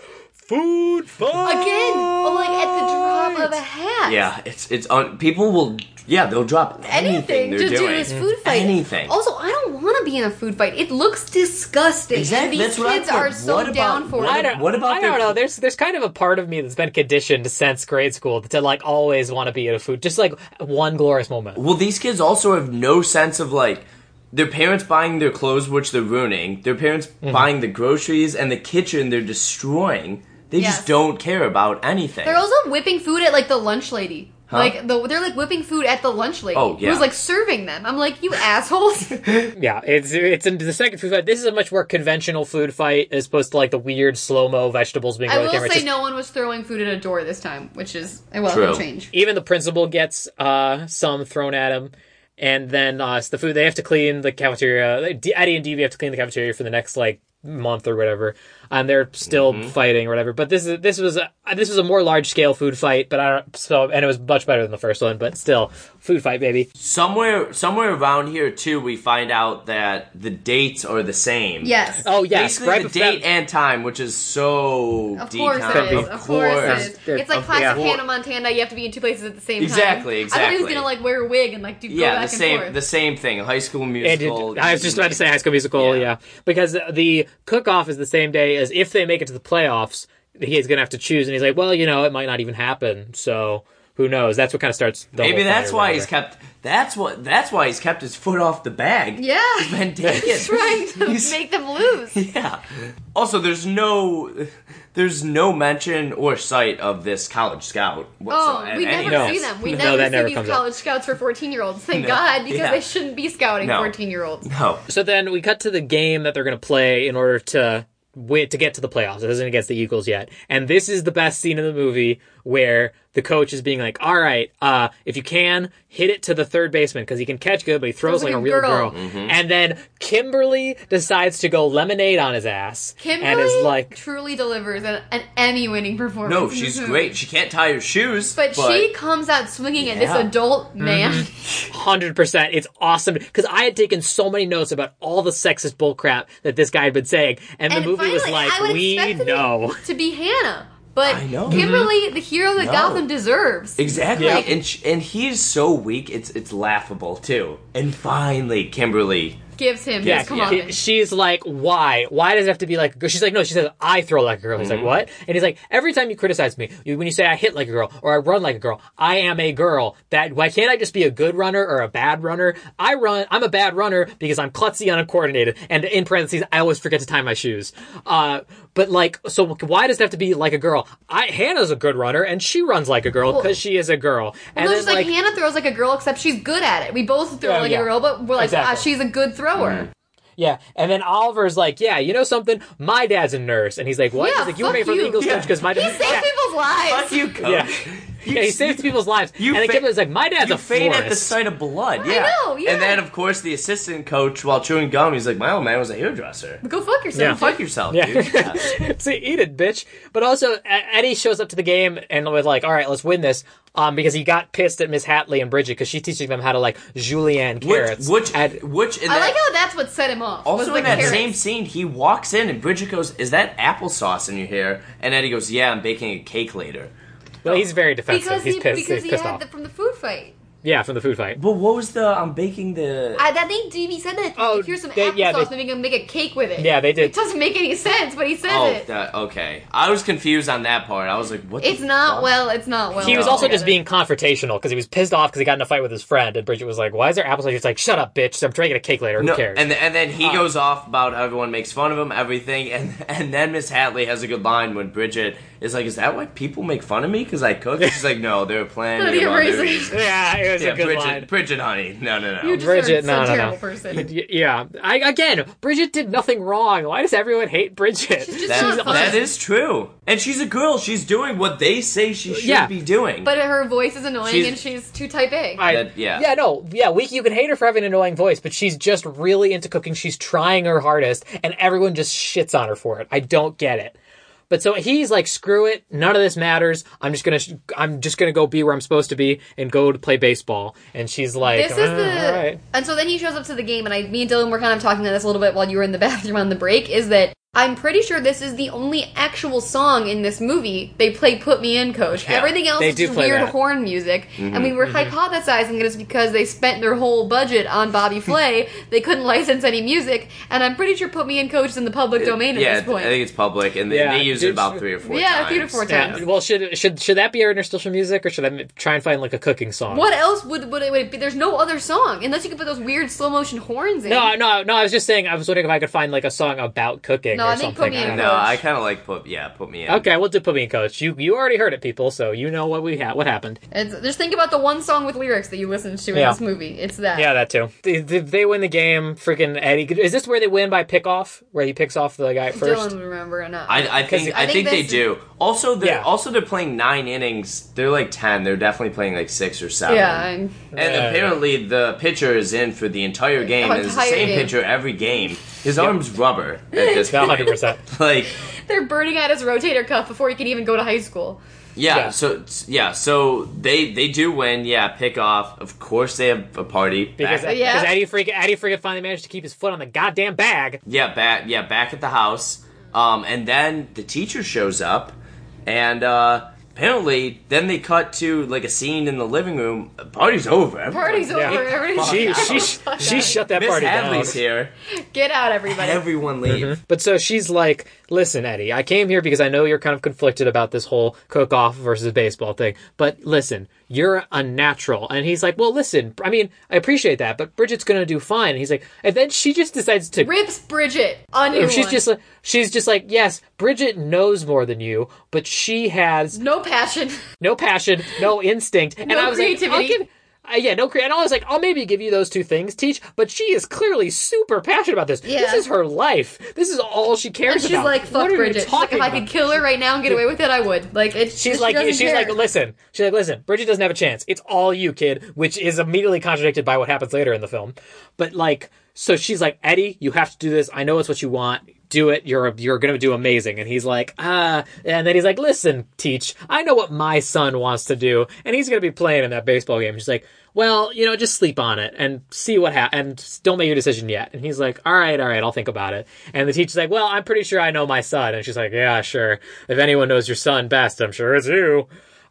Food fight
Again, like at the drop of a hat.
yeah, it's it's on. People will. Yeah, they'll drop anything,
Anything
they're
to
doing.
do this food fight.
Anything.
Also, I don't want to be in a food fight. It looks disgusting.
Exactly,
These
that's what I
kids
thought.
are so
What about-
down for
what
I
it.
don't,
What about
I don't
their-
know. There's there's kind of a part of me that's been conditioned since grade school to like always want to be at a food, just like one glorious moment.
Well, these kids also have no sense of like their parents buying their clothes, which they're ruining. Their parents
Mm-hmm.
buying the groceries and the kitchen, they're destroying. They
Yes.
just don't care about anything.
They're also whipping food at like the lunch lady. Like the, they're like whipping food at the lunch lady
Oh, yeah.
who's like serving them. I'm like, you assholes.
Yeah, it's it's in the second food fight. This is a much more conventional food fight as opposed to like the weird slow mo vegetables being
I
thrown
will
at the camera.
say
It's just-
no one was throwing food at a door this time, which is a welcome
True.
change.
Even the principal gets uh, some thrown at him, and then uh, it's the food they have to clean the cafeteria. D- Eddie and DB have to clean the cafeteria for the next like month or whatever, and they're still
Mm-hmm.
fighting or whatever. But this is this was a this was a more large scale food fight, but I don't, so and it was much better than the first one, but still food fight, baby.
somewhere, somewhere around here too, we find out that the dates are the same.
Yes.
Oh yes,
Basically,
right
the
before
date and time, which is so
Of course
decon-
it is. Of, course,
course.
it is. It's like
Of-
classic
yeah.
Hannah Montana. You have to be in two places at the same time.
Exactly,
I thought he was
exactly.
gonna like wear a wig and like do go back
Yeah, the
and
same,
forth.
the same thing. High School
And it-
Musical.
I was just about to say High School Musical, yeah,
Yeah.
because the cook-off is the same day as if they make it to the playoffs, he's gonna have to choose, and he's like, well, you know, it might not even happen, so who knows? That's what kind of starts. The
Maybe
whole
that's
Oh, fire
why
or
he's
whatever.
kept. That's what. That's why he's kept his foot off the bag.
yeah,
He's been taken.
trying to
He's-
make them lose.
Yeah. Also, there's no there's no mention or sight of this college scout
Oh,
whatsoever.
we never
No.
see them. We
No,
never
that
see
never
these
comes up.
college scouts for fourteen-year-olds. Thank
No.
God, because
Yeah.
they shouldn't be scouting
No.
fourteen-year-olds.
No.
So then we cut to the game that they're gonna play in order to win to get to the playoffs. It isn't against the Eagles yet, and this is the best scene in the movie where the coach is being like, "All right, uh, if you can hit it to the third baseman because he can catch good, but he throws like a real girl."
girl.
And then Kimberly decides to go lemonade on his ass and
Kimberly
is like,
truly delivers an, an Emmy-winning performance.
No,
in this
she's
movie.
great. She can't tie her shoes.
Mm-hmm. But, she comes out swinging at this
Yeah. Mm-hmm.
adult man.
hundred percent. It's awesome because I had taken so many notes about all the sexist bullcrap that this guy had been saying, and,
And
the movie was
finally, I
like,
would
"We
expect it
know."
to be Hannah, but
I know.
Kimberly, the hero that
No.
Gotham deserves.
Exactly.
Yeah.
And sh and he's so weak. It's it's laughable too. And finally, Kimberly.
gives him
Yeah,
his come
yeah.
on.
she's like, why? Why does it have to be like a girl? She's like, no, she says, I throw like a girl. He's like, what? And he's like, every time you criticize me, you, when you say I hit like a girl or I run like a girl, I am a girl. That why can't I just be a good runner or a bad runner? I run. I'm a bad runner because I'm klutzy, uncoordinated, and in parentheses, I always forget to tie my shoes. Uh, but like, so why does it have to be like a girl? I Hannah's a good runner and she runs like a girl because she is a girl. and
no,
then,
she's like, Hannah throws like a girl, except she's good at it. We both throw
Yeah,
like
yeah.
a girl, but we're like, ah,
Exactly.
Mm-hmm.
she's a good thrower.
Yeah, and then Oliver's like, "Yeah, you know something? My dad's a nurse," and he's like, "What?"
Yeah,
he's like, "You were
fuck
made for
you."
the Eagles
Yeah.
coach because my
He
dad."
saved people's lives.
Fuck you, coach.
Yeah. yeah, he
s-
saves people's lives.
you
and the
fa-
kid was like, "My dad's
you
a
faint
florist."
at the sight of blood. Yeah.
know, yeah.
And then of course the assistant coach, while chewing gum, he's like, "My old man was a hairdresser.
Go fuck yourself.
Fuck yourself,
Yeah.
dude." Yeah.
See, eat it, bitch. But also, E- Eddie shows up to the game and was like, "All right, let's win this," um, because he got pissed at Miss Hatley and Bridget because she's teaching them how to like julienne
Which,
carrots.
which,
at-
which, in
I
that,
like how that's what set him off. was
also
the
in that
carrots.
same scene, he walks in and Bridget goes, "Is that applesauce in your hair?" And Eddie goes, "Yeah, I'm baking a cake later."
well, he's very defensive.
because
he's
he
pissed.
because
he's
he
pissed
had
off.
the, from the food fight.
yeah, from the food fight.
But what was the? I'm baking the.
I, that they did. He said that
Oh,
if here's some
they-
applesauce,
yeah, they-
maybe you can make a cake with it.
Yeah, they did.
It doesn't make any sense, but he says
oh,
it.
that- okay. I was confused on that part. I was like, "What?" the
It's not
fuck?
well. It's not well.
He was
No.
also just
together.
being confrontational because he was pissed off because he got in a fight with his friend, and Bridget was like, "Why is there applesauce?" He's like, "Shut up, bitch! I'm trying to get a cake later. Who
No,
cares?"
and and then he goes off about how everyone makes fun of him, everything, and and then Miss Hatley has a good line when Bridget is like, "Is that why people make fun of me because I cook?" She's like, "No, they're
None of
planning
your
of other
reasons."
reasons."
yeah, it was
Yeah,
a good
Bridget,
line.
Bridget, honey, no, no, no.
You just
Bridget,
Bridget,
no,
no,
no, no.
terrible person.
Y- Yeah, I again, Bridget did nothing wrong. Why does everyone hate Bridget?
She's just
that,
not fun.
that is true, and she's a girl. She's doing what they say she should
Yeah.
be doing.
But her voice is annoying,
She's-
and she's too type A.
I-
That- yeah.
yeah, no, yeah. We you can hate her for having an annoying voice, but she's just really into cooking. She's trying her hardest, and everyone just shits on her for it. I don't get it. But so he's like, screw it, none of this matters. I'm just gonna, sh- I'm just gonna go be where I'm supposed to be and go to play baseball. And she's like,
This is
"Uh,
the
all right.
and so then he shows up to the game and I me and Dylan were kind of talking about this a little bit while you were in the bathroom on the break is that I'm pretty sure this is the only actual song in this movie they play "Put Me In," Coach.
Yeah, Mm-hmm.
Everything else
they
is
do
just
play
weird
that.
horn music, and we were hypothesizing that it's because they spent their whole budget on Bobby Flay. they couldn't license any music, and I'm pretty sure "Put Me In," Coach is in the public domain at
yeah,
this point.
I think it's public, and
Yeah,
they, they use
did
it about
she-
three or four.
Yeah,
times.
three to four
Yeah,
times.
Well, should should should that be our interstitial music, or should I m- try and find like a cooking song?
what else would, would, it, would it be? There's no other song unless you could put those weird slow motion horns in.
No, no, no. I was just saying. I was wondering if I could find like a song about cooking
No,
or
I think
something.
put me in
I don't know.
No, I kind of like put. Yeah, put me in.
Okay, we'll do put me in coach. You you already heard it, people, so you know what we had. What happened?
It's, just think about the one song with lyrics that you listened to in
Yeah.
this movie. It's that.
Yeah, that too. They, they- they win the game. Freaking Eddie. Is this where they win by pick off, where he picks off the guy first?
Dylan would remember or not.
I, I think
I
I
think
think they
this-
do. Also, they're
Yeah.
also they're playing nine innings. They're like ten. They're definitely playing like six or seven.
yeah, I'm,
And
Yeah.
apparently the pitcher is in for the entire game.
The
and it's the
entire
same
game.
pitcher every game. His arm's rubber at this
One
point.
hundred percent.
Like
they're burning out his rotator cuff before he can even go to high school.
yeah,
Yeah.
so yeah, so they they do win. Yeah, pick off. Of course they have a party.
Because
back,
Yeah.
because Eddie freaking Eddie freaking finally managed to keep his foot on the goddamn bag.
yeah, back yeah back at the house. Um, and then the teacher shows up, and uh, apparently then they cut to like a scene in the living room. Party's over. Everyone's
Party's
Yeah.
over. Everybody's
She
out.
she
Fuck
she
out.
shut that
Miss
party down. Mm-hmm.
Hadley's here.
Get out, everybody.
Everyone leave.
But so she's like, listen, Eddie, I came here because I know you're kind of conflicted about this whole cook off versus baseball thing. But listen, you're unnatural. And he's like, well, listen, I mean, I appreciate that, but Bridget's going to do fine. And he's like, and then she just decides to.
Rips Bridget. A new
Or she's
one.
just like she's just like yes, Bridget knows more than you, but she has
no passion.
no passion, no instinct, and
No
I was like, I'll
creativity.
give, uh, yeah, no creativity. And I was like, I'll maybe give you those two things, teach, but she is clearly super passionate about this.
Yeah.
This is her life. This is all she cares
And she's
about.
like,
What
"Fuck
are you
Bridget." She's like,
talking
if I
about?
could kill her right now and get away with it, I would. Like, it's,
She's
she
like,
doesn't
she's
care.
like, listen. She's like, listen. Bridget doesn't have a chance. It's all you, kid. Which is immediately contradicted by what happens later in the film. But like, so she's like, Eddie, you have to do this. I know it's what you want. Do it. You're you're gonna do amazing. And he's like, ah. And then he's like, listen, teach. I know what my son wants to do, and he's gonna be playing in that baseball game. She's like, well, you know, just sleep on it and see what happens. And don't make your decision yet. And he's like, all right, all right, I'll think about it. And the teacher's like, well, I'm pretty sure I know my son. And she's like, yeah, sure. If anyone knows your son best, I'm sure it's you.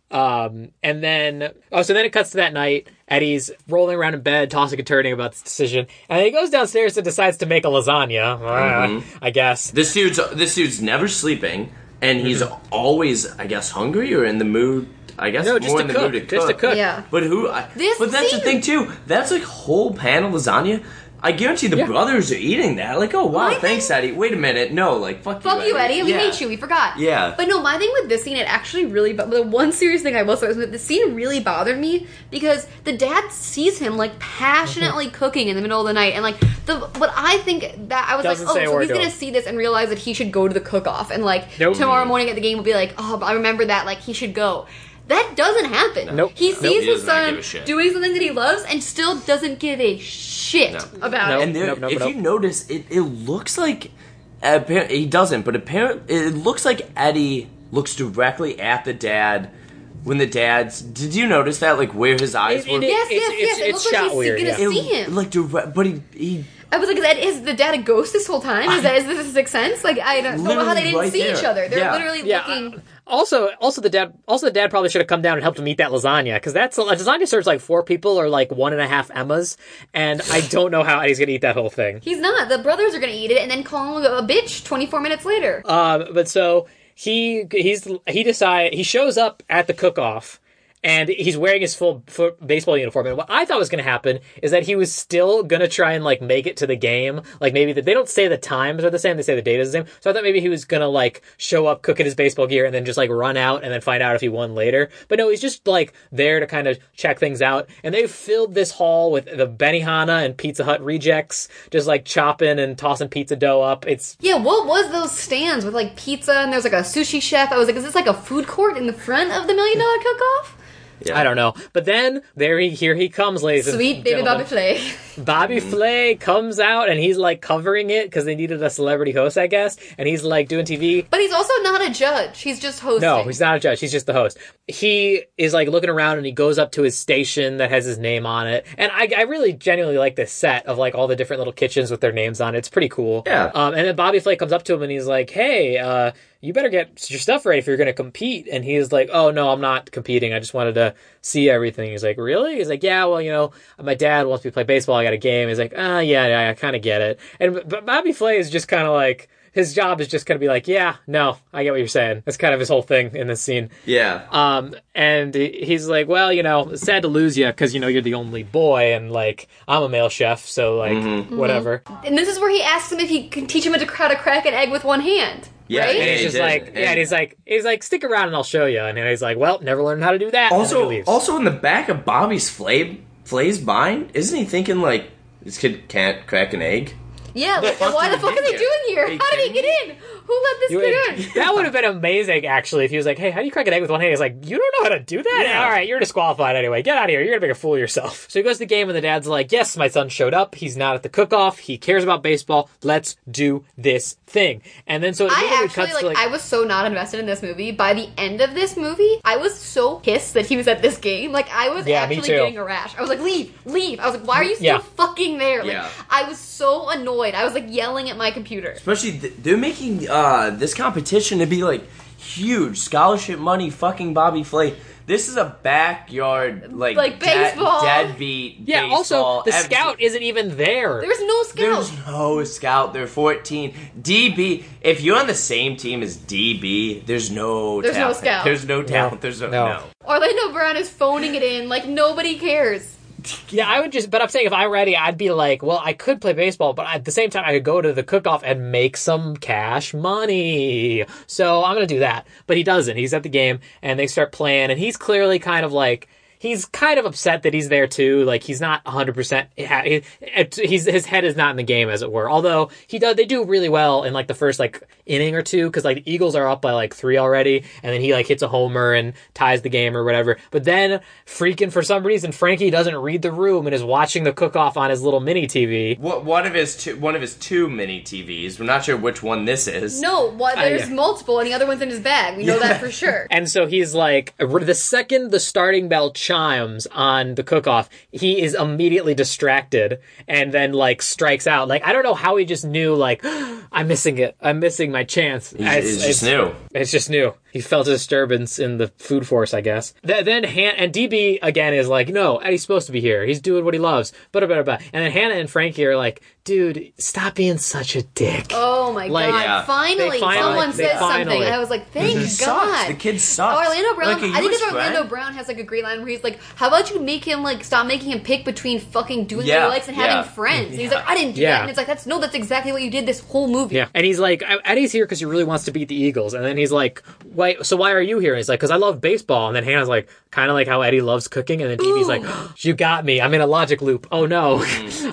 Um, and then, oh, so then it cuts to that night. Eddie's rolling around in bed, tossing and turning about this decision. And then he goes downstairs and decides to make a lasagna, Uh, I guess.
This dude's this dude's never sleeping, and he's always, I guess, hungry or in the mood. I guess
Mm-hmm. No,
more
just to
in the
cook,
mood to cook.
just to cook.
Yeah.
But who? I,
This
but that's the
scene-
thing too. That's like whole pan of lasagna. I guarantee the
Yeah.
brothers are eating that. Like, oh wow,
My thing-
thanks, Eddie. Wait a minute, no, like fuck,
Fuck you, Eddie. We
Yeah.
hate you. We forgot.
Yeah.
But no, my thing with this scene, it actually really. But the one serious thing I will say is that the scene really bothered me because the dad sees him like
Mm-hmm.
passionately cooking in the middle of the night, and like the what I think that I was
Doesn't
like,
say a
oh, so
word
he's
to
gonna
him.
see this and realize that he should go to the cook off, and like
Nope.
tomorrow morning at the game will be like, oh, but I remember that. Like he should go. That doesn't happen.
Nope.
He
Nope.
sees
He
his
does not give
son
a shit.
doing something that he loves and still doesn't give a shit
No.
about
No.
it.
And there,
Nope, nope,
if
nope.
you notice, it, it looks like appar- he doesn't, but apparently it looks like Eddie looks directly at the dad when the dad's. Did you notice that? Like where his eyes
It-
were.
it-
Yes,
It's-
yes,
it's-
yes.
it's
it looks like
shot
he's
weird,
gonna
yeah.
It-
see him.
like direct, but he, he
I was like, that is the dad a ghost this whole time? Is that is this a sixth sense? Like I don't know how
Literally
they didn't
right
see
there.
each other. They're
Yeah.
literally
Yeah.
looking.
Also, also the dad, also the dad probably should have come down and helped him eat that lasagna because that's lasagna serves like four people or like one and a half Emmas, and I don't know how Eddie's gonna eat that whole thing.
He's not. The brothers are gonna eat it and then call him a bitch twenty four minutes later.
Uh.
Um, but so he he's he decide he shows up at the cook off. And he's wearing his full full baseball uniform. And what I thought was going to happen is that he was still going to try and like make it to the game. Like maybe that they don't say the times are the same; they say the date is the same. So I thought maybe he was going to like show up, cook in his baseball gear, and then just like run out and then find out if he won later. But no, he's just like there to kind of check things out. And they filled this hall with the Benihana and Pizza Hut rejects, just like chopping and tossing pizza dough up. It's
yeah, what was those stands with like pizza and there's like a sushi chef? I was like, is this like a food court in the front of the million dollar cook off?
I don't know. But then there he here he comes, ladies.
Sweet
and
baby Bobby
gentlemen.
Flay.
Bobby Flay comes out and he's like covering it because they needed a celebrity host, I guess. And he's like doing TV.
But he's also not a judge. He's just hosting.
No, he's not a judge. He's just the host. He is like looking around and he goes up to his station that has his name on it. And I, I really genuinely like this set of like all the different little kitchens with their names on it. It's pretty cool.
Yeah.
Um, and then Bobby Flay comes up to him and he's like, "Hey, uh, you better get your stuff ready if you're going to compete." And he's like, "Oh no, I'm not competing. I just wanted to see everything." He's like, "Really?" He's like, "Yeah, well, you know, my dad wants me to play baseball. I got a game." He's like, "Ah, yeah, yeah, I kind of get it." And but Bobby Flay is just kind of like his job is just going to be like, "Yeah, no, I get what you're saying." That's kind of his whole thing in this scene.
yeah.
Um, and he- he's like, well, you know, it's sad to lose you because you know you're the only boy, and like I'm a male chef, so like whatever.
and this is where he asks him if he can teach him how to, how to crack an egg with one hand.
Yeah,
right?
and
He's
He
just
did.
like, yeah, and
And-
he's like, he's like, stick around and I'll show you. And he's like, well, never learned how to do that. and then he
Also,
leaves.
also in the back of Bobby's flay, flay's mind, isn't he thinking like this kid can't crack an egg?
Yeah, like,
fuck
why
did
the fuck
he get
are they
here?
doing
Are
here?
you
How did he
kidding
get in? Who let
You
this kid
would-
in?
that would have been amazing, actually, if he was like, hey, how do you crack an egg with one hand? He's like, you don't know how to do that?
Yeah.
All right, you're disqualified anyway. Get out of here. You're going to make a fool of yourself. So he goes to the game, and the dad's like, yes, my son showed up. He's not at the cook off. He cares about baseball. Let's do this thing. And then so it
I
immediately
actually
cuts
like,
to like.
I was so not invested in this movie. By the end of this movie, I was so pissed that he was at this game. Like I was
Yeah, me
actually
too.
getting a rash. I was like, leave, leave. I was like, why are you still
Yeah.
fucking there? Like
Yeah.
I was so annoyed. I was like yelling at my computer.
Especially th- they're making uh, this competition to be like huge scholarship money. Fucking Bobby Flay. This is a backyard like
Like
dead-
baseball.
deadbeat.
yeah,
baseball,
also, the
everything.
scout isn't even there.
There was no
There's
scout.
no scout. They're 14. DB. If you're on the same team as DB, there's no.
There's no
talent.
scout.
There's no talent. There's no.
No.
no.
Orlando Brown is phoning it in. Like nobody cares.
Yeah, I would just, but I'm saying if I'm ready, I'd be like, well, I could play baseball, but at the same time, I could go to the cook off and make some cash money. So I'm going to do that. But he doesn't. He's at the game and they start playing, and he's clearly kind of like, he's kind of upset that he's there too. Like, he's not 100%, ha- Uh, he- it- he's, his head is not in the game, as it were. Although, he does, they do really well in like the first like inning or two, because like the Eagles are up by like three already, and then he like hits a homer and ties the game or whatever. But then, freaking for some reason, Frankie doesn't read the room and is watching the cook off on his little mini TV.
What one of his two one of his two mini TVs. We're not sure which one this is.
No, what?
Ah,
There's
yeah.
multiple, and the other one's in his bag. We know that for sure.
And so he's like, the second the starting bell chimes on the cook off, he is immediately distracted and then like strikes out. Like, I don't know how he just knew, like, I'm missing it. I'm missing my chance.
It's, it's just new.
It's just new. He's he felt a disturbance in the food force, I guess. Th- then Han- and DB again is like, no, Eddie's supposed to be here. He's doing what he loves. But but but. And then Hannah and Frankie are like, dude, stop being such a dick.
Oh my
Like,
god!
Yeah.
Finally,
They finally-
someone
they
said something.
finally-
I was like, thank
He sucks.
Oh God.
The kid sucks.
Oh, Orlando Brown.
Like, are
I
you
think it's
his
Orlando
friend?
Brown has like a great line where he's like, "How about you make him like stop making him pick between fucking doing what
Yeah,
he likes and
yeah.
having friends?" And he's like, "I didn't do
Yeah.
that." And it's like, "That's no, that's exactly what you did this whole movie."
Yeah, and he's like, "I- Eddie's here because he really wants to beat the Eagles, and then he's like, why? So why are you here? And he's like, because I love baseball. And then Hannah's like, kind of like how Eddie loves cooking, and then DB's like, you got me. I'm in a logic loop. Oh no.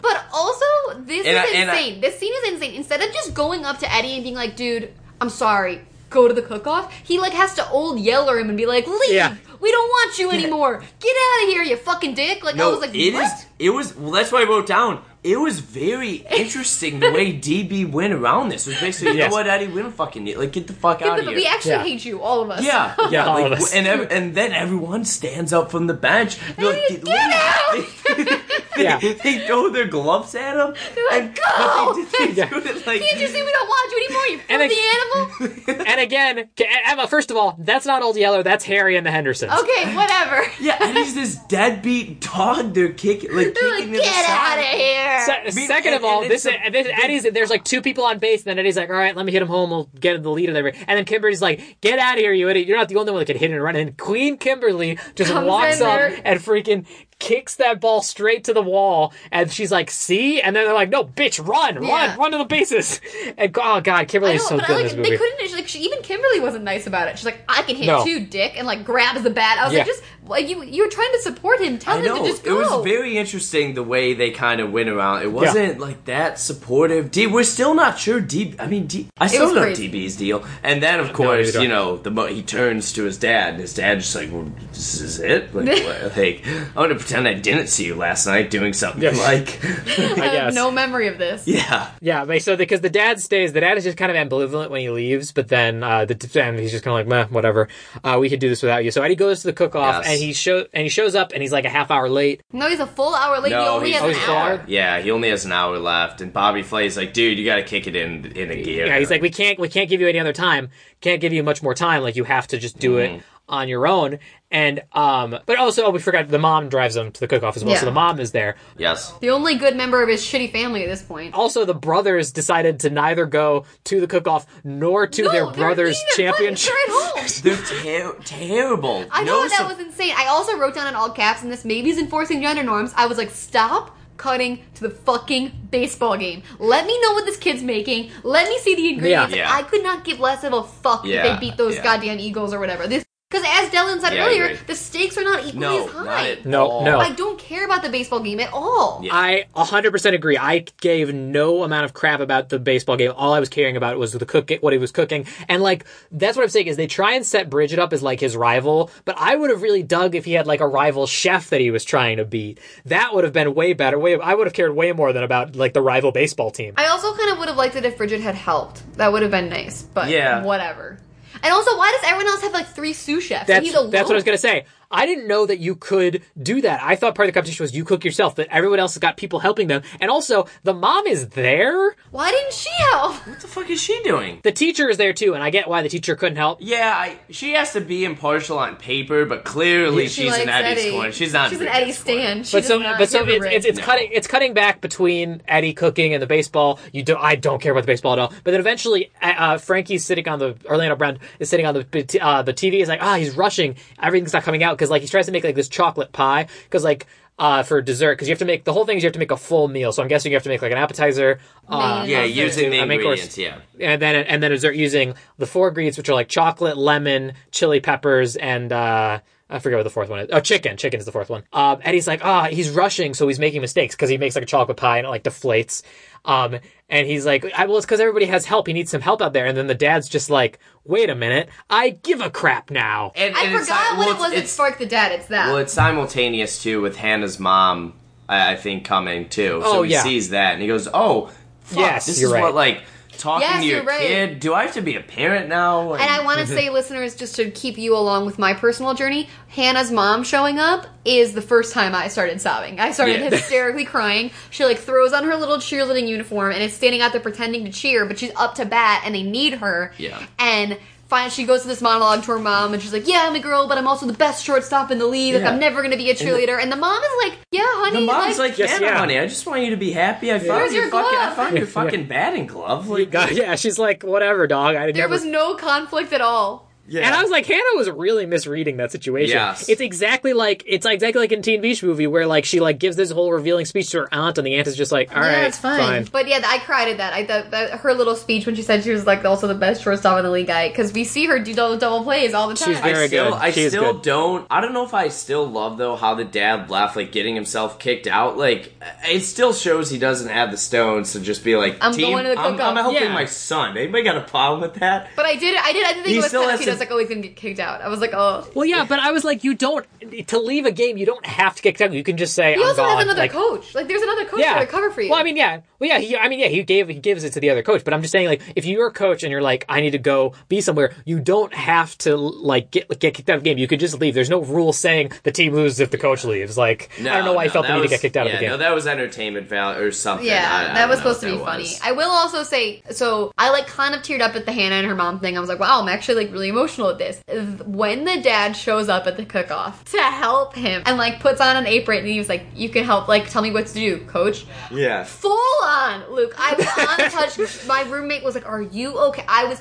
But also, this is
And I- and I-
insane. this scene is insane. Instead of just going up to Eddie and being like, "Dude, I'm sorry." Go to the cook-off. He like has to old yeller him and be like, "Leave!
Yeah.
We don't want you anymore. Get out of here, you fucking dick!" Like I
No,
was like,
it
"What?"
is- It was. Well, that's why I wrote down. It was very interesting the way DB went around this. It was basically, you
Yes.
know what, Eddie, we don't fucking need. Like, get the fuck out of
But
here.
we actually
Yeah.
hate you, all of us.
Yeah, yeah,
all
like,
of us.
and ev- and then everyone stands up from the bench. They're like,
Hey,
"Get
get
out!" They,
Yeah.
they throw their gloves at him.
They're like,
and,
"Go!"
but They, did- they do it like,
Can't you see we don't want you anymore, you
And
filthy animal?
and again, K- Emma. First of all, that's not Old Yeller. That's Harry and the Hendersons.
Okay, whatever.
yeah, and he's this deadbeat dog. They're kicking, like,
They're like,
kicking to the
get out
side.
of here.
Se-
mean,
second of
and-
all,
and
this,
it's a-
this Eddie's there's like two people on base, and then Eddie's like, "All right, let me hit him home. We'll get the lead of every." And then Kimberly's like, "Get out of here, you idiot! You're not the only one that can hit and run." And Queen Kimberly just
Comes
walks
in
up
there.
and freaking kicks that ball straight to the wall, and she's like, "See?" And then they're like, "No, bitch, run,
Yeah.
run, run to the bases!" And oh god,
I
Kimberly's so
know, but
good
I,
in
like
this
they
movie.
couldn't. Like she, even Kimberly wasn't nice about it. She's like, I can hit
No.
you, dick, and like grabs the bat. I was
Yeah.
like, just like you, you were trying to support him. Tell
I
him
know
to just
it
go.
was very interesting the way they kind of went around. It wasn't like that supportive. D, we're still not sure. D, I mean, D, I still
was
know
crazy.
DB's deal. And then, of course,
neither do I.
you know, the mo- he turns to his dad, and his dad's just like, well, "This is it. Like, what? like, I'm gonna pretend I didn't see you last night doing something."
Yes.
Like,
I have
guess.
no memory of this.
yeah,
Yeah, but so because the dad stays, the dad is just kind of ambivalent when he leaves, but then uh, the and he's just kind of like, Meh, whatever. Uh, we could do this without you. So Eddie goes to the cook off,
Yes.
and he show and he shows up, and he's like a half hour late.
No, he's a full hour late. he
No,
only
he's-
has
Oh, he's
an hour.
gone?
yeah. He only has an hour left, and Bobby Flay's like, "Dude, you gotta kick it in in a gear."
Yeah, he's like, we can't, we can't give you any other time. Can't give you much more time. Like you have to just do it on your own. And um, but also oh, we forgot the mom drives him to the cook off as well.
Yeah.
So the mom is there.
"Yes."
The only good member of his shitty family at this point.
Also, the brothers decided to neither go to the cook off nor to
No,
their
they're
brothers'
eating their money.
championship.
They're at home.
They're ter- terrible.
I know
No
that
sup-
was insane. I also wrote down in all caps, and this maybe is enforcing gender norms. I was like, stop cutting to the fucking baseball game. Let me know what this kid's making. Let me see the ingredients.
Yeah.
Like, I could not give less of a fuck
Yeah,
if they beat those
yeah.
goddamn Eagles or whatever. This because as Dylan said
Yeah, I
earlier,
agree.
the stakes are not equally
no,
as high.
not at
No,
all.
no.
I don't care about the baseball game at all.
Yeah.
I 100% agree. I gave no amount of crap about the baseball game. All I was caring about was the cook, what he was cooking. And like, that's what I'm saying is they try and set Bridget up as like his rival, but I would have really dug if he had like a rival chef that he was trying to beat. That would have been way better. Way, I would have cared way more than about like the rival baseball team.
I also kind of would have liked it if Bridget had helped. That would have been nice, but
Yeah.
whatever. And also, why does everyone else have like three sous chefs?
That's,
He's alone.
that's what I was going to say. I didn't know that you could do that. I thought part of the competition was you cook yourself, but everyone else has got people helping them. And also, the mom is there.
Why didn't she help?
What the fuck is she doing?
The teacher is there too, and I get why the teacher couldn't help.
Yeah, I, she has to be impartial on paper, but clearly
She
she's
likes
an Eddie's corner. She's not.
She's an
Bridget's
Eddie
corner.
Stan. She
but
does
so,
not
but so
give
it's,
a
it's
rip.
it's
No.
cutting it's cutting back between Eddie cooking and the baseball. You do I don't care about the baseball at all. But then eventually, uh, uh, Frankie's sitting on the Orlando Brown is sitting on the uh, the TV. Is like ah, he's rushing. Everything's not coming out because like he tries to make like this chocolate pie because like. Uh, for dessert, because you have to make the whole thing is you have to make a full meal. So I'm guessing you have to make like an appetizer, uh,
Main
Yeah,
Okay.
using the
I mean, of course.
ingredients. Yeah.
and then and then dessert using the four ingredients, which are like chocolate, lemon, chili peppers, and uh, I forget what the fourth one is. Oh, chicken. Chicken is the fourth one. Um, and he's like, ah, he's rushing, so he's making mistakes because he makes like a chocolate pie and it like deflates. Um, and he's like, I, well, it's because everybody has help. He needs some help out there. And then the dad's just like, wait a minute, I give a crap now.
And,
I
and it's
forgot
si-
what
well,
it was that
It's,
sparked the dad. It's that.
well, it's simultaneous too with Hannah's mom. I I think coming too. So
Oh,
he
yeah.
sees that and he goes, "Oh, fuck,
Yes,
this
you're
is
right.
what like talking
Yes,
to your
you're right.
kid. Do I have to be a parent now?"
and I want to say, listeners, just to keep you along with my personal journey, Hannah's mom showing up is the first time I started sobbing. I started
Yeah.
hysterically crying. She like throws on her little cheerleading uniform and is standing out there pretending to cheer, but she's up to bat and they need her.
Yeah.
And Fine, she goes to this monologue to her mom, and she's like, "Yeah, I'm a girl, but I'm also the best shortstop in the league. Like,
Yeah.
I'm never gonna be a cheerleader." And the, mom is like, "Yeah, honey,
The mom's like,
Yes,
Hannah,
yeah.
honey, I just want you to be happy. I
Where's
found your,
your
fucking, I
glove?"
found your fucking batting glove. Like,
God, yeah, she's like, whatever, dog. I
there
never.
was no conflict at all."
yeah.
And I was like, Hannah was really misreading that situation.
Yes.
It's exactly like it's exactly like in Teen Beach Movie where like she like gives this whole revealing speech to her aunt and the aunt is just like, all right,
yeah, it's fine. But yeah, I cried at that. I thought that her little speech when she said she was like also the best shortstop in the league guy because we see her do double double plays all the time.
She's very
I still,
good.
I
She is
still
good.
don't. I don't know if I still love though how the dad left, like getting himself kicked out. Like it still shows he doesn't have the stones to just be like,
I'm
team,
going to the
I'm,
cook-off."
I'm helping
Yeah.
my son. Anybody got a problem with that?
But I did, I did, I did think
He
it was
still
kind of
has
cute.
to-
I was like, oh, he's gonna get kicked out. I was like, oh.
Well, yeah, but I was like, you don't to leave a game. You don't have to get kicked out. You can just say,
He
I'm
also
gone.
has another
like,
coach. Like, there's another coach
Yeah,
there to cover for you.
Well, I mean, yeah, well, yeah. He, I mean, yeah. He gave he gives it to the other coach. But I'm just saying, like, if you're a coach and you're like, I need to go be somewhere, you don't have to like get get kicked out of the game. You could just leave. There's no rule saying the team loses if the coach leaves. Like, I don't know why I
no,
felt the need
that
to
was-
get kicked out
yeah,
of the game.
No, that was entertainment value or something.
yeah,
I- I
that
don't
was
know
supposed to
what
be
that
funny.
was.
I will also say, so I like kind of teared up at the Hannah and her mom thing. I was like, wow, I'm actually like really emotional at this. When the dad shows up at the cook off to help him and like puts on an apron and he was like, you can help, like, tell me what to do, coach.
yeah.
Full on, Luke. I was untouched. My roommate was like, "Are you okay?" I was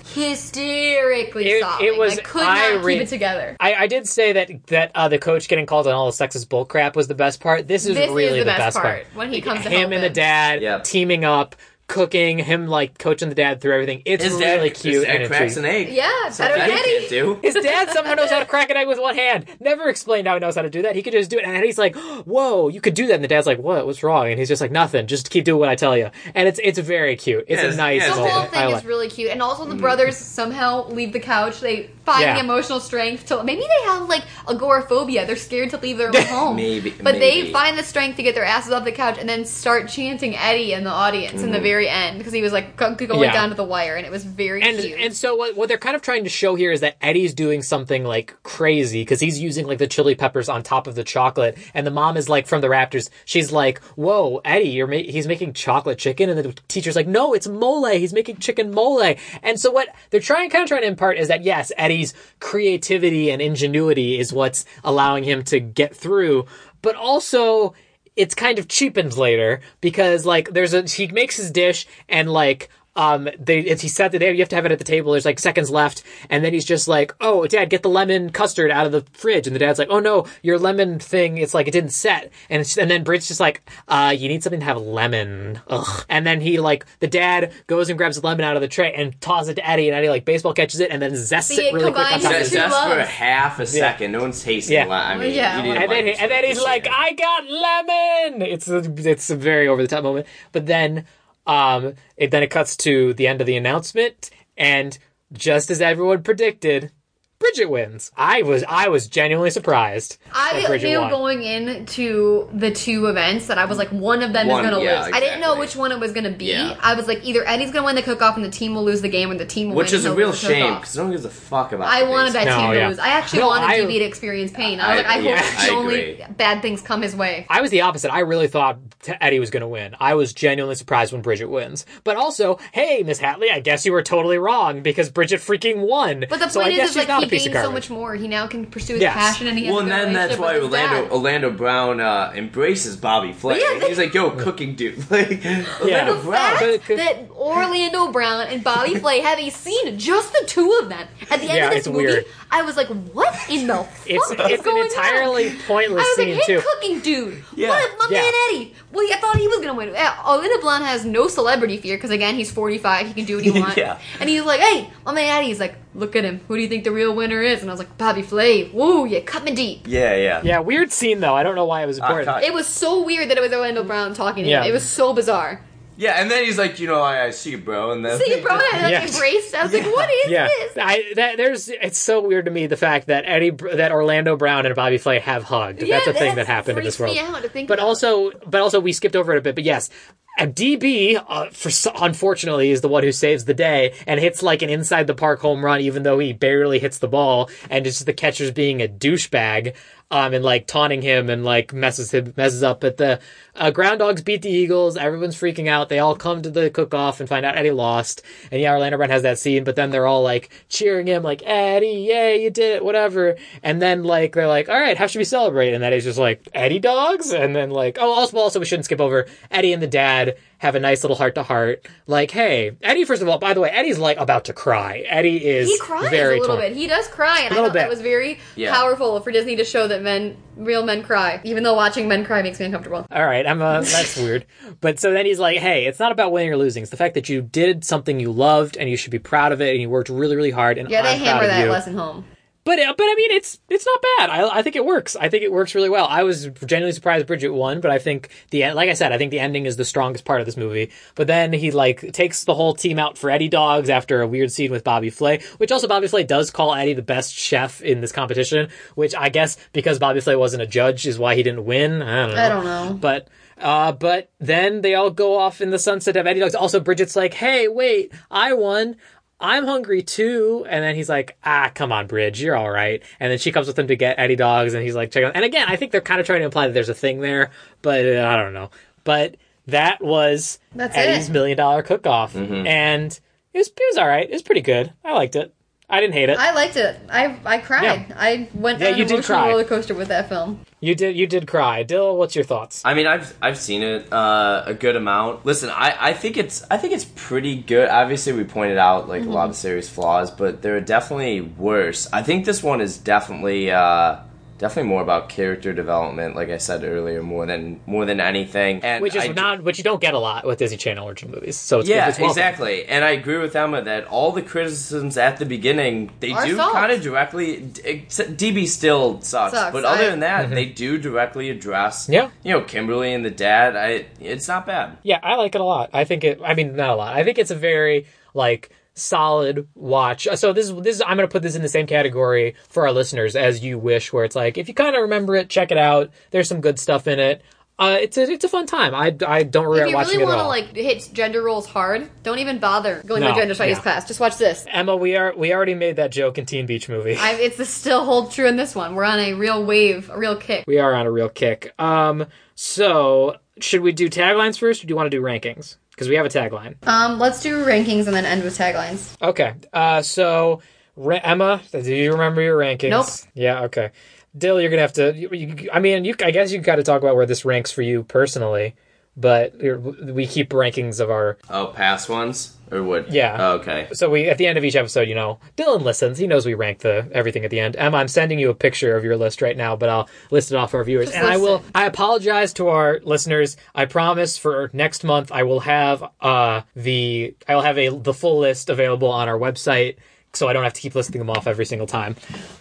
hysterically
It-
sobbing.
it was
I could not
irate.
keep it together.
I, I did say that that uh, the coach getting called on all the sexist bullcrap was the best part. This is
This
really
is the, best, part.
part.
when he comes to
him
help
and the dad
Yep.
teaming up, cooking, him like coaching the dad through everything. It's
His dad,
really
his
cute.
dad
and
cracks an
intriguing.
egg.
Yeah, better
Something I
than
can't
Eddie.
do.
His dad somehow knows how to crack an egg with one hand. Never explained how he knows how to do that. He could just do it. And Eddie's like, "Whoa, you could do that." And the dad's like, "What? What's wrong?" And he's just like, "Nothing. Just keep doing what I tell you." And it's it's very cute. It's
Yes,
a nice
yes.
The
That's
whole
moment.
thing
I
is
like-
really cute, and also
Mm.
the brothers somehow leave the couch. They find
Yeah.
the emotional strength to maybe they have like agoraphobia. They're scared to leave their own home.
Maybe-
but
maybe.
they find the strength to get their asses off the couch and then start chanting Eddie in the audience in the very end because he was like go- going
Mm-hmm. Yeah.
down to the wire, and it was very
and
cute.
and so what, what they're kind of trying to show here is that Eddie's doing something like crazy because he's using like the chili peppers on top of the chocolate, and the mom is like from the Raptors. She's like, "Whoa, Eddie, you're ma- he's making chocolate chicken," and the teacher's like, "No, it's mole. He's making chicken mole." And so what they're trying kind of trying to impart is that yes, Eddie's creativity and ingenuity is what's allowing him to get through, but also it's kind of cheapened later because like there's a he makes his dish and like um they it's, he set the there you have to have it at the table there's like seconds left and then he's just like oh dad get the lemon custard out of the fridge and the dad's like oh no your lemon thing it's like it didn't set and it's, and then Bridget's just like uh you need something to have lemon Ugh. and then he like the dad goes and grabs the lemon out of the tray and tosses it to Eddie and Eddie like baseball catches it and then zests
See,
it
it
really quick on
combines
top of
the
his
two
Just for a
loves.
half a second. No one's tasting
Yeah.
a lot. I mean,
yeah.
you didn't
and then,
like "Ah,
he, and then he's
this
like,
shit.
"I got lemon." It's a, it's a very over the top moment. But then, um, it then it cuts to the end of the announcement, and just as everyone predicted, Bridget wins. I was I was genuinely surprised. that
I
Bridget
knew
won.
going into the two events that I was like, one of them
One,
is going to
yeah,
lose. I didn't know
exactly.
which one it was going to be.
Yeah.
I was like, either Eddie's going to win the cook off and the team will lose the game, or the team will
which
win.
is
and
a
they'll
real
lose the
shame
cook-off.
because no one gives a fuck about.
I
the
wanted that
baseball.
team
No, yeah.
to lose. I actually
No,
wanted
I-
DB to experience pain. I was
I-
like, I hope
yeah,
the
I
only
agree.
bad things come his way.
I was the opposite. I really thought T- Eddie was going to win. I was genuinely surprised when Bridget wins. But also, hey, Miss Hatley, I guess you were totally wrong because Bridget freaking won.
But the point
so I
is,
guess
is
she's
like
not
he
a piece of
gained so
garbage.
much more. He now can pursue his
Yes.
passion, and he has
Well,
a
and
good
then that's
relationship
why
with his
Orlando
dad.
Orlando Brown uh, embraces Bobby Flay.
yeah, they-
he's like, "Yo, cooking dude." Like
Yeah.
Orlando
the
Brown.
But-
fact that Orlando Brown and Bobby Flay have a scene, just the two of them, at the end
Yeah,
of this
it's
movie,
weird.
I was like, "What in the fuck
It's
is
it's an
going
entirely
on?" I
pointless
was like,
scene
"Hey,
too.
cooking dude,
Yeah.
what, my
Yeah.
man Eddie? Well, I thought he was gonna win. Yeah, oh, Orlando Brown has no celebrity fear because again, he's forty five, he can do what he wants.
Yeah.
And he's like, "Hey, my man Eddie." He's like, "Look at him. Who do you think the real winner is?" And I was like, "Bobby Flay. Whoa, you cut me deep."
Yeah, yeah,
Yeah, weird scene though. I don't know why it was important.
cut.
It was so weird that it was Orlando Brown talking to
Yeah.
him. It was so bizarre.
Yeah, And then he's like, "You know, I, I see you, bro." And then
So you brought it, like
Yes.
embraced. I was like, "What is
yeah,
this?"
I that there's it's so weird to me the fact that Eddie Br- that Orlando Brown and Bobby Flay have hugged. that's a thing that happened in this
freaks
world.
me out to think
But
about.
also, but also we skipped over it a bit. But yes. A DB, uh, for so- unfortunately, is the one who saves the day and hits like an inside the park home run, even though he barely hits the ball, and it's just the catcher's being a douchebag. um, and like taunting him and like messes him messes up. But the uh, Groundhogs beat the Eagles. Everyone's freaking out. They all come to the cook off and find out Eddie lost. And yeah, Orlando Brown has that scene, but then they're all like cheering him, like Eddie, yay, you did it, whatever. And then like they're like, all right, how should we celebrate? And Eddie's just like Eddie dogs. And then like, oh, also, also we shouldn't skip over Eddie and the dad have a nice little heart to heart. Like, hey, Eddie. First of all, by the way, Eddie's like about to cry. Eddie is
He cries
very
a little
torn.
bit. He does cry, and I
Little
thought that
bit.
was very
Yeah.
powerful for Disney to show that men, real men, cry. Even though watching men cry makes me uncomfortable.
All right, I'm uh that's weird. But so then he's like, "Hey, it's not about winning or losing. It's the fact that you did something you loved and you should be proud of it and you worked really, really hard and
Yeah, they
I'm proud
hammer
of
that
you."
lesson home.
But uh, but I mean, it's it's not bad. I I think it works. I think it works really well. I was genuinely surprised Bridget won, but I think the en- like I said, I think the ending is the strongest part of this movie. But then he like takes the whole team out for Eddie Dogs after a weird scene with Bobby Flay, which also Bobby Flay does call Eddie the best chef in this competition, which I guess because Bobby Flay wasn't a judge is why he didn't win. I don't know.
I don't know.
But uh, but then they all go off in the sunset of Eddie Dogs. Also, Bridget's like, "Hey, wait, I won. I'm hungry too." And then he's like, "Ah, come on, Bridge, you're all right." And then she comes with him to get Eddie Dogs, and he's like, "Check out." And again, I think they're kind of trying to imply that there's a thing there, but uh, I don't know. But that was
That's
Eddie's
it.
million dollar cook off,
Mm-hmm.
and it was, it was all right. It was pretty good. I liked it. I didn't hate it.
I liked it. I I cried.
Yeah.
I went
Yeah,
on an
you did
emotional
cry.
roller coaster with that film.
you did. You did cry, Dill. What's your thoughts?
I mean, I've I've seen it uh, a good amount. Listen, I, I think it's I think it's pretty good. Obviously, we pointed out like a lot
Mm-hmm.
of series flaws, but there are definitely worse. I think this one is definitely uh, definitely more about character development, like I said earlier, more than more than anything. And
Which is
I-
not, which you don't get a lot with Disney Channel original movies. So it's
Yeah,
it's welcome.
exactly. And I agree with Emma that all the criticisms at the beginning they
Are
do
solved.
kind of directly. Except DB still sucks,
Sucks,
but other
I-
than that, they do directly address.
Mm-hmm. Yeah.
you know, Kimberly and the dad. I it's not bad.
Yeah, I like it a lot. I think it. I mean, not a lot. I think it's a very like solid watch. Uh, So this this I'm going to put this in the same category for our listeners as you wish, where it's like if you kind of remember it, check it out. There's some good stuff in it. Uh, it's a it's a fun time. I, I don't regret
If you
watching
really
it at
want to
all.
like hit gender roles hard, don't even bother going
No,
to a gender studies
yeah.
class. Just watch this.
Emma, we are we already made that joke in Teen Beach movie.
I, it's the still hold true in this one. We're on a real wave, a real kick.
we are on a real kick. Um, so should we do taglines first, or do you want to do rankings? Because we have a tagline.
Um, let's do rankings and then end with taglines.
Okay. Uh, so Ra- Emma, do you remember your rankings?
Nope.
Yeah. Okay. Dill, you're gonna have to. You, you- I mean, you. I guess you got to talk about where this ranks for you personally, but you're- we keep rankings of our.
Oh, past ones or what?
Yeah.
Oh, okay.
So we at the end of each episode, you know, Dylan listens. He knows we rank the everything at the end. Emma, I'm sending you a picture of your list right now, but I'll list it off for our viewers.
Just
and I will.
listen.
I apologize to our listeners. I promise for next month I will have uh the I will have a the full list available on our website, so I don't have to keep listing them off every single time.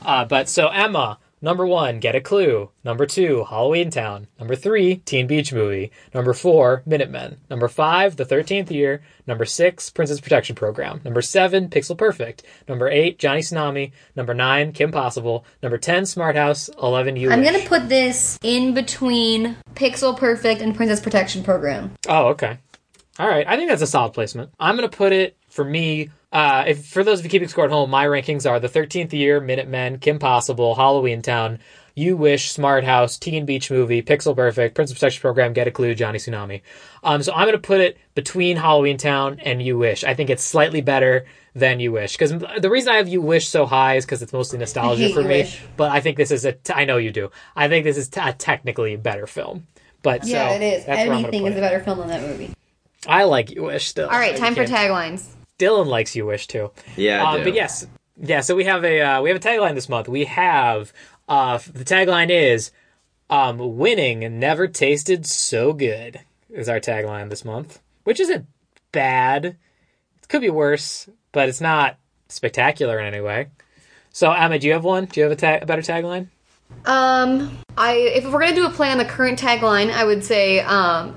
Uh, but so Emma. Number one, Get a Clue. Number two, Halloween Town. Number three, Teen Beach Movie. Number four, Minutemen. Number five, The Thirteenth Year. Number six, Princess Protection Program. Number seven, Pixel Perfect. Number eight, Johnny Tsunami. Number nine, Kim Possible. Number ten, Smart House. Eleven, You.
I'm
Wish.
gonna put this in between Pixel Perfect and Princess Protection Program.
Oh, okay. All right. I think that's a solid placement. I'm going to put it for me. Uh, if for those of you keeping score at home, my rankings are the 13th year, Minutemen, Kim Possible, Halloween Town, You Wish, Smart House, Teen Beach Movie, Pixel Perfect, Prince of Protection Program, Get a Clue, Johnny Tsunami. Um, so I'm going to put it between Halloween Town and You Wish. I think it's slightly better than You Wish because the reason I have You Wish so high is because it's mostly nostalgia
hate
for
You
me.
Wish.
But I think this is a. T- I know you do. I think this is t- a technically better film. But so that's where I'm gonna put it.
better film than that movie.
I like You Wish still.
All right,
So
time
you
for
can't-
taglines.
Dylan likes You Wish too.
Yeah, I
Uh,
do.
but yes, yeah. So we have a uh, we have a tagline this month. We have uh, f- the tagline is um, "Winning never tasted so good" is our tagline this month, which isn't bad. It could be worse, but it's not spectacular in any way. So Emma, do you have one? Do you have a, ta- a better tagline?
Um, I if we're gonna do a play on the current tagline, I would say um,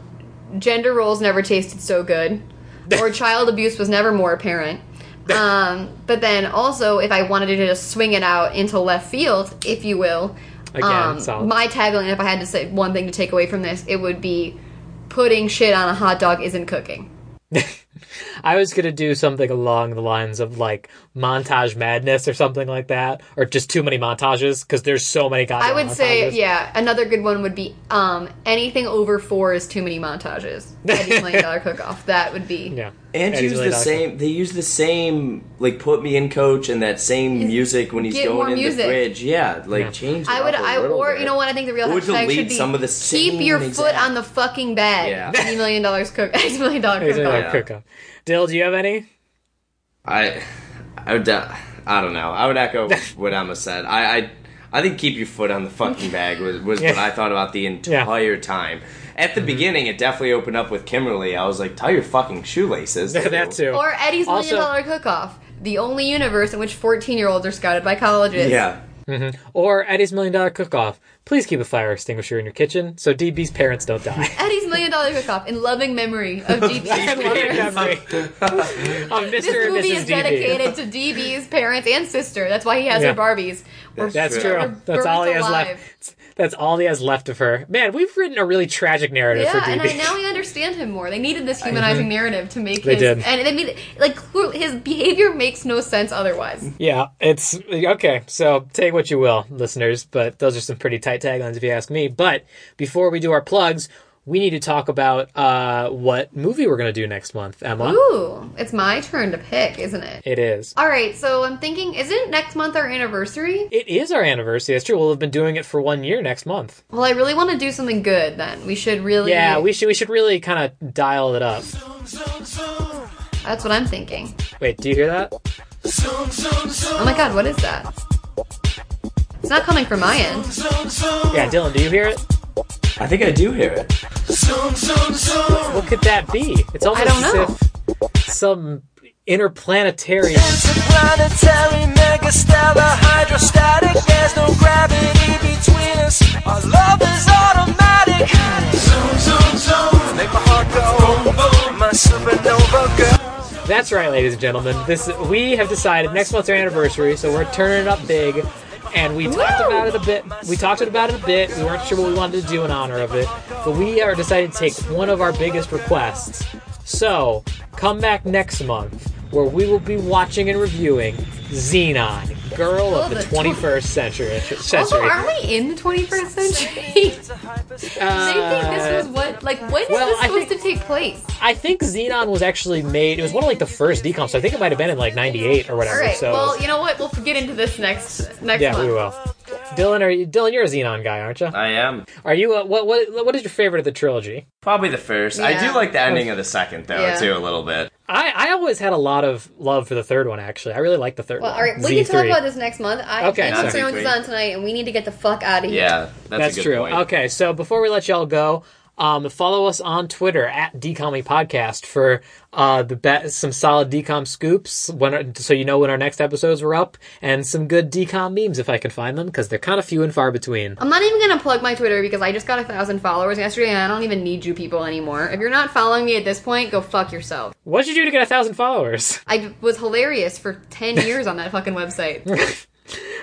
gender roles never tasted so good, or child abuse was never more apparent. Um, but then also, if I wanted to just swing it out into left field, if you will,
Again,
um,
solid.
my tagline, if I had to say one thing to take away from this, it would be putting shit on a hot dog isn't cooking.
I was gonna do something along the lines of like montage madness or something like that, or just too many montages because there's so many goddamn.
I would say,
montages.
yeah, another good one would be um, anything over four is too many montages. Eddie's Million Dollar Cook Off. That would be.
yeah.
And
Eddie's
use
Million
the
Dollar
same. They use the same like put me in coach and that same music when he's
get more
going in
music.
the fridge. Yeah, like change. It
I would,
up a
I
little
or
bit.
you know what? I think the real
Or
hashtag should
delete
be
some of the
keep
same
your foot
exact-
on the fucking bed.
Yeah.
Eddie Million Dollars Cook. Eddie Million Dollar
Cook.
Cook
Million
Off.
Dollar
Yeah.
Cook Off. Dill, do you have any?
I, I would. de- I don't know. I would echo what Emma said. I, I, I think keep your foot on the fucking bag was, was what
Yeah. Mm-hmm.
I thought about the entire time. At the beginning, it definitely opened up with Kimberly. I was like, tie your fucking shoelaces.
that too.
Or Eddie's
Also-
Million Dollar Cook Off. The only universe in which 14 year olds are scouted by colleges.
Yeah.
Or Eddie's Million Dollar Cook Off. Please keep a fire extinguisher in your kitchen so DB's parents don't die.
Eddie's Million Dollar Cook Off in loving memory of
I
DB's
love your
parents.
memory of Mr.
This
and
movie
Mrs.
is
DB.
dedicated to DB's parents and sister. That's why he has
Yeah.
her Barbies. We're-
That's
Sure.
true.
Robert's
That's all he has
alive.
left. That's all he has left of her. Man, we've written a really tragic narrative for
Yeah,
DB.
and I, now we understand him more. They needed this humanizing narrative to make
They
his
did.
and they made like clu- his behavior makes no sense otherwise.
Yeah, it's okay. So take what you will, listeners, but those are some pretty tight taglines if you ask me. But before we do our plugs, we need to talk about uh, what movie we're going to do next month, Emma.
Ooh, it's my turn to pick, isn't it?
It is.
All right, so I'm thinking, isn't next month our anniversary?
It is our anniversary. That's true. We'll have been doing it for one year next month.
Well, I really want to do something good. Then we should really.
Yeah, we should we should really kind of dial it up.
Zoom, zoom, zoom.
That's what I'm thinking.
Wait, do you hear that?
Zoom, zoom, zoom.
Oh my god, what is that? It's not coming from my end.
Zoom, zoom.
Yeah, Dylan, do you hear it?
I think I do hear it.
Zoom, zoom, zoom.
What could that be? It's almost
I don't know.
as if some interplanetary.
Interplanetary, megastellar, hydrostatic. There's no gravity between us. Our love is automatic. Zoom, zoom, zoom. Make my heart go boom, boom. My supernova girl.
That's right, ladies and gentlemen. This we have decided next month's our anniversary, so we're turning it up big. And we talked
Woo!
about it a bit. We talked about it a bit. We weren't sure what we wanted to do in honor of it, but we are deciding to take one of our biggest requests. So come back next month, where we will be watching and reviewing Xenon, Girl of
Oh,
the
the Oh, twen-
21st Century.
Also,
century.
aren't we in the 21st century? they think this was what, like, when is
Uh, well,
this
I
supposed
think-
to take place?
I think Xenon was actually made. It was one of like the first decomps. I think it might have been in like '98 or
All
whatever.
right.
so
Well, you know what? We'll get into this next next
yeah,
month.
we will. Dylan, are you Dylan? You're a Xenon guy, aren't you?
I am.
Are you uh, what what what is your favorite of the trilogy?
Probably the first. I
Yeah.
do like the ending of the second though
Yeah.
too a little bit.
I I always had a lot of love for the third one. Actually, I really like the third
Well,
one.
all right. We can talk
Z3.
about this next month.
Okay,
I okay, Game of
sorry.
Thrones is on tonight, and we need to get the fuck out of here.
Yeah, that's,
That's
a good
true.
Point.
Okay, so before we let y'all go, um, follow us on Twitter at Decommy Podcast for uh, the best, some solid decom scoops when so you know when our next episodes were up, and some good decom memes if I can find them because they're kind of few and far between.
I'm not even gonna plug my Twitter because I just got a thousand followers yesterday, and I don't even need you people anymore. If you're not following me at this point, go fuck yourself.
What'd you do to get a thousand followers?
I was hilarious for ten years on that fucking website.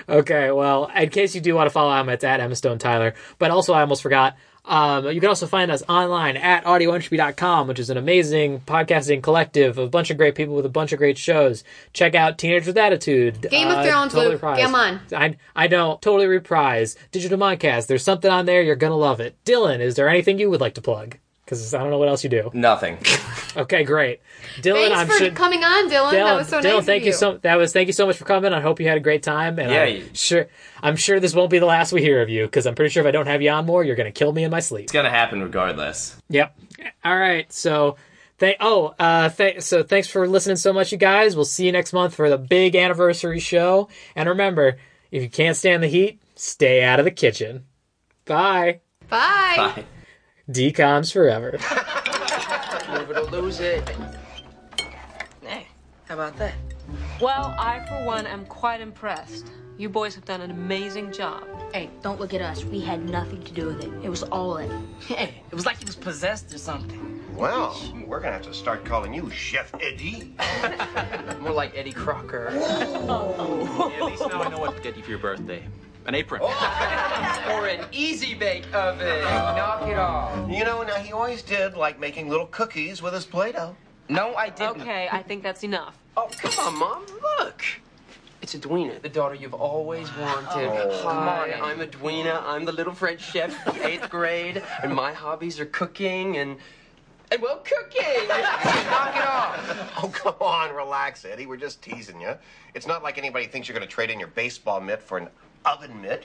Okay, well, in case you do want to follow Emma, it's at Emma Stone Tyler. But also, I almost forgot. Um, you can also find us online at audioentropy.com, which is an amazing podcasting collective of a bunch of great people with a bunch of great shows. Check out Teenage with Attitude, uh,
Game of Thrones,
totally
Luke.
Reprised.
Come on.
I I know, totally reprise Digital Mindcast. There's something on there you're gonna love it. Dylan, is there anything you would like to plug? Because I don't know what else you do.
Nothing.
Okay, great, Dylan.
Thanks
I'm
for
sure.
coming on, Dylan.
Dylan,
Oh, that was so
Dylan,
nice. of
thank you. so that was thank you so much for coming. I hope you had a great time. And
Yeah,
I'm
you-
sure I'm sure this won't be the last we hear of you because I'm pretty sure if I don't have you on more, you're gonna kill me in my sleep.
It's gonna happen regardless.
Yep. All right. So thank oh uh th- so thanks for listening so much, you guys. We'll see you next month for the big anniversary show. And remember, if you can't stand the heat, stay out of the kitchen. Bye.
Bye.
Bye.
Decoms forever.
Never to lose it. Hey, how about that?
Well, I, for one, am quite impressed. You boys have done an amazing job.
Hey, don't look at us. We had nothing to do with it. It was all it.
Hey, it was like he was possessed or something.
Well, we're gonna have to start calling you Chef Eddie.
More like Eddie Crocker.
At least now I know what to get you for your birthday. An apron.
or an easy bake oven. Knock it off.
You know, now he always did like making little cookies with his Play-Doh. No, I didn't.
Okay, I think that's enough.
Oh, come on, Mom. Look. It's Edwina, the daughter you've always wanted.
Oh,
Come on,
hi.
I'm Edwina. I'm the little French chef from eighth grade, and my hobbies are cooking and. And well, cooking! Knock it off!
Oh, come on, relax, Eddie. We're just teasing you. It's not like anybody thinks you're going to trade in your baseball mitt for an oven mitt.